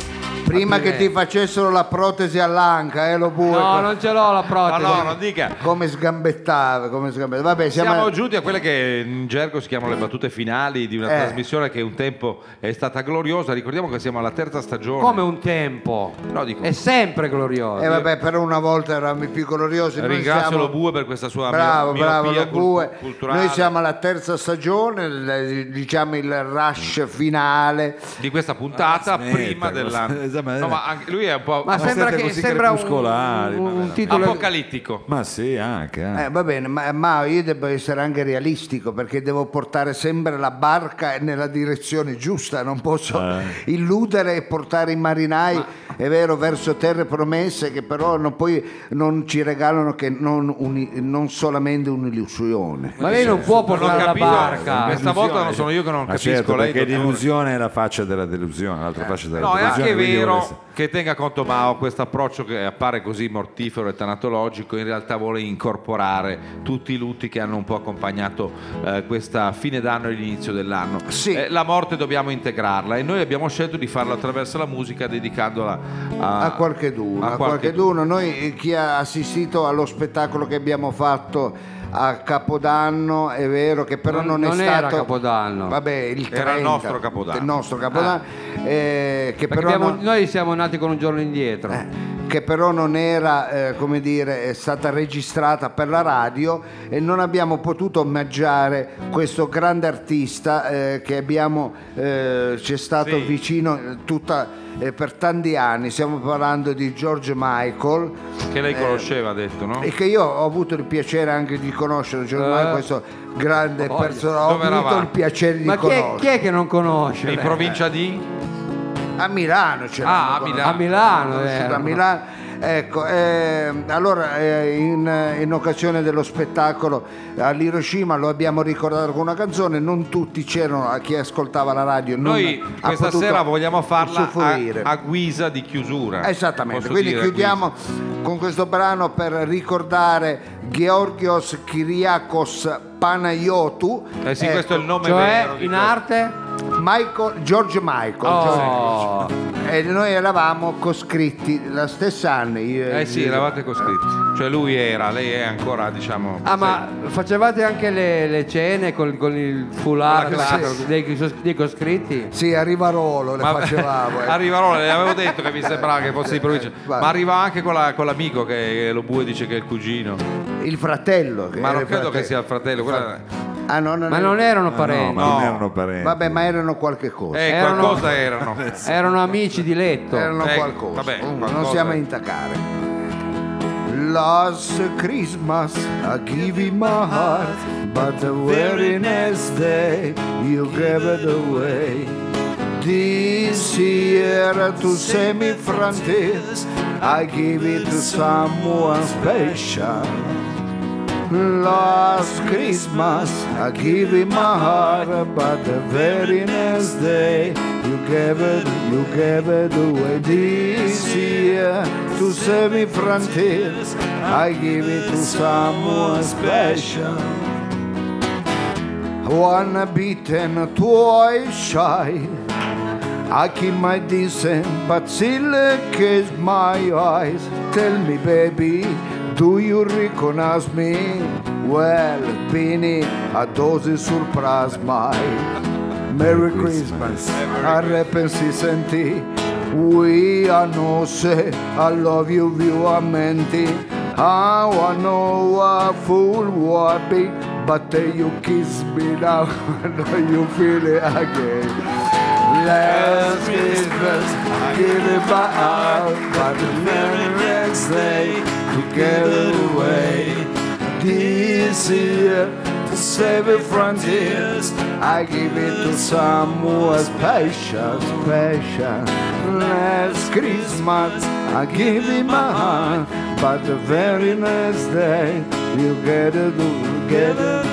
S2: Prima che
S4: eh.
S2: ti facessero la protesi all'anca, eh, lo bue,
S4: No,
S2: co-
S4: non ce l'ho la
S1: Ma
S4: protesi.
S1: no, non dica.
S2: come sgambettava, come sgambettava. Vabbè, siamo, eh,
S1: Siamo giunti a quelle che in gergo si chiamano le battute finali di una
S2: Eh.
S1: trasmissione che un tempo è stata gloriosa. Ricordiamo che siamo alla terza stagione.
S4: Come un Eh, tempo.
S1: No, dico-
S4: È sempre glorioso.
S2: Eh, vabbè, però una volta eravamo i più gloriosi. noi
S1: Ringrazio
S2: siamo-
S1: lo Bue per questa sua
S2: Bravo,
S1: mio-
S2: bravo,
S1: miopia
S2: lo
S1: cul-
S2: Bue.
S1: culturale.
S2: Noi siamo alla terza stagione, l- diciamo il
S1: Mm.
S2: rush finale.
S1: di questa puntata
S3: Ah, smetta,
S1: prima della
S3: cosa- esatto.
S1: no, ma anche lui è un po'
S4: Ma
S3: Ma
S4: sembra
S3: siete
S4: che
S3: così
S4: sembra un,
S3: crepuscolari, ma
S4: un
S3: veramente.
S4: titolo
S1: apocalittico.
S3: Ma sì, anche.
S1: Mm.
S3: anche.
S2: Eh, va bene, ma, ma io devo essere anche realistico perché devo portare sempre la barca nella direzione giusta, non posso
S1: Eh.
S2: illudere e portare i marinai, è vero, verso terre promesse che però non- poi non ci regalano che non, uni- non solamente un'illusione.
S4: Ma lei non
S1: Non
S4: può
S1: ho
S4: portare la
S1: capito,
S4: barca.
S1: questa volta non sono io che non
S3: Ma
S1: capisco
S3: certo,
S1: lei Eh.
S3: perché
S1: dottore.
S3: l'illusione è la faccia della delusione, l'altra faccia della
S1: No, è
S3: delusione.
S1: anche
S3: quindi vorresti-
S1: vero che tenga conto Mao questo approccio che appare così mortifero e tanatologico in realtà vuole incorporare tutti i lutti che hanno un po' accompagnato eh, questa fine d'anno e l'inizio dell'anno.
S2: Sì.
S1: Eh, la morte dobbiamo integrarla e noi abbiamo scelto di farlo attraverso la musica dedicandola a,
S2: a qualche duno,
S1: a
S2: a qualcheduno. Noi eh, chi ha assistito allo spettacolo che abbiamo fatto a Capodanno è vero che però
S4: Non-
S2: non, è
S4: non era
S2: stato
S4: Capodanno.
S2: Vabbè, il
S1: Era
S2: 30,
S1: il nostro Capodanno.
S2: il nostro Capodanno, eh, che
S4: Perché
S2: però
S4: abbiamo-
S2: non- Eh,
S4: Noi siamo nati con un giorno indietro.
S2: che però non era, eh, come dire, è stata registrata per la radio e non abbiamo potuto omaggiare questo grande artista eh, che abbiamo, eh, ci è stato
S1: Sì.
S2: vicino eh, tutta, eh, per tanti anni. Stiamo parlando di George Michael
S1: Che lei conosceva, ha detto, no?
S2: e che io ho avuto il piacere anche di conoscere, George
S4: Eh.
S2: Michael, questo grande
S4: Voglia.
S2: personaggio, ho
S1: Dove
S2: avuto
S1: eravate?
S2: il piacere di
S4: Ma chi è,
S2: conoscere.
S4: chi è che non conosce?
S1: In provincia di?
S2: A Milano c'era.
S1: Ah, a Milano. eh.
S4: A Milano, eh.
S2: conosciuto
S4: vero.
S2: a Milano. Ecco, ehm, allora eh, in, in occasione dello spettacolo all'Hiroshima lo abbiamo ricordato con una canzone, non tutti c'erano, a chi ascoltava la radio non
S1: Noi
S2: ha
S1: questa
S2: potuto
S1: sera vogliamo farla
S2: usufruire. Eh,
S1: a, a guisa di chiusura.
S2: Esattamente,
S1: Posso
S2: quindi
S1: dire, a
S2: chiudiamo
S1: guisa.
S2: con questo brano per ricordare Georgios Kyriakos Panayotu,
S1: Eh sì,
S2: ecco,
S1: questo è il nome vero. diciamo.
S4: Cioè,
S1: di
S4: in
S1: questo.
S4: arte?
S2: Michael, George Michael.
S4: Oh.
S2: E noi eravamo coscritti la stessa anno. io-
S1: Eh sì,
S2: io-
S1: eravate coscritti. Cioè lui era, lei è ancora, diciamo.
S4: Ah, ma facevate anche le, le cene col- con il foulard
S1: Con la
S4: la-
S1: classe.
S4: dei, sos- dei coscritti?
S2: Sì, a Rivarolo le facevamo.
S1: [LAUGHS]
S2: eh.
S1: Arriva Rola, le avevo detto che mi sembrava che fosse di provincia.
S2: Vai.
S1: Ma arriva anche con, la- con l'amico che lo bue dice che è il cugino.
S2: Il fratello. che
S1: Ma
S2: era
S1: non
S2: il
S1: credo che
S2: fratello.
S1: sia il fratello. quella-
S2: Ah, no,
S4: Ma non erano
S3: No,
S4: parenti,
S3: ma
S1: Eh, No.
S3: non erano parenti.
S2: Vabbè, ma erano qualche cosa.
S1: Eh,
S4: Erano-
S1: qualcosa erano.
S4: [LAUGHS] erano amici di letto.
S2: erano
S1: eh,
S2: qualcosa.
S1: vabbè,
S2: Mm, Non
S1: qualcosa.
S2: siamo a intaccare. Last Christmas I give you my heart, but the very next day you gave it away. This year to save me from tears, I give it to someone special. Last Christmas I give you my heart, but the very next day you gave it, you gave it away. This year to save me from tears, I give it to someone special. One beaten, twice shy. I keep my decent, but she look at my eyes. Tell me, baby, do you recognize me? Well, Penny, a dozen surprise my Merry Christmas, a repensisenti,
S10: We I know say I love you, you are menti. How I know a fool was big, but uh, you kiss me now, [LAUGHS] now you feel it again. Last Christmas I gave it my heart, but the very next day you gave it away. This year to save it from tears, I give it to someone special, special. Last Christmas, I give it my heart, but the very next day, you get it, get it.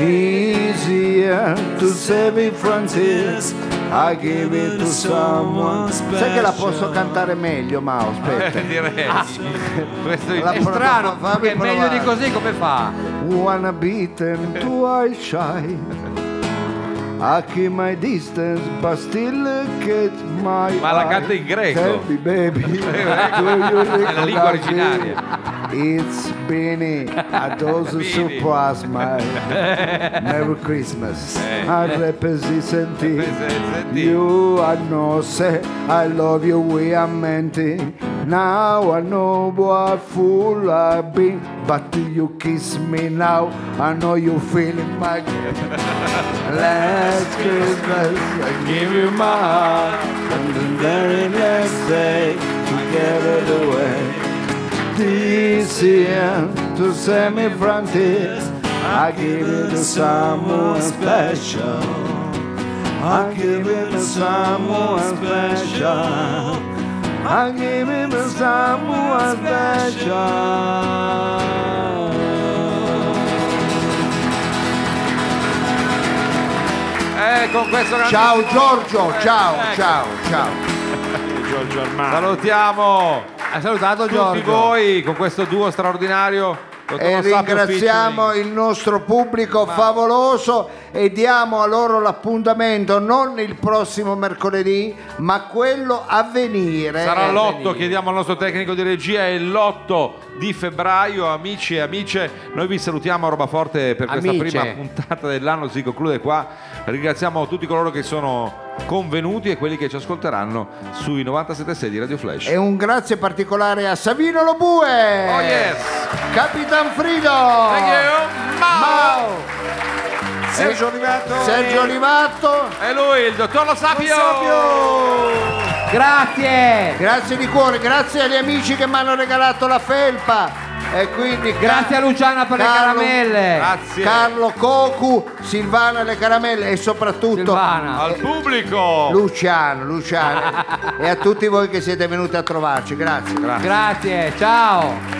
S10: Easier to save it from tears. I give it to someone. Sai che la posso cantare meglio, Mao? Aspetta.
S1: Eh, Direi. Questo
S10: La
S1: è
S10: pro-
S2: Strano,
S10: Fammi
S2: perché meglio
S10: provare.
S2: di così come fa?
S10: Wanna beaten twice shy. I keep my distance, but still get my.
S1: Ma la canta
S10: eye.
S1: in greco.
S10: Tell me, baby.
S1: [LAUGHS]
S10: do you
S1: Nella lingua
S10: recognize me?
S1: originaria.
S10: It's Beanie. I doesn't
S1: [LAUGHS] Beanie.
S10: surprise my. Merry Christmas. I represent
S1: Represent it.
S10: it. You I know, say I love you, we are meant it. Now I know what fool I've been, but you kiss me now, I know you feeling my last Christmas. I give you my heart, and the very next day you get it away. This year to send me from tears, I give it to someone special. I give it to someone special. I give it to someone special.
S1: Eh, con questo grande-
S10: Ciao Giorgio,
S1: Eh,
S10: ciao,
S1: ecco.
S10: ciao, ciao.
S1: Salutiamo
S2: Ha salutato
S1: tutti
S2: Giorgio.
S1: voi con questo duo straordinario. dottor
S10: E
S1: Lo Sapio
S10: ringraziamo
S1: featuring-
S10: il nostro pubblico favoloso e diamo a loro l'appuntamento non il prossimo mercoledì, ma quello a venire.
S1: Sarà
S10: Eh,
S1: l'8, chiediamo al nostro tecnico di regia, è l'8 di febbraio, amici e amiche. Noi vi salutiamo a roba forte per questa
S2: Amice.
S1: prima puntata dell'anno, si conclude qua. Ringraziamo tutti coloro che sono convenuti e quelli che ci ascolteranno sui 976 di Radio Flash.
S10: E un grazie particolare a Savino Lobue.
S1: Oh, yes.
S10: Capitan Frido.
S2: Oh.
S1: Thank you. Mao.
S10: Mao.
S11: Sergio Olivato
S10: Sergio Olivatto.
S1: E lui, il dottor Lo Sapio.
S2: Grazie!
S10: Grazie di cuore, grazie agli amici che mi hanno regalato la felpa. E quindi
S2: Grazie a Luciana per
S10: Carlo-
S2: le caramelle.
S1: Grazie
S10: Carlo Cocu, Silvana Le Caramelle e soprattutto
S2: Silvana.
S1: al pubblico.
S10: Luciano, Luciano e a tutti voi che siete venuti a trovarci, grazie.
S2: Grazie, ciao.